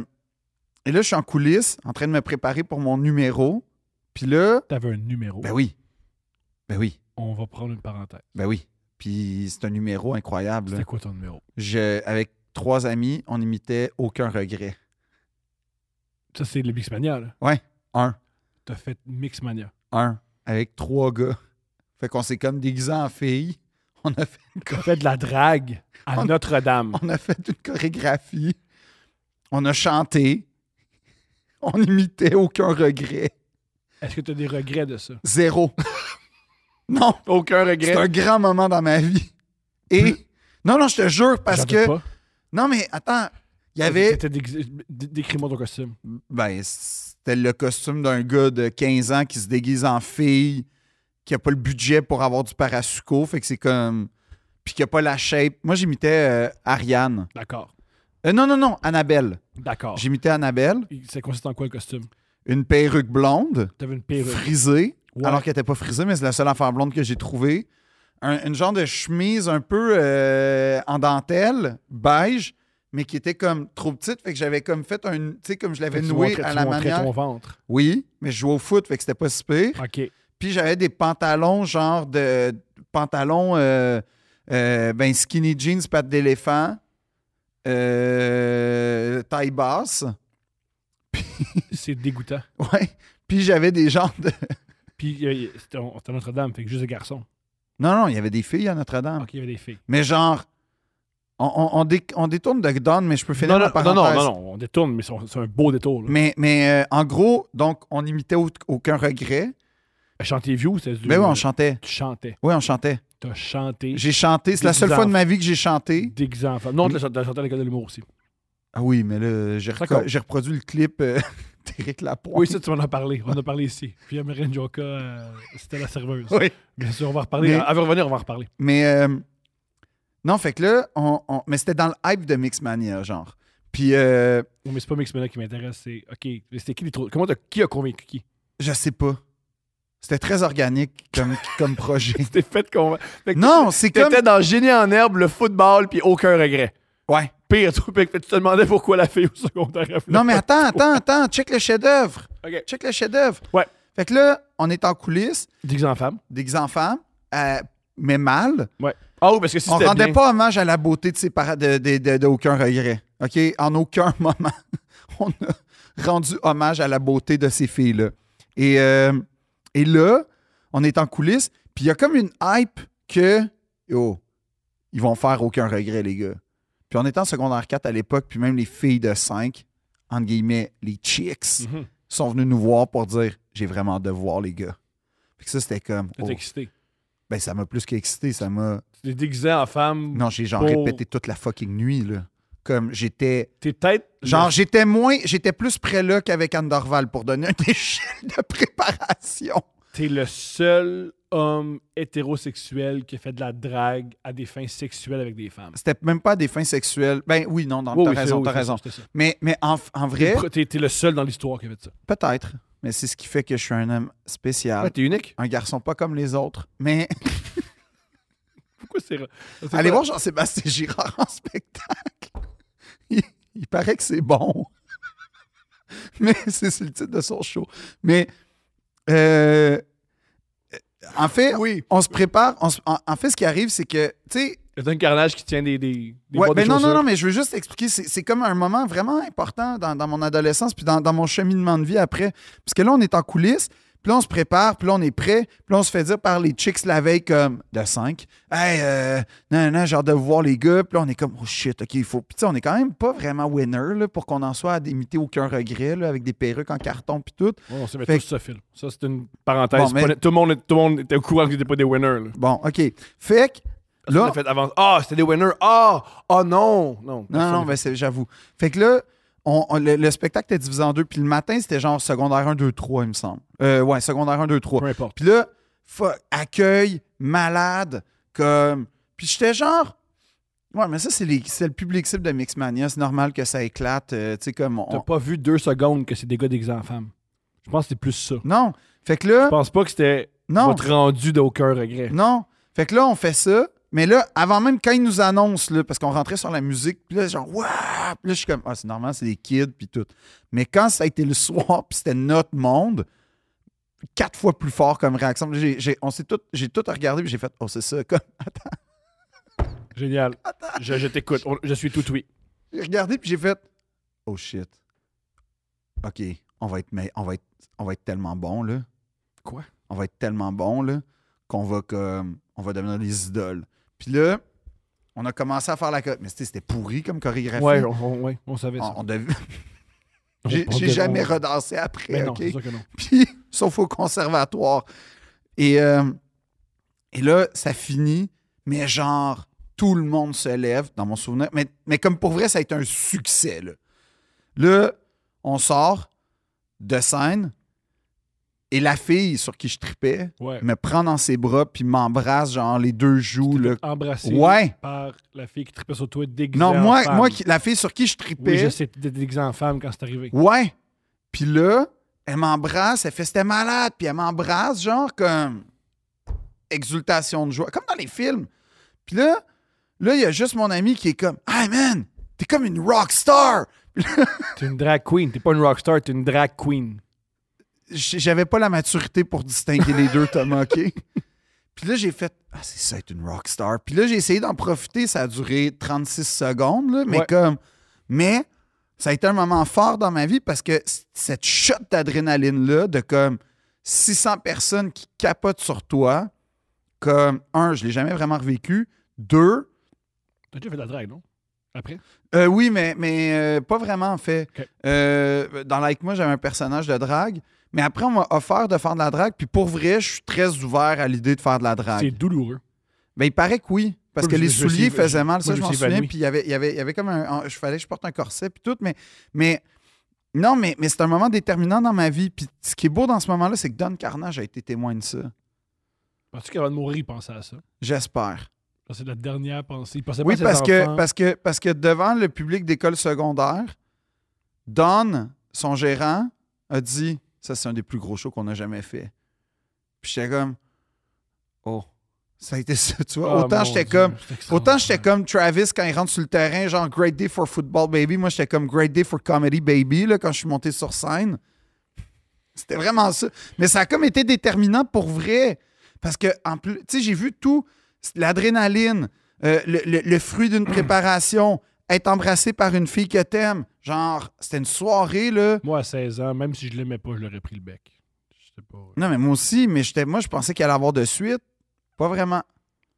[SPEAKER 2] et là, je suis en coulisses en train de me préparer pour mon numéro. Puis là,
[SPEAKER 1] T'avais un numéro.
[SPEAKER 2] ben oui. Ben oui.
[SPEAKER 1] On va prendre une parenthèse.
[SPEAKER 2] Ben oui. Puis c'est un numéro incroyable. là
[SPEAKER 1] C'était quoi ton numéro?
[SPEAKER 2] je, avec trois amis, on imitait aucun regret.
[SPEAKER 1] Ça, c'est le Mixmania, là.
[SPEAKER 2] Un,
[SPEAKER 1] T'as fait Mixmania.
[SPEAKER 2] un, avec trois gars. Fait qu'on s'est comme déguisé en fille. On a fait une,
[SPEAKER 1] T'as
[SPEAKER 2] chor-
[SPEAKER 1] fait de la drague à
[SPEAKER 2] On-
[SPEAKER 1] Notre-Dame.
[SPEAKER 2] on a fait une chorégraphie. On a chanté. On imitait aucun regret.
[SPEAKER 1] Est-ce que t'as des regrets de ça?
[SPEAKER 2] Zéro. non,
[SPEAKER 3] Aucun
[SPEAKER 2] c'est
[SPEAKER 3] regret.
[SPEAKER 2] un grand moment dans ma vie. Et non, non, je te jure parce
[SPEAKER 1] J'en doute
[SPEAKER 2] que
[SPEAKER 1] pas.
[SPEAKER 2] non, mais attends, il y avait
[SPEAKER 1] T'étais déguisé- dé- Décris-moi ton costume.
[SPEAKER 2] Ben, c'était le costume d'un gars de 15 ans qui se déguise en fille, qui a pas le budget pour avoir du parasuco, fait que c'est comme. Puis qui a pas la shape. Moi, j'imitais euh, Ariane.
[SPEAKER 1] D'accord.
[SPEAKER 2] Euh, non, non, non, Annabelle.
[SPEAKER 1] D'accord.
[SPEAKER 2] J'imitais Annabelle.
[SPEAKER 1] Ça consiste en quoi le costume?
[SPEAKER 2] Une perruque blonde,
[SPEAKER 1] T'avais une perruque.
[SPEAKER 2] frisée,
[SPEAKER 1] Ouais.
[SPEAKER 2] alors qu'elle était pas frisée, mais c'est la seule affaire blonde que j'ai trouvée. Un, une genre de chemise un peu euh, en dentelle, beige, mais qui était comme trop petite, fait que j'avais comme fait un. Tu sais, comme je l'avais
[SPEAKER 1] Tu
[SPEAKER 2] noué
[SPEAKER 1] montrais-
[SPEAKER 2] à
[SPEAKER 1] tu
[SPEAKER 2] la
[SPEAKER 1] montrais
[SPEAKER 2] manière.
[SPEAKER 1] ton ventre.
[SPEAKER 2] Oui, mais je jouais au foot, fait que c'était pas si pire.
[SPEAKER 1] OK.
[SPEAKER 2] Puis j'avais des pantalons, genre de pantalons, euh, euh, ben skinny jeans, pattes d'éléphant, euh, taille basse.
[SPEAKER 1] C'est dégoûtant.
[SPEAKER 2] Ouais. Puis j'avais des genres de.
[SPEAKER 1] Puis, euh, y- c'était on- c'était à Notre-Dame, fait que juste des garçons.
[SPEAKER 2] Non, non, il y avait des filles à Notre-Dame.
[SPEAKER 1] OK, il y avait des filles.
[SPEAKER 2] Mais genre, on, on- on dé- on détourne de Don, mais je peux finir
[SPEAKER 1] Non, non,
[SPEAKER 2] la
[SPEAKER 1] non,
[SPEAKER 2] parenthèse.
[SPEAKER 1] non, non, non, on détourne, mais c'est un- c'est un beau détour. Là.
[SPEAKER 2] Mais, mais euh, en gros, donc, on imitait au- aucun regret.
[SPEAKER 1] Chanter View, c'est du.
[SPEAKER 2] Mais oui, on chantait.
[SPEAKER 1] Tu chantais.
[SPEAKER 2] Oui, on chantait.
[SPEAKER 1] T'as chanté.
[SPEAKER 2] J'ai chanté. C'est la seule
[SPEAKER 1] Déguisant.
[SPEAKER 2] fois de ma vie que j'ai chanté.
[SPEAKER 1] Déguisé en femme. Non, tu l'as chanté à l'école de l'humour aussi.
[SPEAKER 2] Ah oui, mais là, j'ai reco-
[SPEAKER 1] D'accord.
[SPEAKER 2] j'ai reproduit le clip euh, d'Éric Lapointe.
[SPEAKER 1] Oui, ça, tu m'en as parlé. On en a parlé ici. Puis Ameren Joka, euh, c'était la serveuse.
[SPEAKER 2] Oui.
[SPEAKER 1] Bien sûr, on va en reparler.
[SPEAKER 2] Mais-
[SPEAKER 1] Elle va revenir, on va en reparler.
[SPEAKER 2] Mais euh, non, fait que là, on, on- mais c'était dans le hype de Mixmania, genre. Puis euh,
[SPEAKER 1] Oui, mais c'est pas Mixmania qui m'intéresse. C'est OK. mais C'était qui les trois Comment t'as- qui a convaincu qui
[SPEAKER 2] je sais pas. C'était très organique comme, comme projet.
[SPEAKER 1] T'es fait convaincre.
[SPEAKER 2] non, c'est comme.
[SPEAKER 3] T'étais dans Génie en herbe, le football, puis aucun regret.
[SPEAKER 2] Ouais.
[SPEAKER 3] Pire truc, fait que tu te demandais pourquoi la fille au secondaire a
[SPEAKER 2] Non, mais attends, attends, attends. Check le chef-d'œuvre.
[SPEAKER 3] OK.
[SPEAKER 2] Check le chef-d'œuvre.
[SPEAKER 3] Ouais.
[SPEAKER 2] Fait que là, on est en coulisses,
[SPEAKER 3] Déguisé en femme.
[SPEAKER 2] des enfants, euh, mais mal.
[SPEAKER 3] Ouais. Ah oui, parce que si
[SPEAKER 2] On
[SPEAKER 3] c'était
[SPEAKER 2] rendait
[SPEAKER 3] bien-
[SPEAKER 2] pas hommage à la beauté de ses parents, de, de- de- de aucun regret. OK? En aucun moment, on a rendu hommage à la beauté de ces filles-là. Et, euh, et là, on est en coulisses, puis il y a comme une hype que, oh, ils vont faire aucun regret, les gars. Puis on était en secondaire 4 à l'époque, puis même les filles de 5, entre guillemets, les chicks,
[SPEAKER 1] Mhm.
[SPEAKER 2] sont venues nous voir pour dire, j'ai vraiment hâte de voir, les gars. Fait que ça, c'était comme,
[SPEAKER 1] T'es
[SPEAKER 2] oh,
[SPEAKER 1] excité.
[SPEAKER 2] ben ça m'a plus qu'excité, ça m'a...
[SPEAKER 3] Tu t'es déguisé en femme.
[SPEAKER 2] Non, j'ai genre
[SPEAKER 3] Pour-
[SPEAKER 2] répété toute la fucking nuit, là. Comme j'étais.
[SPEAKER 3] T'es peut-être.
[SPEAKER 2] Genre, j'étais moins. J'étais plus près là qu'avec Anne Dorval pour donner un échelle de préparation.
[SPEAKER 3] T'es le seul homme hétérosexuel qui a fait de la drague à des fins sexuelles avec des femmes.
[SPEAKER 2] C'était même pas à des fins sexuelles. Ben oui, non, dans
[SPEAKER 3] Oui,
[SPEAKER 2] t'as
[SPEAKER 3] oui, c'est-
[SPEAKER 2] raison,
[SPEAKER 3] oui,
[SPEAKER 2] t'as
[SPEAKER 3] c'est
[SPEAKER 2] raison.
[SPEAKER 3] ça, c'était ça.
[SPEAKER 2] Mais, mais en, en vrai,
[SPEAKER 3] T'es- T'es t'es le seul dans l'histoire qui a fait ça.
[SPEAKER 2] peut-être. Mais c'est ce qui fait que je suis un homme spécial.
[SPEAKER 3] Ouais, t'es unique.
[SPEAKER 2] Un garçon pas comme les autres. Mais
[SPEAKER 3] Pourquoi c'est. ra- c'est
[SPEAKER 2] allez
[SPEAKER 3] pas-
[SPEAKER 2] voir Jean-Sébastien Girard en spectacle. Il, il paraît que c'est bon. Mais c'est c'est le titre de son show. Mais euh, en fait,
[SPEAKER 3] Oui.
[SPEAKER 2] on se prépare. on se- en, en fait, ce qui arrive, c'est que, tu sais,
[SPEAKER 3] C'est un carnage qui tient des. des, des
[SPEAKER 2] ouais,
[SPEAKER 3] boîtes de
[SPEAKER 2] ben non, non,
[SPEAKER 3] chaussures.
[SPEAKER 2] non, mais je veux juste expliquer. C'est c'est comme un moment vraiment important dans, dans mon adolescence, puis dans, dans mon cheminement de vie après. Parce que là, on est en coulisses, puis là, on se prépare, puis là, on est prêt, puis là, on se fait dire par les chicks la veille comme de 5. Hey, euh, non, non, j'ai hâte de vous voir les gars, puis là, on est comme, oh shit, OK, il faut. Puis tu sais, on est quand même pas vraiment winner, là, pour qu'on en soit à imiter aucun regret, là, avec des perruques en carton, puis tout.
[SPEAKER 1] Ouais, on se met
[SPEAKER 2] Fait
[SPEAKER 1] tous ce film. Ça, c'est une parenthèse.
[SPEAKER 2] Bon, mais-
[SPEAKER 1] C'est pas- tout, le monde, tout le monde était au courant que c'était pas des winners. Là.
[SPEAKER 2] Bon, OK. Fait que.
[SPEAKER 3] Personne
[SPEAKER 2] Là,
[SPEAKER 3] l'a fait avant. Ah, c'était des winners. Ah, ah non. Non,
[SPEAKER 2] Non,
[SPEAKER 3] personne
[SPEAKER 2] non,
[SPEAKER 3] l'a
[SPEAKER 2] ben c'est- j'avoue. Fait que là, on- on- le, le spectacle était divisé en deux. Puis le matin, c'était genre secondaire 1, 2, 3, il me semble. Euh, ouais, secondaire 1, 2, 3.
[SPEAKER 1] Peu importe.
[SPEAKER 2] Puis là, fuck, accueil, malade, comme. Puis j'étais genre. Ouais, mais ça, c'est les- c'est le public cible de Mixmania. C'est normal que ça éclate. euh, tu sais, comme. on-
[SPEAKER 1] T'as pas vu deux secondes que c'est des gars déguisés en femmes. Je pense que c'est plus ça.
[SPEAKER 2] Non. Fait que là.
[SPEAKER 1] Je pense pas que c'était
[SPEAKER 2] Non.
[SPEAKER 1] votre rendu d'aucun regret.
[SPEAKER 2] Non. Fait que là, on fait ça. Mais là, avant même quand ils nous annoncent, là, parce qu'on rentrait sur la musique, puis là, genre, waouh! Puis là, je suis comme, ah, c'est normal, c'est des kids, puis tout. Mais quand ça a été le soir, puis c'était notre monde, quatre fois plus fort comme réaction. J'ai, j'ai- on s'est tout, j'ai tout regardé, puis j'ai fait, oh, c'est ça. Comme,
[SPEAKER 1] Génial. Je, je t'écoute. On- Je suis tout oui.
[SPEAKER 2] j'ai regardé, puis j'ai fait, oh shit. OK, on va être, mais, on va être, on va être tellement bon, là.
[SPEAKER 1] Quoi?
[SPEAKER 2] On va être tellement bon, là, qu'on va, comme, on va devenir des idoles. Puis là, on a commencé à faire la. co- Mais c'était c'était pourri comme chorégraphie.
[SPEAKER 1] Ouais, on, on- ouais, on savait ça.
[SPEAKER 2] On- on devait-
[SPEAKER 1] On-
[SPEAKER 2] J'ai
[SPEAKER 1] on-
[SPEAKER 2] j'ai
[SPEAKER 1] on-
[SPEAKER 2] jamais redansé après,
[SPEAKER 1] Mais non,
[SPEAKER 2] OK?
[SPEAKER 1] c'est sûr que non.
[SPEAKER 2] Puis, sauf au conservatoire. Et, euh, et là, ça finit, mais genre, tout le monde se lève, dans mon souvenir. Mais, mais comme pour vrai, ça a été un succès, là. Là, on sort de scène et la fille sur qui je tripais
[SPEAKER 1] Ouais.
[SPEAKER 2] me prend dans ses bras puis m'embrasse, genre, les deux joues, là.
[SPEAKER 1] Embrassé
[SPEAKER 2] Ouais!
[SPEAKER 1] par la fille qui tripait sur toi déguisée
[SPEAKER 2] Non,
[SPEAKER 1] en
[SPEAKER 2] moi,
[SPEAKER 1] femme.
[SPEAKER 2] moi qui- la fille sur qui je tripais...
[SPEAKER 1] Oui, je sais, t'étais déguisé en femme quand c'est arrivé.
[SPEAKER 2] Ouais. Puis là, elle m'embrasse, elle fait c'était malade, puis elle m'embrasse, genre comme exultation de joie, comme dans les films. Puis là, là, il y a juste mon ami qui est comme Hey man, t'es comme une rock star.
[SPEAKER 1] T'es une drag queen. T'es pas une rockstar, t'es une drag queen.
[SPEAKER 2] J- J'avais pas la maturité pour distinguer les deux, Thomas, OK? Puis là, j'ai fait Ah, c'est ça, être une rock star. Puis là, j'ai essayé d'en profiter, ça a duré 36 secondes, là, mais
[SPEAKER 1] Ouais.
[SPEAKER 2] comme. Mais ça a été un moment fort dans ma vie parce que c- cette shot d'adrénaline-là, de comme 600 personnes qui capotent sur toi, comme, un, je l'ai jamais vraiment revécu. Deux,
[SPEAKER 1] T'as déjà fait de la drague, non? Après?
[SPEAKER 2] euh, oui, mais, mais euh, pas vraiment, en fait.
[SPEAKER 1] Ok.
[SPEAKER 2] Euh, dans Like Moi, j'avais un personnage de drague, mais après, on m'a offert de faire de la drague, puis pour vrai, je suis très ouvert à l'idée de faire de la
[SPEAKER 1] C'est
[SPEAKER 2] drague.
[SPEAKER 1] douloureux.
[SPEAKER 2] Ben, il paraît que oui, parce
[SPEAKER 1] Moi,
[SPEAKER 2] que
[SPEAKER 1] je-
[SPEAKER 2] les
[SPEAKER 1] je- je suis-
[SPEAKER 2] souliers faisaient
[SPEAKER 1] je-
[SPEAKER 2] mal, ça,
[SPEAKER 1] moi,
[SPEAKER 2] je
[SPEAKER 1] je
[SPEAKER 2] m'en
[SPEAKER 1] suis
[SPEAKER 2] souviens,
[SPEAKER 1] évanoui.
[SPEAKER 2] puis il y avait, il y, avait, il y avait comme un... un- Je fallait que je porte un corset, puis tout, mais... mais non, mais, mais c'est un moment déterminant dans ma vie. Puis ce qui est beau dans ce moment-là, c'est que Don Carnage a été témoin de ça.
[SPEAKER 1] Penses-tu qu'avant de mourir, il pensait à ça?
[SPEAKER 2] J'espère.
[SPEAKER 1] Ça, C'est la dernière pensée. Il pensait pas à
[SPEAKER 2] Oui,
[SPEAKER 1] ses
[SPEAKER 2] parce que,
[SPEAKER 1] enfants.
[SPEAKER 2] parce, que, parce que devant le public d'école secondaire, Don, son gérant, a dit Ça, c'est un des plus gros shows qu'on a jamais fait. Puis j'étais comme Oh, Ça a été ça, tu vois.
[SPEAKER 1] Ah, mon
[SPEAKER 2] autant j'étais
[SPEAKER 1] Dieu,
[SPEAKER 2] comme.
[SPEAKER 1] c'est extraordinaire.
[SPEAKER 2] Autant j'étais comme Travis quand il rentre sur le terrain, genre Great Day for Football Baby. Moi, j'étais comme Great Day for Comedy Baby là, quand je suis monté sur scène. C'était vraiment ça. Mais ça a comme été déterminant pour vrai. Parce que, en plus, tu sais, j'ai vu tout l'adrénaline, euh, le, le- le fruit d'une préparation, être embrassé par une fille que t'aimes. Genre, c'était une soirée, là.
[SPEAKER 1] Moi, à 16 ans, même si je l'aimais pas, je l'aurais pris le bec. Je sais pas.
[SPEAKER 2] Non, mais moi aussi, mais j'étais, moi, je pensais qu'il allait avoir de suite. Pas vraiment.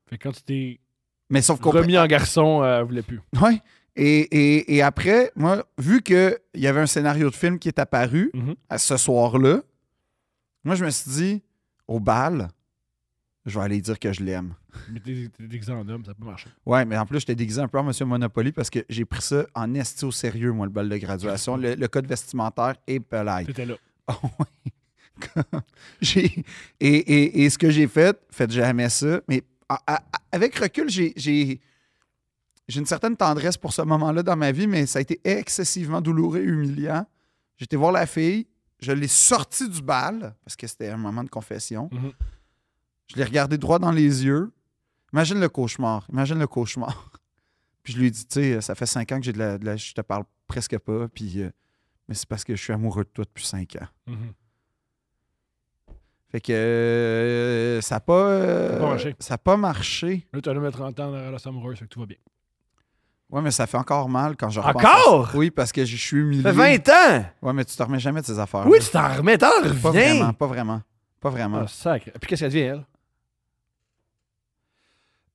[SPEAKER 1] Fait que quand tu t'es
[SPEAKER 2] Mais sauf qu'on.
[SPEAKER 1] remis en garçon, euh, elle voulait plus.
[SPEAKER 2] Ouais. Et, et- et après, moi, vu qu'il y avait un scénario de film qui est apparu
[SPEAKER 1] Mhm.
[SPEAKER 2] à ce soir-là, moi, je me suis dit, au bal, je vais aller dire que je l'aime.
[SPEAKER 1] Mais t'es t'es déguisé en homme, ça peut marcher.
[SPEAKER 2] Ouais, mais en plus, j'étais déguisé un peu en Monsieur Monopoly parce que j'ai pris ça en esti au sérieux, moi, le bal de graduation. Le, le code vestimentaire est polite.
[SPEAKER 1] T'étais là.
[SPEAKER 2] Ah oui. Comme- j'ai- et, et- et ce que j'ai fait, faites jamais ça. Mais a- a- a- avec recul, j'ai, j'ai, j'ai une certaine tendresse pour ce moment-là dans ma vie, mais ça a été excessivement douloureux et humiliant. J'étais voir la fille, je l'ai sortie du bal, parce que c'était un moment de confession.
[SPEAKER 1] Mhm.
[SPEAKER 2] Je l'ai regardée droit dans les yeux. Imagine le cauchemar, imagine le cauchemar. Puis je lui ai dit, tu sais, ça fait cinq ans que j'ai de la, de la- je te parle presque pas, puis euh, mais c'est parce que je suis amoureux de toi depuis cinq ans.
[SPEAKER 1] Mhm.
[SPEAKER 2] Fait que euh, ça n'a pas, euh,
[SPEAKER 1] Ça a pas marché.
[SPEAKER 2] ça a pas marché.
[SPEAKER 1] Là, tu as l'homme de 30 ans dans la amoureuse, fait que tout va bien.
[SPEAKER 2] Ouais, mais ça fait encore mal quand je repense.
[SPEAKER 3] Encore?
[SPEAKER 2] à ça. Oui, parce que je suis humilié.
[SPEAKER 3] Ça fait 20 ans!
[SPEAKER 2] Ouais, mais tu te remets jamais de ces affaires.
[SPEAKER 3] Oui, tu t'en remets, t'en reviens!
[SPEAKER 2] Pas vraiment, pas vraiment. Pas vraiment.
[SPEAKER 1] Ah, sacré. Puis qu'est-ce qu'elle devient, elle?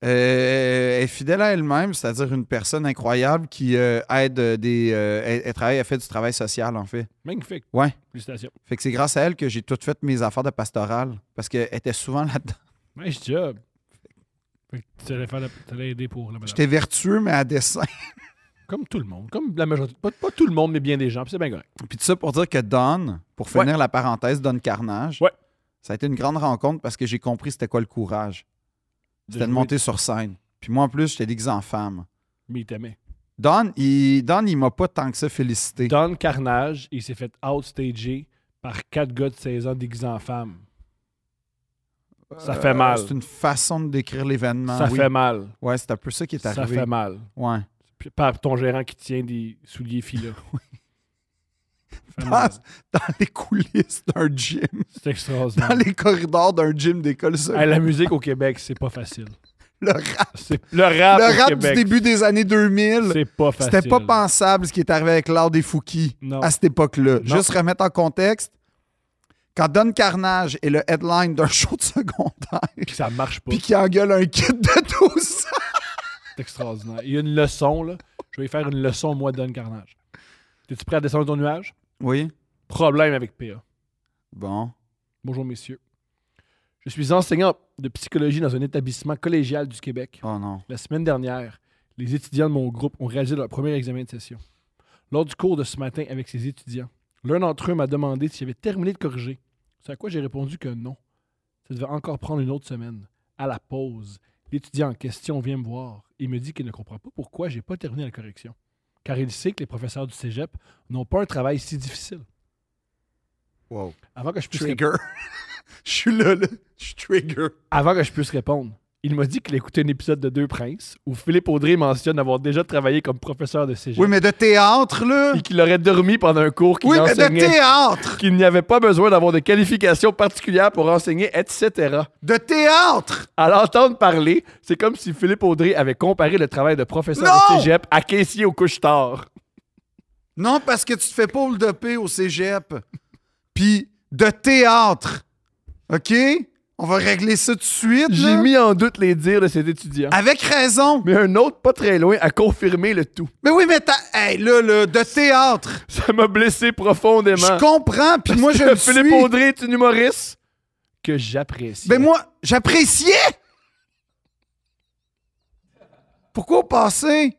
[SPEAKER 2] Euh, elle est fidèle à elle-même, c'est-à-dire une personne incroyable qui euh, aide euh, des. euh, elle, elle travaille, elle fait du travail social, en fait.
[SPEAKER 1] Magnifique.
[SPEAKER 2] Ouais.
[SPEAKER 1] Félicitations.
[SPEAKER 2] Fait que c'est grâce à elle que j'ai tout fait mes affaires de pastorale. Parce qu'elle était souvent là-dedans.
[SPEAKER 1] Nice job. Fait que tu allais, faire la- tu allais aider pour la madame.
[SPEAKER 2] J'étais vertueux, mais à dessein.
[SPEAKER 1] Comme tout le monde. Comme la majorité. Pas, pas tout le monde, mais bien des gens. Puis c'est bien correct.
[SPEAKER 2] Puis tout ça pour dire que Don, pour finir la parenthèse, Don Carnage,
[SPEAKER 1] Ouais.
[SPEAKER 2] ça a été une grande rencontre parce que j'ai compris c'était quoi le courage. C'était de
[SPEAKER 1] jouer-
[SPEAKER 2] monter sur scène. Puis moi, en plus, j'étais déguisé en femme.
[SPEAKER 1] Mais il t'aimait.
[SPEAKER 2] Don, il, Don, il m'a pas tant que ça félicité.
[SPEAKER 1] Don Carnage, il s'est fait outstager par quatre gars de 16 ans déguisés en femme. Ça
[SPEAKER 2] Euh,
[SPEAKER 1] fait mal.
[SPEAKER 2] C'est une façon de décrire l'événement.
[SPEAKER 1] Ça
[SPEAKER 2] oui.
[SPEAKER 1] fait mal.
[SPEAKER 2] Ouais, c'est un peu ça qui est
[SPEAKER 1] Ça
[SPEAKER 2] arrivé.
[SPEAKER 1] fait mal.
[SPEAKER 2] Ouais.
[SPEAKER 1] Puis par ton gérant qui tient des souliers filats. Ça fait mal.
[SPEAKER 2] Dans, dans les coulisses d'un gym,
[SPEAKER 1] C'est
[SPEAKER 2] dans
[SPEAKER 1] extraordinaire.
[SPEAKER 2] les corridors d'un gym d'école secondaire.
[SPEAKER 1] Hey, la musique au Québec, c'est pas facile.
[SPEAKER 2] Le rap,
[SPEAKER 1] C'est le rap,
[SPEAKER 2] le
[SPEAKER 1] au
[SPEAKER 2] rap du
[SPEAKER 1] Québec,
[SPEAKER 2] début des années 2000.
[SPEAKER 1] c'est pas facile.
[SPEAKER 2] C'était pas pensable ce qui est arrivé avec l'art des Fouki
[SPEAKER 1] Non.
[SPEAKER 2] à cette époque-là.
[SPEAKER 1] Non.
[SPEAKER 2] Juste remettre en contexte, quand Don Carnage est le headline d'un show de
[SPEAKER 1] Puis
[SPEAKER 2] secondaire,
[SPEAKER 1] ça marche pas.
[SPEAKER 2] puis qu'il engueule un kid de 12 ans,
[SPEAKER 1] C'est extraordinaire. Il y a une leçon, là. Je vais y faire une leçon, moi, de Don Carnage. Es-tu prêt à descendre ton nuage?
[SPEAKER 2] Oui.
[SPEAKER 1] Problème avec PA.
[SPEAKER 2] Bon.
[SPEAKER 1] Bonjour, messieurs. Je suis enseignant de psychologie dans un établissement collégial du Québec.
[SPEAKER 2] Oh non.
[SPEAKER 1] La semaine dernière, les étudiants de mon groupe ont réalisé leur premier examen de session. Lors du cours de ce matin avec ces étudiants, l'un d'entre eux m'a demandé si j'avais terminé de corriger. C'est à quoi j'ai répondu que non. Ça devait encore prendre une autre semaine. À la pause, l'étudiant en question vient me voir et me dit qu'il ne comprend pas pourquoi j'ai pas terminé la correction. Car il sait que les professeurs du cégep n'ont pas un travail si difficile.
[SPEAKER 2] Wow.
[SPEAKER 1] Avant que je puisse,
[SPEAKER 2] Trigger. Je suis là, là. Je suis trigger.
[SPEAKER 1] avant que je puisse répondre, il m'a dit qu'il écoutait un épisode de Deux Princes où Philippe Audrey mentionne avoir déjà travaillé comme professeur de cégep.
[SPEAKER 2] Oui, mais de théâtre, là.
[SPEAKER 1] et qu'il aurait dormi pendant un cours qu'il
[SPEAKER 2] Oui, mais de
[SPEAKER 1] enseignait,
[SPEAKER 2] théâtre.
[SPEAKER 1] qu'il n'y avait pas besoin d'avoir de qualification particulière pour enseigner, etc.
[SPEAKER 2] De théâtre.
[SPEAKER 1] À l'entendre parler, c'est comme si Philippe Audrey avait comparé le travail de professeur de
[SPEAKER 2] Non!
[SPEAKER 1] cégep à caissier au couche-tard.
[SPEAKER 2] Non, parce que tu te fais pas le dopé au cégep. Puis de théâtre. OK? On va régler ça tout de suite.
[SPEAKER 1] J'ai
[SPEAKER 2] là.
[SPEAKER 1] mis en doute les dires de cet étudiant.
[SPEAKER 2] Avec raison.
[SPEAKER 1] Mais un autre pas très loin a confirmé le tout.
[SPEAKER 2] Mais oui, mais t'as. Hey, là, là, de théâtre.
[SPEAKER 1] Ça m'a blessé profondément.
[SPEAKER 2] Je comprends, puis moi, je le
[SPEAKER 1] Philippe
[SPEAKER 2] suis.
[SPEAKER 1] Audrey est une humoriste que j'apprécie.
[SPEAKER 2] Ben moi, j'appréciais. Pourquoi au passé?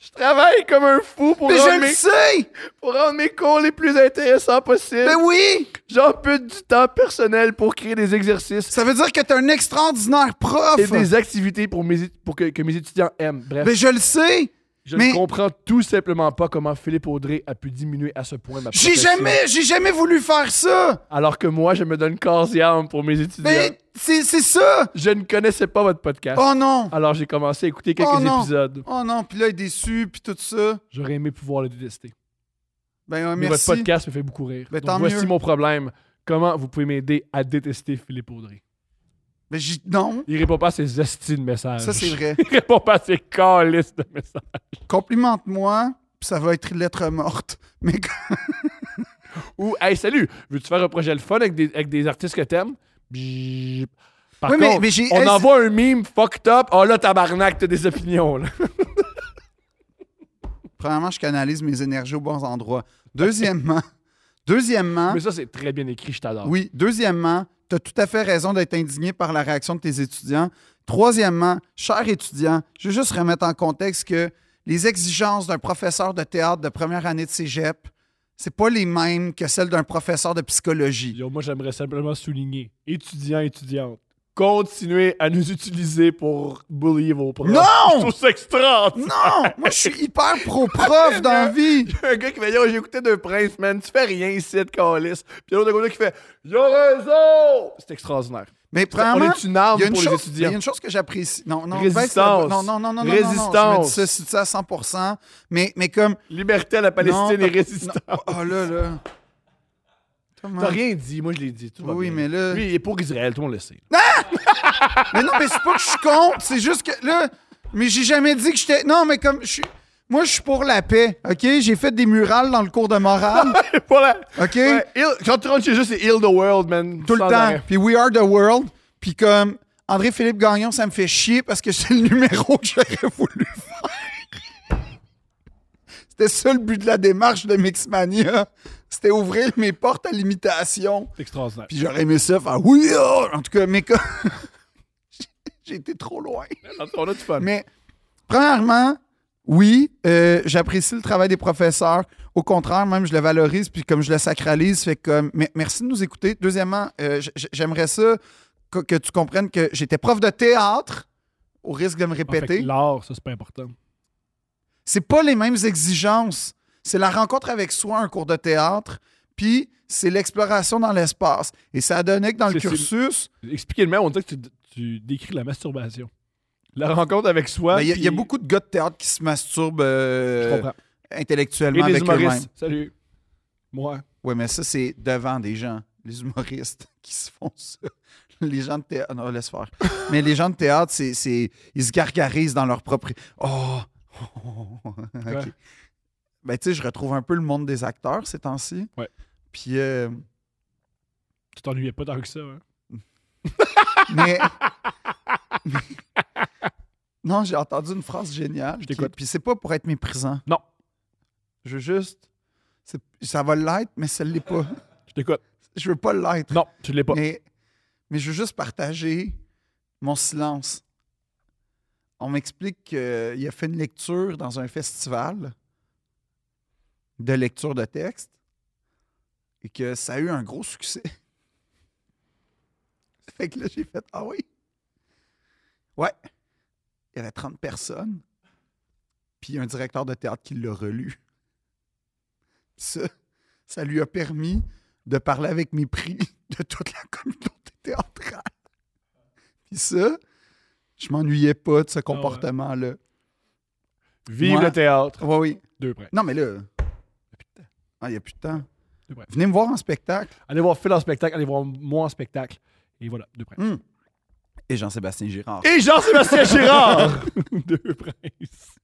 [SPEAKER 1] je travaille comme un fou pour,
[SPEAKER 2] Mais
[SPEAKER 1] rendre
[SPEAKER 2] Ben, je le
[SPEAKER 1] mes,
[SPEAKER 2] sais!
[SPEAKER 1] pour rendre mes cours les plus intéressants possibles.
[SPEAKER 2] Ben oui!
[SPEAKER 1] J'en peux du temps personnel pour créer des exercices
[SPEAKER 2] Ça veut dire que t'es un extraordinaire prof!
[SPEAKER 1] et des activités pour, mes, é- pour que, que mes étudiants aiment. Bref,
[SPEAKER 2] Ben je le sais!
[SPEAKER 1] Je
[SPEAKER 2] Mais-
[SPEAKER 1] ne comprends tout simplement pas comment Philippe Audrey a pu diminuer à ce point ma
[SPEAKER 2] J'ai
[SPEAKER 1] protection.
[SPEAKER 2] jamais, j'ai jamais voulu faire ça.
[SPEAKER 1] Alors que moi, je me donne corps et âme pour mes étudiants.
[SPEAKER 2] Mais c'est c'est ça.
[SPEAKER 1] Je ne connaissais pas votre podcast.
[SPEAKER 2] Oh non.
[SPEAKER 1] Alors j'ai commencé à écouter quelques
[SPEAKER 2] Oh non.
[SPEAKER 1] épisodes.
[SPEAKER 2] Oh non, puis là, il est déçu, puis tout ça.
[SPEAKER 1] J'aurais aimé pouvoir le détester.
[SPEAKER 2] Ben, euh,
[SPEAKER 1] Mais votre
[SPEAKER 2] merci.
[SPEAKER 1] podcast me fait beaucoup rire.
[SPEAKER 2] Mais
[SPEAKER 1] Donc,
[SPEAKER 2] tant
[SPEAKER 1] voici
[SPEAKER 2] mieux.
[SPEAKER 1] mon problème. Comment vous pouvez m'aider à détester Philippe Audrey?
[SPEAKER 2] Ben, j'ai- non,
[SPEAKER 1] Il répond pas à ses hosties de messages.
[SPEAKER 2] ça, c'est vrai.
[SPEAKER 1] Il répond pas à ses calices de messages.
[SPEAKER 2] Complimente-moi, puis ça va être lettre morte. Mais
[SPEAKER 1] Ou, hey, salut, veux-tu faire un projet le fun avec des, avec des artistes que t'aimes? Bip. Par
[SPEAKER 2] Oui, mais-
[SPEAKER 1] contre,
[SPEAKER 2] mais j'ai-
[SPEAKER 1] on
[SPEAKER 2] hey,
[SPEAKER 1] envoie un meme fucked up. Oh là, tabarnak, t'as des opinions. Là.
[SPEAKER 2] Premièrement, je canalise mes énergies aux bons endroits. Deuxièmement, deuxièmement,
[SPEAKER 1] Mais ça, c'est très bien écrit, je t'adore.
[SPEAKER 2] oui, deuxièmement, tu as tout à fait raison d'être indigné par la réaction de tes étudiants. Troisièmement, cher étudiant, je veux juste remettre en contexte que les exigences d'un professeur de théâtre de première année de cégep, c'est pas les mêmes que celles d'un professeur de psychologie.
[SPEAKER 6] Yo, moi, j'aimerais simplement souligner, étudiants, étudiantes,
[SPEAKER 1] Continuez à nous utiliser pour bully vos profs. Je
[SPEAKER 2] Non!
[SPEAKER 1] trouve ça extra.
[SPEAKER 2] Non! Moi, je suis hyper pro-prof dans la vie!
[SPEAKER 1] un gars qui fait Yo, j'ai écouté deux princes, man, tu fais rien ici de calice. Puis l'autre gars qui fait Yo, raison! C'est extraordinaire.
[SPEAKER 2] Mais
[SPEAKER 1] On
[SPEAKER 2] premièrement,
[SPEAKER 1] est une arme
[SPEAKER 2] Il y, a une
[SPEAKER 1] pour les
[SPEAKER 2] chose, il y a
[SPEAKER 1] étudiants.
[SPEAKER 2] une chose que j'apprécie. Non, non,
[SPEAKER 1] Résistance.
[SPEAKER 2] baisse le- Non, non, non, non, non, non, non, Non, je mets
[SPEAKER 1] Résistance.
[SPEAKER 2] ça, c'est ça à 100 mais, mais comme.
[SPEAKER 1] Liberté à la
[SPEAKER 2] non,
[SPEAKER 1] Palestine
[SPEAKER 2] t'as-
[SPEAKER 1] et résistance.
[SPEAKER 2] non, Oh, oh, là, là. Thomas.
[SPEAKER 1] T'as rien dit, moi je l'ai dit. tout va
[SPEAKER 2] Oui,
[SPEAKER 1] bien.
[SPEAKER 2] mais là.
[SPEAKER 1] Lui, il est pour Israël, tout le monde le sait.
[SPEAKER 2] Mais non, mais c'est pas que je suis contre, c'est juste que là. Mais j'ai jamais dit que j'étais. Non, mais comme. Je suis... Moi, je suis pour la paix, OK? J'ai fait des murales dans le cours de morale,
[SPEAKER 1] voilà.
[SPEAKER 2] OK?
[SPEAKER 1] Ouais, heal- quand tu rentres chez eux, c'est Heal the World, man.
[SPEAKER 2] Tout le
[SPEAKER 1] Sans
[SPEAKER 2] temps.
[SPEAKER 1] arrêt.
[SPEAKER 2] Puis We Are the World. Puis comme. André-Philippe Gagnon, ça me fait chier parce que c'est le numéro que j'aurais voulu faire. C'était ça le but de la démarche de Mixmania. C'était ouvrir mes portes à l'imitation.
[SPEAKER 6] c'est extraordinaire.
[SPEAKER 2] Puis j'aurais aimé ça faire oui, oh! en tout cas, mais comme- j'ai été trop loin.
[SPEAKER 1] On a du fun.
[SPEAKER 2] Mais premièrement, oui, euh, j'apprécie le travail des professeurs. Au contraire, même je le valorise puis comme je le sacralise, fait comme mais- merci de nous écouter. Deuxièmement, euh, j- j- j'aimerais ça que, que tu comprennes que j'étais prof de théâtre au risque de me
[SPEAKER 6] Ah, fait que
[SPEAKER 2] répéter.
[SPEAKER 6] L'art, ça, c'est pas important.
[SPEAKER 2] C'est pas les mêmes exigences. C'est la rencontre avec soi, un cours de théâtre, puis c'est l'exploration dans l'espace. Et ça a donné que dans le
[SPEAKER 1] C'est- c'est-
[SPEAKER 2] cursus,
[SPEAKER 1] Expliquez-le-moi, on dirait que tu, tu décris la masturbation. La rencontre avec
[SPEAKER 2] ben, il
[SPEAKER 1] soi.
[SPEAKER 2] y, a- il y a
[SPEAKER 1] puis-
[SPEAKER 2] beaucoup de gars de théâtre qui se masturbent euh,
[SPEAKER 1] Je comprends. Et
[SPEAKER 2] intellectuellement
[SPEAKER 1] les
[SPEAKER 2] avec eux-mêmes.
[SPEAKER 1] humoristes. Salut.
[SPEAKER 6] Moi,
[SPEAKER 2] Oui, mais ça, c'est devant des gens, les humoristes qui se font ça. Les gens de théâtre. Non, laisse faire. Mais les gens de théâtre, c'est, c'est- ils se gargarisent dans leur propre. Oh! OK.
[SPEAKER 6] Ouais.
[SPEAKER 2] Ben, tu sais, je retrouve un peu le monde des acteurs ces temps-ci.
[SPEAKER 6] Ouais.
[SPEAKER 2] Puis, euh,
[SPEAKER 6] tu t'ennuyais pas tant que ça. Hein?
[SPEAKER 2] mais. mais- Non, j'ai entendu une phrase géniale.
[SPEAKER 1] Je
[SPEAKER 2] qui-
[SPEAKER 1] t'écoute.
[SPEAKER 2] Puis, c'est pas pour être méprisant.
[SPEAKER 1] Non.
[SPEAKER 2] Je veux juste. c'est- Ça va l'être, mais ça l'est pas.
[SPEAKER 1] Je t'écoute.
[SPEAKER 2] Je veux pas l'être.
[SPEAKER 1] Non, tu l'es pas.
[SPEAKER 2] Mais, mais je veux juste partager mon silence. On m'explique qu'il a fait une lecture dans un festival de lecture de texte et que ça a eu un gros succès. Fait que là, j'ai fait Ah oui. Ouais. Il y avait 30 personnes. Puis un directeur de théâtre qui l'a relu. Ça, ça lui a permis de parler avec mépris de toute la communauté théâtrale. Puis ça, je m'ennuyais pas de ce comportement-là.
[SPEAKER 1] Vive
[SPEAKER 2] moi-
[SPEAKER 1] le théâtre.
[SPEAKER 2] Oui, oui.
[SPEAKER 6] Deux près.
[SPEAKER 2] Non, mais là. Ah, il n'y a plus de temps.
[SPEAKER 6] C'est vrai.
[SPEAKER 2] Venez me voir en spectacle.
[SPEAKER 1] Allez voir Phil en spectacle, allez voir moi en spectacle.
[SPEAKER 6] Et voilà, deux près.
[SPEAKER 2] Et Jean-Sébastien Girard.
[SPEAKER 1] Et Jean-Sébastien Girard!
[SPEAKER 6] deux princes.